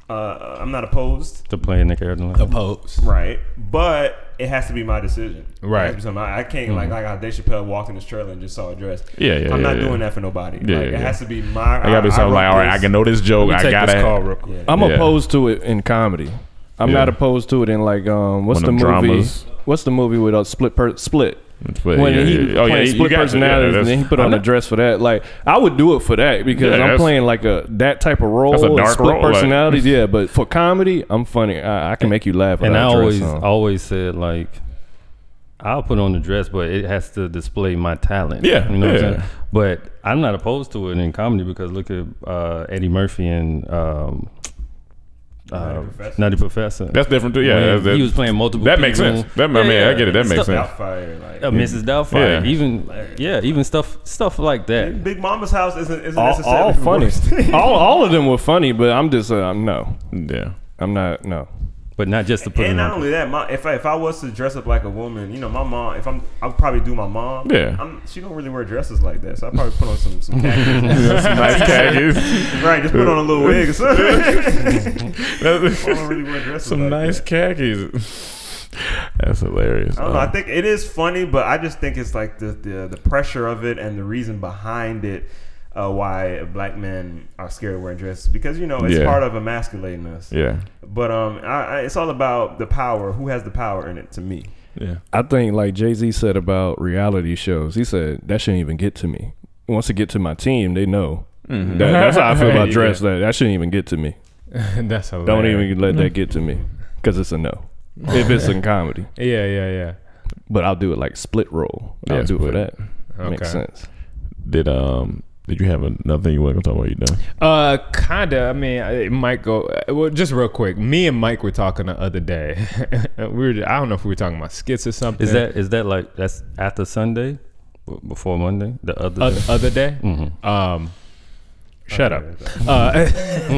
[SPEAKER 8] Uh, I'm not opposed
[SPEAKER 7] To playing the character. Like,
[SPEAKER 8] Right. But it has to be my decision. It
[SPEAKER 5] Right.
[SPEAKER 8] has to be something- I, I can't like like how Dave Chappelle walked in his trailer and just saw a dress.
[SPEAKER 1] Yeah, yeah,
[SPEAKER 8] I'm not
[SPEAKER 1] yeah,
[SPEAKER 8] doing
[SPEAKER 1] yeah.
[SPEAKER 8] that for nobody.
[SPEAKER 1] Yeah,
[SPEAKER 8] like,
[SPEAKER 1] yeah,
[SPEAKER 8] it
[SPEAKER 1] yeah.
[SPEAKER 8] has to be my.
[SPEAKER 1] I gotta be something
[SPEAKER 8] wrote
[SPEAKER 1] like, all right, I
[SPEAKER 8] this.
[SPEAKER 1] can know this joke. I
[SPEAKER 5] Take
[SPEAKER 1] gotta
[SPEAKER 5] this call real quick.
[SPEAKER 6] I'm
[SPEAKER 1] Yeah.
[SPEAKER 6] opposed to it in comedy. I'm
[SPEAKER 1] Yeah.
[SPEAKER 6] not opposed to it in like um what's
[SPEAKER 1] One
[SPEAKER 6] the
[SPEAKER 1] of
[SPEAKER 6] movie?
[SPEAKER 1] them dramas.
[SPEAKER 6] What's the movie with a split per- split?
[SPEAKER 1] But
[SPEAKER 6] when
[SPEAKER 1] yeah, Oh,
[SPEAKER 6] he
[SPEAKER 1] yeah.
[SPEAKER 6] playing
[SPEAKER 1] you
[SPEAKER 6] split
[SPEAKER 1] got- yeah,
[SPEAKER 6] personalities and
[SPEAKER 1] that's-
[SPEAKER 6] then he put
[SPEAKER 1] I'm
[SPEAKER 6] on
[SPEAKER 1] not-
[SPEAKER 6] a dress for that. Like I would do it for that because
[SPEAKER 1] Yeah,
[SPEAKER 6] I'm
[SPEAKER 1] that's-
[SPEAKER 6] playing like a that type of role.
[SPEAKER 1] That's a
[SPEAKER 6] and
[SPEAKER 1] dark
[SPEAKER 6] split
[SPEAKER 1] role, like-
[SPEAKER 6] personality. yeah, but for comedy, I'm funny. I, I can make you laugh.
[SPEAKER 7] and I
[SPEAKER 6] without a dress
[SPEAKER 7] always
[SPEAKER 6] on.
[SPEAKER 7] always said like I'll put on the dress, but it has to display my talent.
[SPEAKER 1] Yeah,
[SPEAKER 7] you know what
[SPEAKER 1] yeah.
[SPEAKER 7] I'm saying. But I'm not opposed to it in comedy because look at uh, Eddie Murphy and um, uh,
[SPEAKER 6] Um,
[SPEAKER 8] Professor.
[SPEAKER 7] Nutty Professor.
[SPEAKER 1] That's different too. Yeah,
[SPEAKER 7] When
[SPEAKER 1] that's-
[SPEAKER 7] he was playing multiple.
[SPEAKER 1] That makes
[SPEAKER 7] people.
[SPEAKER 1] sense. That I mean, I get it. That makes sense.
[SPEAKER 8] Doubtfire, like
[SPEAKER 7] Uh, Mrs. Doubtfire,
[SPEAKER 1] Yeah.
[SPEAKER 7] even yeah, even stuff stuff like that.
[SPEAKER 8] Big Mama's house isn't isn't
[SPEAKER 6] all,
[SPEAKER 8] necessarily
[SPEAKER 6] all
[SPEAKER 8] the
[SPEAKER 6] funny.
[SPEAKER 8] worst thing.
[SPEAKER 6] all all of them were funny, but I'm just uh, I'm- no.
[SPEAKER 1] Yeah.
[SPEAKER 6] I'm not no.
[SPEAKER 7] But not just to put
[SPEAKER 8] And
[SPEAKER 7] it
[SPEAKER 8] not
[SPEAKER 7] on.
[SPEAKER 8] only that, my, if I if I was to dress up like a woman, you know, my mom. If I'm, I'll probably do my mom.
[SPEAKER 1] Yeah.
[SPEAKER 8] I'm, she don't really wear dresses like that, so I probably put on some some khakis.
[SPEAKER 1] nice khakis.
[SPEAKER 8] right, just put on a little wig. or something.
[SPEAKER 1] That's-
[SPEAKER 8] I don't really wear dresses.
[SPEAKER 1] Some
[SPEAKER 8] like
[SPEAKER 1] nice
[SPEAKER 8] that.
[SPEAKER 1] khakis. That's hilarious.
[SPEAKER 8] I don't know. I
[SPEAKER 1] Um,
[SPEAKER 8] think it is funny, but I just think it's like the the, the pressure of it and the reason behind it. Uh, why black men are scared of wearing dresses because you know it's
[SPEAKER 1] Yeah.
[SPEAKER 8] part of emasculating us.
[SPEAKER 1] yeah.
[SPEAKER 8] But um, I, I, it's all about the power. Who has the power in it? To me,
[SPEAKER 1] Yeah.
[SPEAKER 6] I think like Jay Z said about reality shows. He said that shouldn't even get to me. Once it get to my team, they know.
[SPEAKER 1] Mm-hmm.
[SPEAKER 6] That- that's how I feel about dress. That that shouldn't even get to me.
[SPEAKER 5] That's hilarious.
[SPEAKER 6] Don't even let that get to me because it's a no. if it's in comedy,
[SPEAKER 5] Yeah, yeah, yeah.
[SPEAKER 6] but I'll do it like split roll. I'll
[SPEAKER 1] Yeah,
[SPEAKER 6] do it for
[SPEAKER 1] split.
[SPEAKER 6] that. Makes
[SPEAKER 5] Okay.
[SPEAKER 6] sense.
[SPEAKER 1] Did um did you have another thing you want to talk about? You done?
[SPEAKER 5] Uh, kinda. I mean, I- it might go. uh, Well, just real quick. Me and Mike were talking the other day. we were. I don't know if we were talking about skits or something.
[SPEAKER 7] Is that is that like that's after Sunday, b- before Monday, the other
[SPEAKER 8] Uh,
[SPEAKER 5] other,
[SPEAKER 7] day?
[SPEAKER 5] other day? Um, shut up. Uh,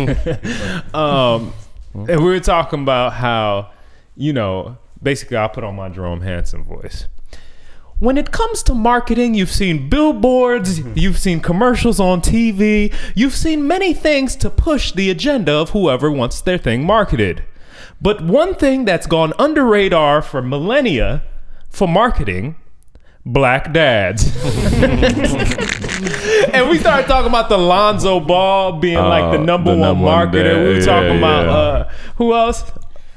[SPEAKER 5] um, and we were talking about how, you know, basically I put on my Jerome Hanson voice. When it comes to marketing, you've seen billboards, you've seen commercials on TV, you've seen many things to push the agenda of whoever wants their thing marketed. But one thing that's gone under radar for millennia for marketing black dads. and we started talking about the Lonzo Ball being like the
[SPEAKER 1] Uh,
[SPEAKER 5] number
[SPEAKER 1] the
[SPEAKER 5] one
[SPEAKER 1] number one
[SPEAKER 5] marketer. we were
[SPEAKER 1] dad,
[SPEAKER 5] talking
[SPEAKER 1] yeah,
[SPEAKER 5] about
[SPEAKER 1] yeah.
[SPEAKER 5] uh, who else?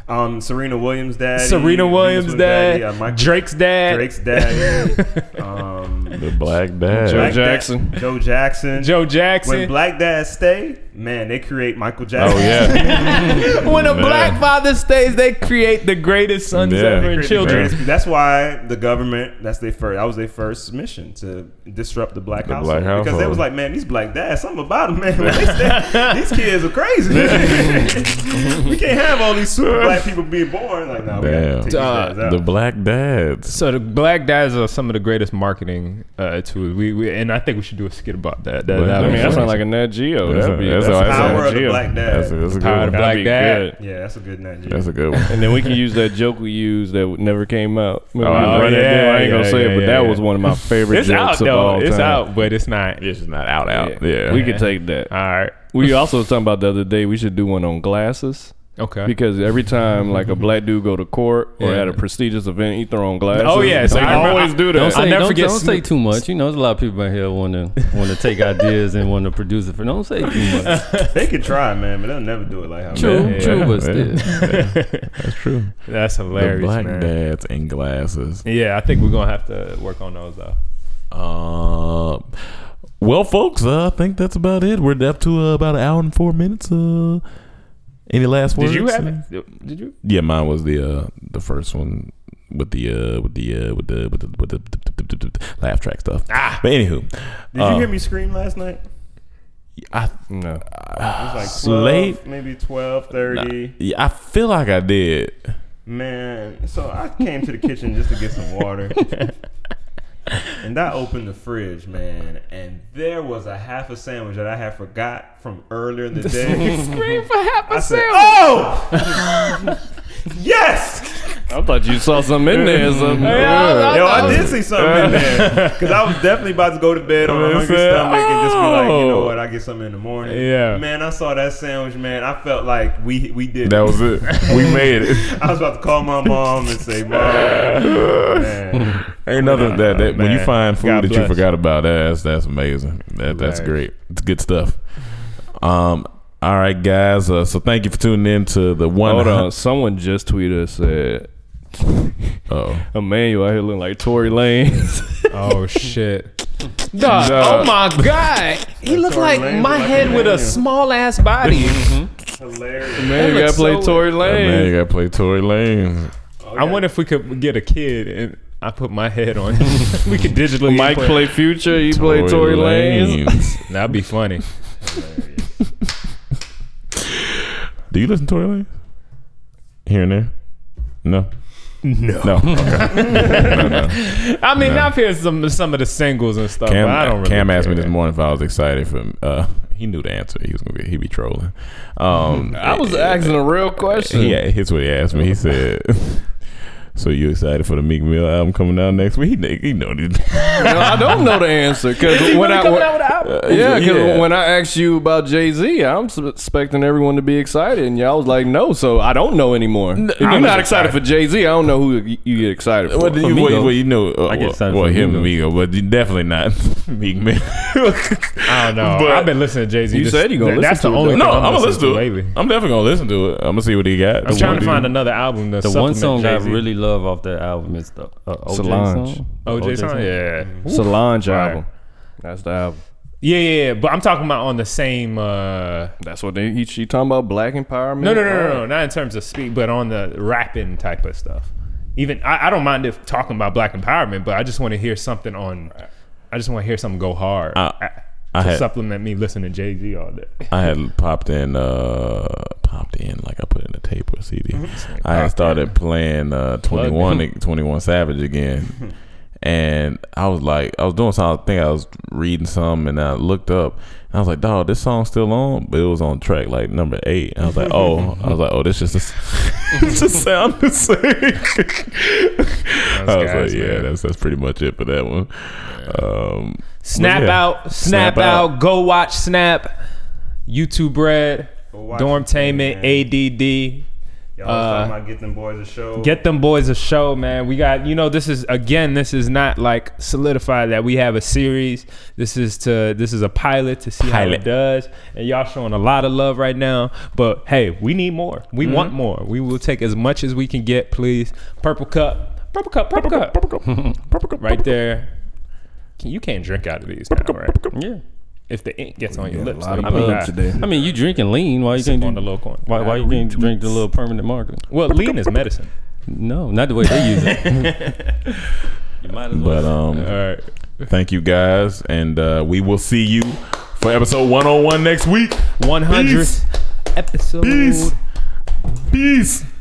[SPEAKER 8] um, Serena Williams' dad,
[SPEAKER 5] Serena Williams' dad,
[SPEAKER 8] Mike
[SPEAKER 5] Drake's dad,
[SPEAKER 8] uh, Drake's dad, um,
[SPEAKER 1] The black dad.
[SPEAKER 8] Black Dad-
[SPEAKER 6] Jackson.
[SPEAKER 8] Joe Jackson,
[SPEAKER 5] Joe
[SPEAKER 8] When
[SPEAKER 5] Jackson.
[SPEAKER 8] black dads stay, man, they create Michael Jackson.
[SPEAKER 1] Oh yeah.
[SPEAKER 5] when a
[SPEAKER 1] Man.
[SPEAKER 5] black father stays, they create the greatest sons
[SPEAKER 1] Yeah.
[SPEAKER 5] ever and
[SPEAKER 8] Great-
[SPEAKER 5] children.
[SPEAKER 8] greatest- That's why the government. That's their first. That was their first mission to disrupt the black
[SPEAKER 1] The
[SPEAKER 8] household
[SPEAKER 1] black
[SPEAKER 8] because they
[SPEAKER 1] household.
[SPEAKER 8] was like, man, these black dads, something about them, man. When they stay, these kids are crazy. we can't have all these super black people being born. Like, no, we gotta
[SPEAKER 1] Damn.
[SPEAKER 8] take these dads out.
[SPEAKER 1] The black dads.
[SPEAKER 5] So the black dads are some of the greatest marketing uh, tools. We, we and I think we should do a skit about that. That,
[SPEAKER 1] Well,
[SPEAKER 5] that
[SPEAKER 1] I
[SPEAKER 6] I
[SPEAKER 5] would
[SPEAKER 6] mean,
[SPEAKER 5] be
[SPEAKER 6] that
[SPEAKER 1] that's
[SPEAKER 5] funny.
[SPEAKER 6] sounds like a Nat Geo.
[SPEAKER 1] That's
[SPEAKER 6] That'd
[SPEAKER 1] a-
[SPEAKER 6] be-
[SPEAKER 1] that's a-
[SPEAKER 6] that's
[SPEAKER 1] that's
[SPEAKER 6] a
[SPEAKER 1] a-
[SPEAKER 6] Nat
[SPEAKER 8] Power of the
[SPEAKER 6] Geo.
[SPEAKER 8] black dad.
[SPEAKER 1] That's a, that's a good
[SPEAKER 5] Power
[SPEAKER 1] one.
[SPEAKER 5] of the Black
[SPEAKER 6] That'd be
[SPEAKER 5] Dad.
[SPEAKER 6] good.
[SPEAKER 8] yeah, that's a good name.
[SPEAKER 1] That's a good one.
[SPEAKER 6] And then we can use that joke we used that never came out. Remember, we
[SPEAKER 1] Oh,
[SPEAKER 6] was running
[SPEAKER 5] yeah,
[SPEAKER 6] that deal? I ain't gonna
[SPEAKER 5] yeah,
[SPEAKER 6] say it, but
[SPEAKER 5] yeah,
[SPEAKER 6] that
[SPEAKER 5] yeah.
[SPEAKER 6] was one of my favorite
[SPEAKER 5] it's
[SPEAKER 6] jokes
[SPEAKER 5] out
[SPEAKER 6] of
[SPEAKER 5] though.
[SPEAKER 6] all
[SPEAKER 5] It's
[SPEAKER 6] time.
[SPEAKER 5] out, but it's not.
[SPEAKER 1] It's just not out out. Yeah.
[SPEAKER 6] We could take that.
[SPEAKER 5] All right. Oh,
[SPEAKER 6] We also was talking about the other day. We should do one on glasses.
[SPEAKER 5] Okay.
[SPEAKER 6] Because every time like a black dude go to court or at a prestigious event, he throw on glasses.
[SPEAKER 5] Oh, yeah, so
[SPEAKER 6] they
[SPEAKER 5] I remember-
[SPEAKER 6] always do that.
[SPEAKER 7] Don't say,
[SPEAKER 5] I never
[SPEAKER 7] don't,
[SPEAKER 5] forget
[SPEAKER 7] don't say
[SPEAKER 5] Snoop-
[SPEAKER 7] too much. You know, there's a lot of people out here want to want to take ideas and want to produce it. For don't say too much.
[SPEAKER 8] They can try, man, but they'll never do it like how.
[SPEAKER 7] True,
[SPEAKER 5] Yeah.
[SPEAKER 7] true, but still.
[SPEAKER 1] That's true.
[SPEAKER 5] That's
[SPEAKER 1] The
[SPEAKER 5] hilarious,
[SPEAKER 1] black
[SPEAKER 5] man.
[SPEAKER 1] dads and glasses.
[SPEAKER 5] Yeah, I think we're gonna have to work on those though.
[SPEAKER 1] Uh, well, folks, uh, I think that's about it. We're up to uh, about an hour and four minutes. Uh, any last words?
[SPEAKER 5] Did you have it? Did you?
[SPEAKER 1] Yeah, mine was the uh, the first one with the uh, with the uh, with the with the, with the, with the, with the laugh track stuff. Ah, but anywho, uh,
[SPEAKER 8] Did you hear me scream last night?
[SPEAKER 1] I
[SPEAKER 6] No.
[SPEAKER 8] It was like 12,
[SPEAKER 1] Slate.
[SPEAKER 8] maybe twelve thirty.
[SPEAKER 1] yeah, I feel like I did.
[SPEAKER 8] Man, so I came to the kitchen just to get some water. and I opened the fridge, man, and there was a half a sandwich that I had forgot from earlier in the day. Scream for half a sandwich. Oh! yes!
[SPEAKER 6] I thought you saw something in there. Something.
[SPEAKER 8] Yo, I did see something in there. Because I was definitely about to go to bed on a hungry
[SPEAKER 5] said,
[SPEAKER 8] stomach and just be like, you know
[SPEAKER 5] "Oh."
[SPEAKER 8] what, I get something in the morning.
[SPEAKER 5] Yeah.
[SPEAKER 8] Man, I saw that sandwich, man. I felt like we we did
[SPEAKER 1] That
[SPEAKER 8] it.
[SPEAKER 1] was it. We made it.
[SPEAKER 8] I was about to call my mom and say, Mom, man.
[SPEAKER 1] Ain't nothing that, that when you
[SPEAKER 5] man.
[SPEAKER 1] find food
[SPEAKER 5] God
[SPEAKER 1] that you
[SPEAKER 5] bless.
[SPEAKER 1] forgot about, that's that's amazing. That that's great. It's good stuff. Um. All right, guys. Uh, so thank you for tuning in to the one.
[SPEAKER 6] Hold on. Someone just tweeted us said
[SPEAKER 1] Oh,
[SPEAKER 6] Emmanuel out here looking like Tory Lanez.
[SPEAKER 5] Oh shit!
[SPEAKER 6] Nah.
[SPEAKER 5] Oh my god, he looked like
[SPEAKER 8] Lanez
[SPEAKER 5] my
[SPEAKER 8] look like
[SPEAKER 5] head with a
[SPEAKER 8] Emmanuel.
[SPEAKER 5] small ass body.
[SPEAKER 8] Hilarious.
[SPEAKER 6] Man, you
[SPEAKER 5] That
[SPEAKER 6] Mm-hmm. gotta
[SPEAKER 5] looks
[SPEAKER 6] play
[SPEAKER 5] so-
[SPEAKER 6] Tory
[SPEAKER 1] man,
[SPEAKER 6] Lanez.
[SPEAKER 1] you gotta play Tory Lane.
[SPEAKER 5] I wonder if we could get a kid and I put my head on. we could digitally
[SPEAKER 6] Mike
[SPEAKER 5] input-
[SPEAKER 6] play Future. You play Tory Lanez.
[SPEAKER 5] That'd be funny.
[SPEAKER 1] Do you listen to Tory Lanez? Here and there? No. No. No. Okay.
[SPEAKER 5] I mean, I've heard some some of the singles and stuff.
[SPEAKER 1] Cam,
[SPEAKER 5] but I don't really
[SPEAKER 1] Cam asked me
[SPEAKER 5] care.
[SPEAKER 1] this morning if I was excited for. Uh, he knew the answer. He was gonna be. He be trolling. Um,
[SPEAKER 6] I was asking a real question.
[SPEAKER 1] Yeah, here's what he asked me. He said. So you excited for the Meek Mill album coming out next week? He, kn- he know this.
[SPEAKER 6] No, I don't know the answer because when I when, yeah, 'cause
[SPEAKER 1] Yeah.
[SPEAKER 6] when I asked you about Jay Z, I'm s- expecting everyone to be excited, and y'all was like, "No," so I don't know anymore. if you're
[SPEAKER 1] was
[SPEAKER 6] not excited, for Jay Z, I don't know who y- you get excited for.
[SPEAKER 1] Well, you,
[SPEAKER 7] Migo.
[SPEAKER 1] well, well, you know, uh,
[SPEAKER 7] I get
[SPEAKER 1] well,
[SPEAKER 7] excited
[SPEAKER 1] well,
[SPEAKER 7] for
[SPEAKER 1] him and Migo, but you definitely not Meek Mill.
[SPEAKER 5] I don't know.
[SPEAKER 1] But-
[SPEAKER 5] I've been listening to Jay Z.
[SPEAKER 6] You said you gonna listen
[SPEAKER 5] That's
[SPEAKER 6] to
[SPEAKER 5] the
[SPEAKER 6] it,
[SPEAKER 5] only
[SPEAKER 1] no,
[SPEAKER 5] thing
[SPEAKER 1] I'm gonna listen to it.
[SPEAKER 5] lately.
[SPEAKER 1] I'm definitely gonna listen to it. I'm gonna see what he got.
[SPEAKER 5] I'm trying to find another album. To
[SPEAKER 7] The one song I
[SPEAKER 5] Jay-Z.
[SPEAKER 7] really love off that album is the uh, OJ
[SPEAKER 6] Solange.
[SPEAKER 7] song.
[SPEAKER 5] OJ song, yeah.
[SPEAKER 6] Solange album. That's the album.
[SPEAKER 5] yeah, yeah, yeah. But I'm talking about on the same. Uh,
[SPEAKER 6] That's what they, he, she talking about. Black empowerment.
[SPEAKER 5] no,
[SPEAKER 6] Oh,
[SPEAKER 5] no, no,
[SPEAKER 1] Oh.
[SPEAKER 5] no, no, not in terms of speak, but on the rapping type of stuff. Even I, I don't mind if talking about black empowerment, but I just want to hear something on. I just want to hear something go hard
[SPEAKER 1] I-
[SPEAKER 5] uh,
[SPEAKER 1] I
[SPEAKER 5] to
[SPEAKER 1] had-
[SPEAKER 5] supplement me listening to Jay Z all day.
[SPEAKER 1] I had popped in, uh, popped in like I put in a tape or CD.
[SPEAKER 5] Mm-hmm.
[SPEAKER 1] I had started playing uh, 21, 21 Savage again, and I was like, I was doing something. I think I was reading some, and I looked up, and I was like, "Dog, this song's still on," but it was on track like number eight. And I was like, "Oh," I was like, "Oh, this just a, it's just sound the same." I was
[SPEAKER 5] guys,
[SPEAKER 1] like, "Yeah,
[SPEAKER 5] man.
[SPEAKER 1] that's that's pretty much it for that one." Um,
[SPEAKER 5] Snap
[SPEAKER 1] yeah.
[SPEAKER 5] out,
[SPEAKER 1] Snap
[SPEAKER 5] snap,
[SPEAKER 1] Out.
[SPEAKER 5] out. go watch Snap, YouTube Red,
[SPEAKER 8] watch
[SPEAKER 5] Dormtainment, ADD.
[SPEAKER 8] Y'all
[SPEAKER 5] Uh,
[SPEAKER 8] was talking about get them boys a show.
[SPEAKER 5] Get them boys a show, man. We got, you know, this is again, this is not like solidified that we have a series. This is to this is a pilot to see how
[SPEAKER 1] Pilot.
[SPEAKER 5] it does. And y'all showing a lot of love right now. But hey, we need more. We want more. We will take as much as we can get, please. Purple cup. Purple cup, purple, cup. right there. Can, you can't drink out of these now, right?
[SPEAKER 7] Yeah.
[SPEAKER 5] If the ink gets on your lips,
[SPEAKER 6] lot
[SPEAKER 5] though,
[SPEAKER 6] of
[SPEAKER 5] you
[SPEAKER 6] bug
[SPEAKER 5] die.
[SPEAKER 6] today.
[SPEAKER 7] I mean, you drinking lean. Why you
[SPEAKER 5] Sip
[SPEAKER 7] can't
[SPEAKER 5] on the
[SPEAKER 7] do,
[SPEAKER 5] low coin.
[SPEAKER 7] why, why you can't drink the little permanent marker?
[SPEAKER 5] Well, lean is medicine.
[SPEAKER 7] No, not the way they use it. you might as well.
[SPEAKER 1] but um.
[SPEAKER 5] All right.
[SPEAKER 1] Thank you guys, and uh, we will see you for episode 101 next week.
[SPEAKER 5] 100th episode.
[SPEAKER 1] Peace. Peace.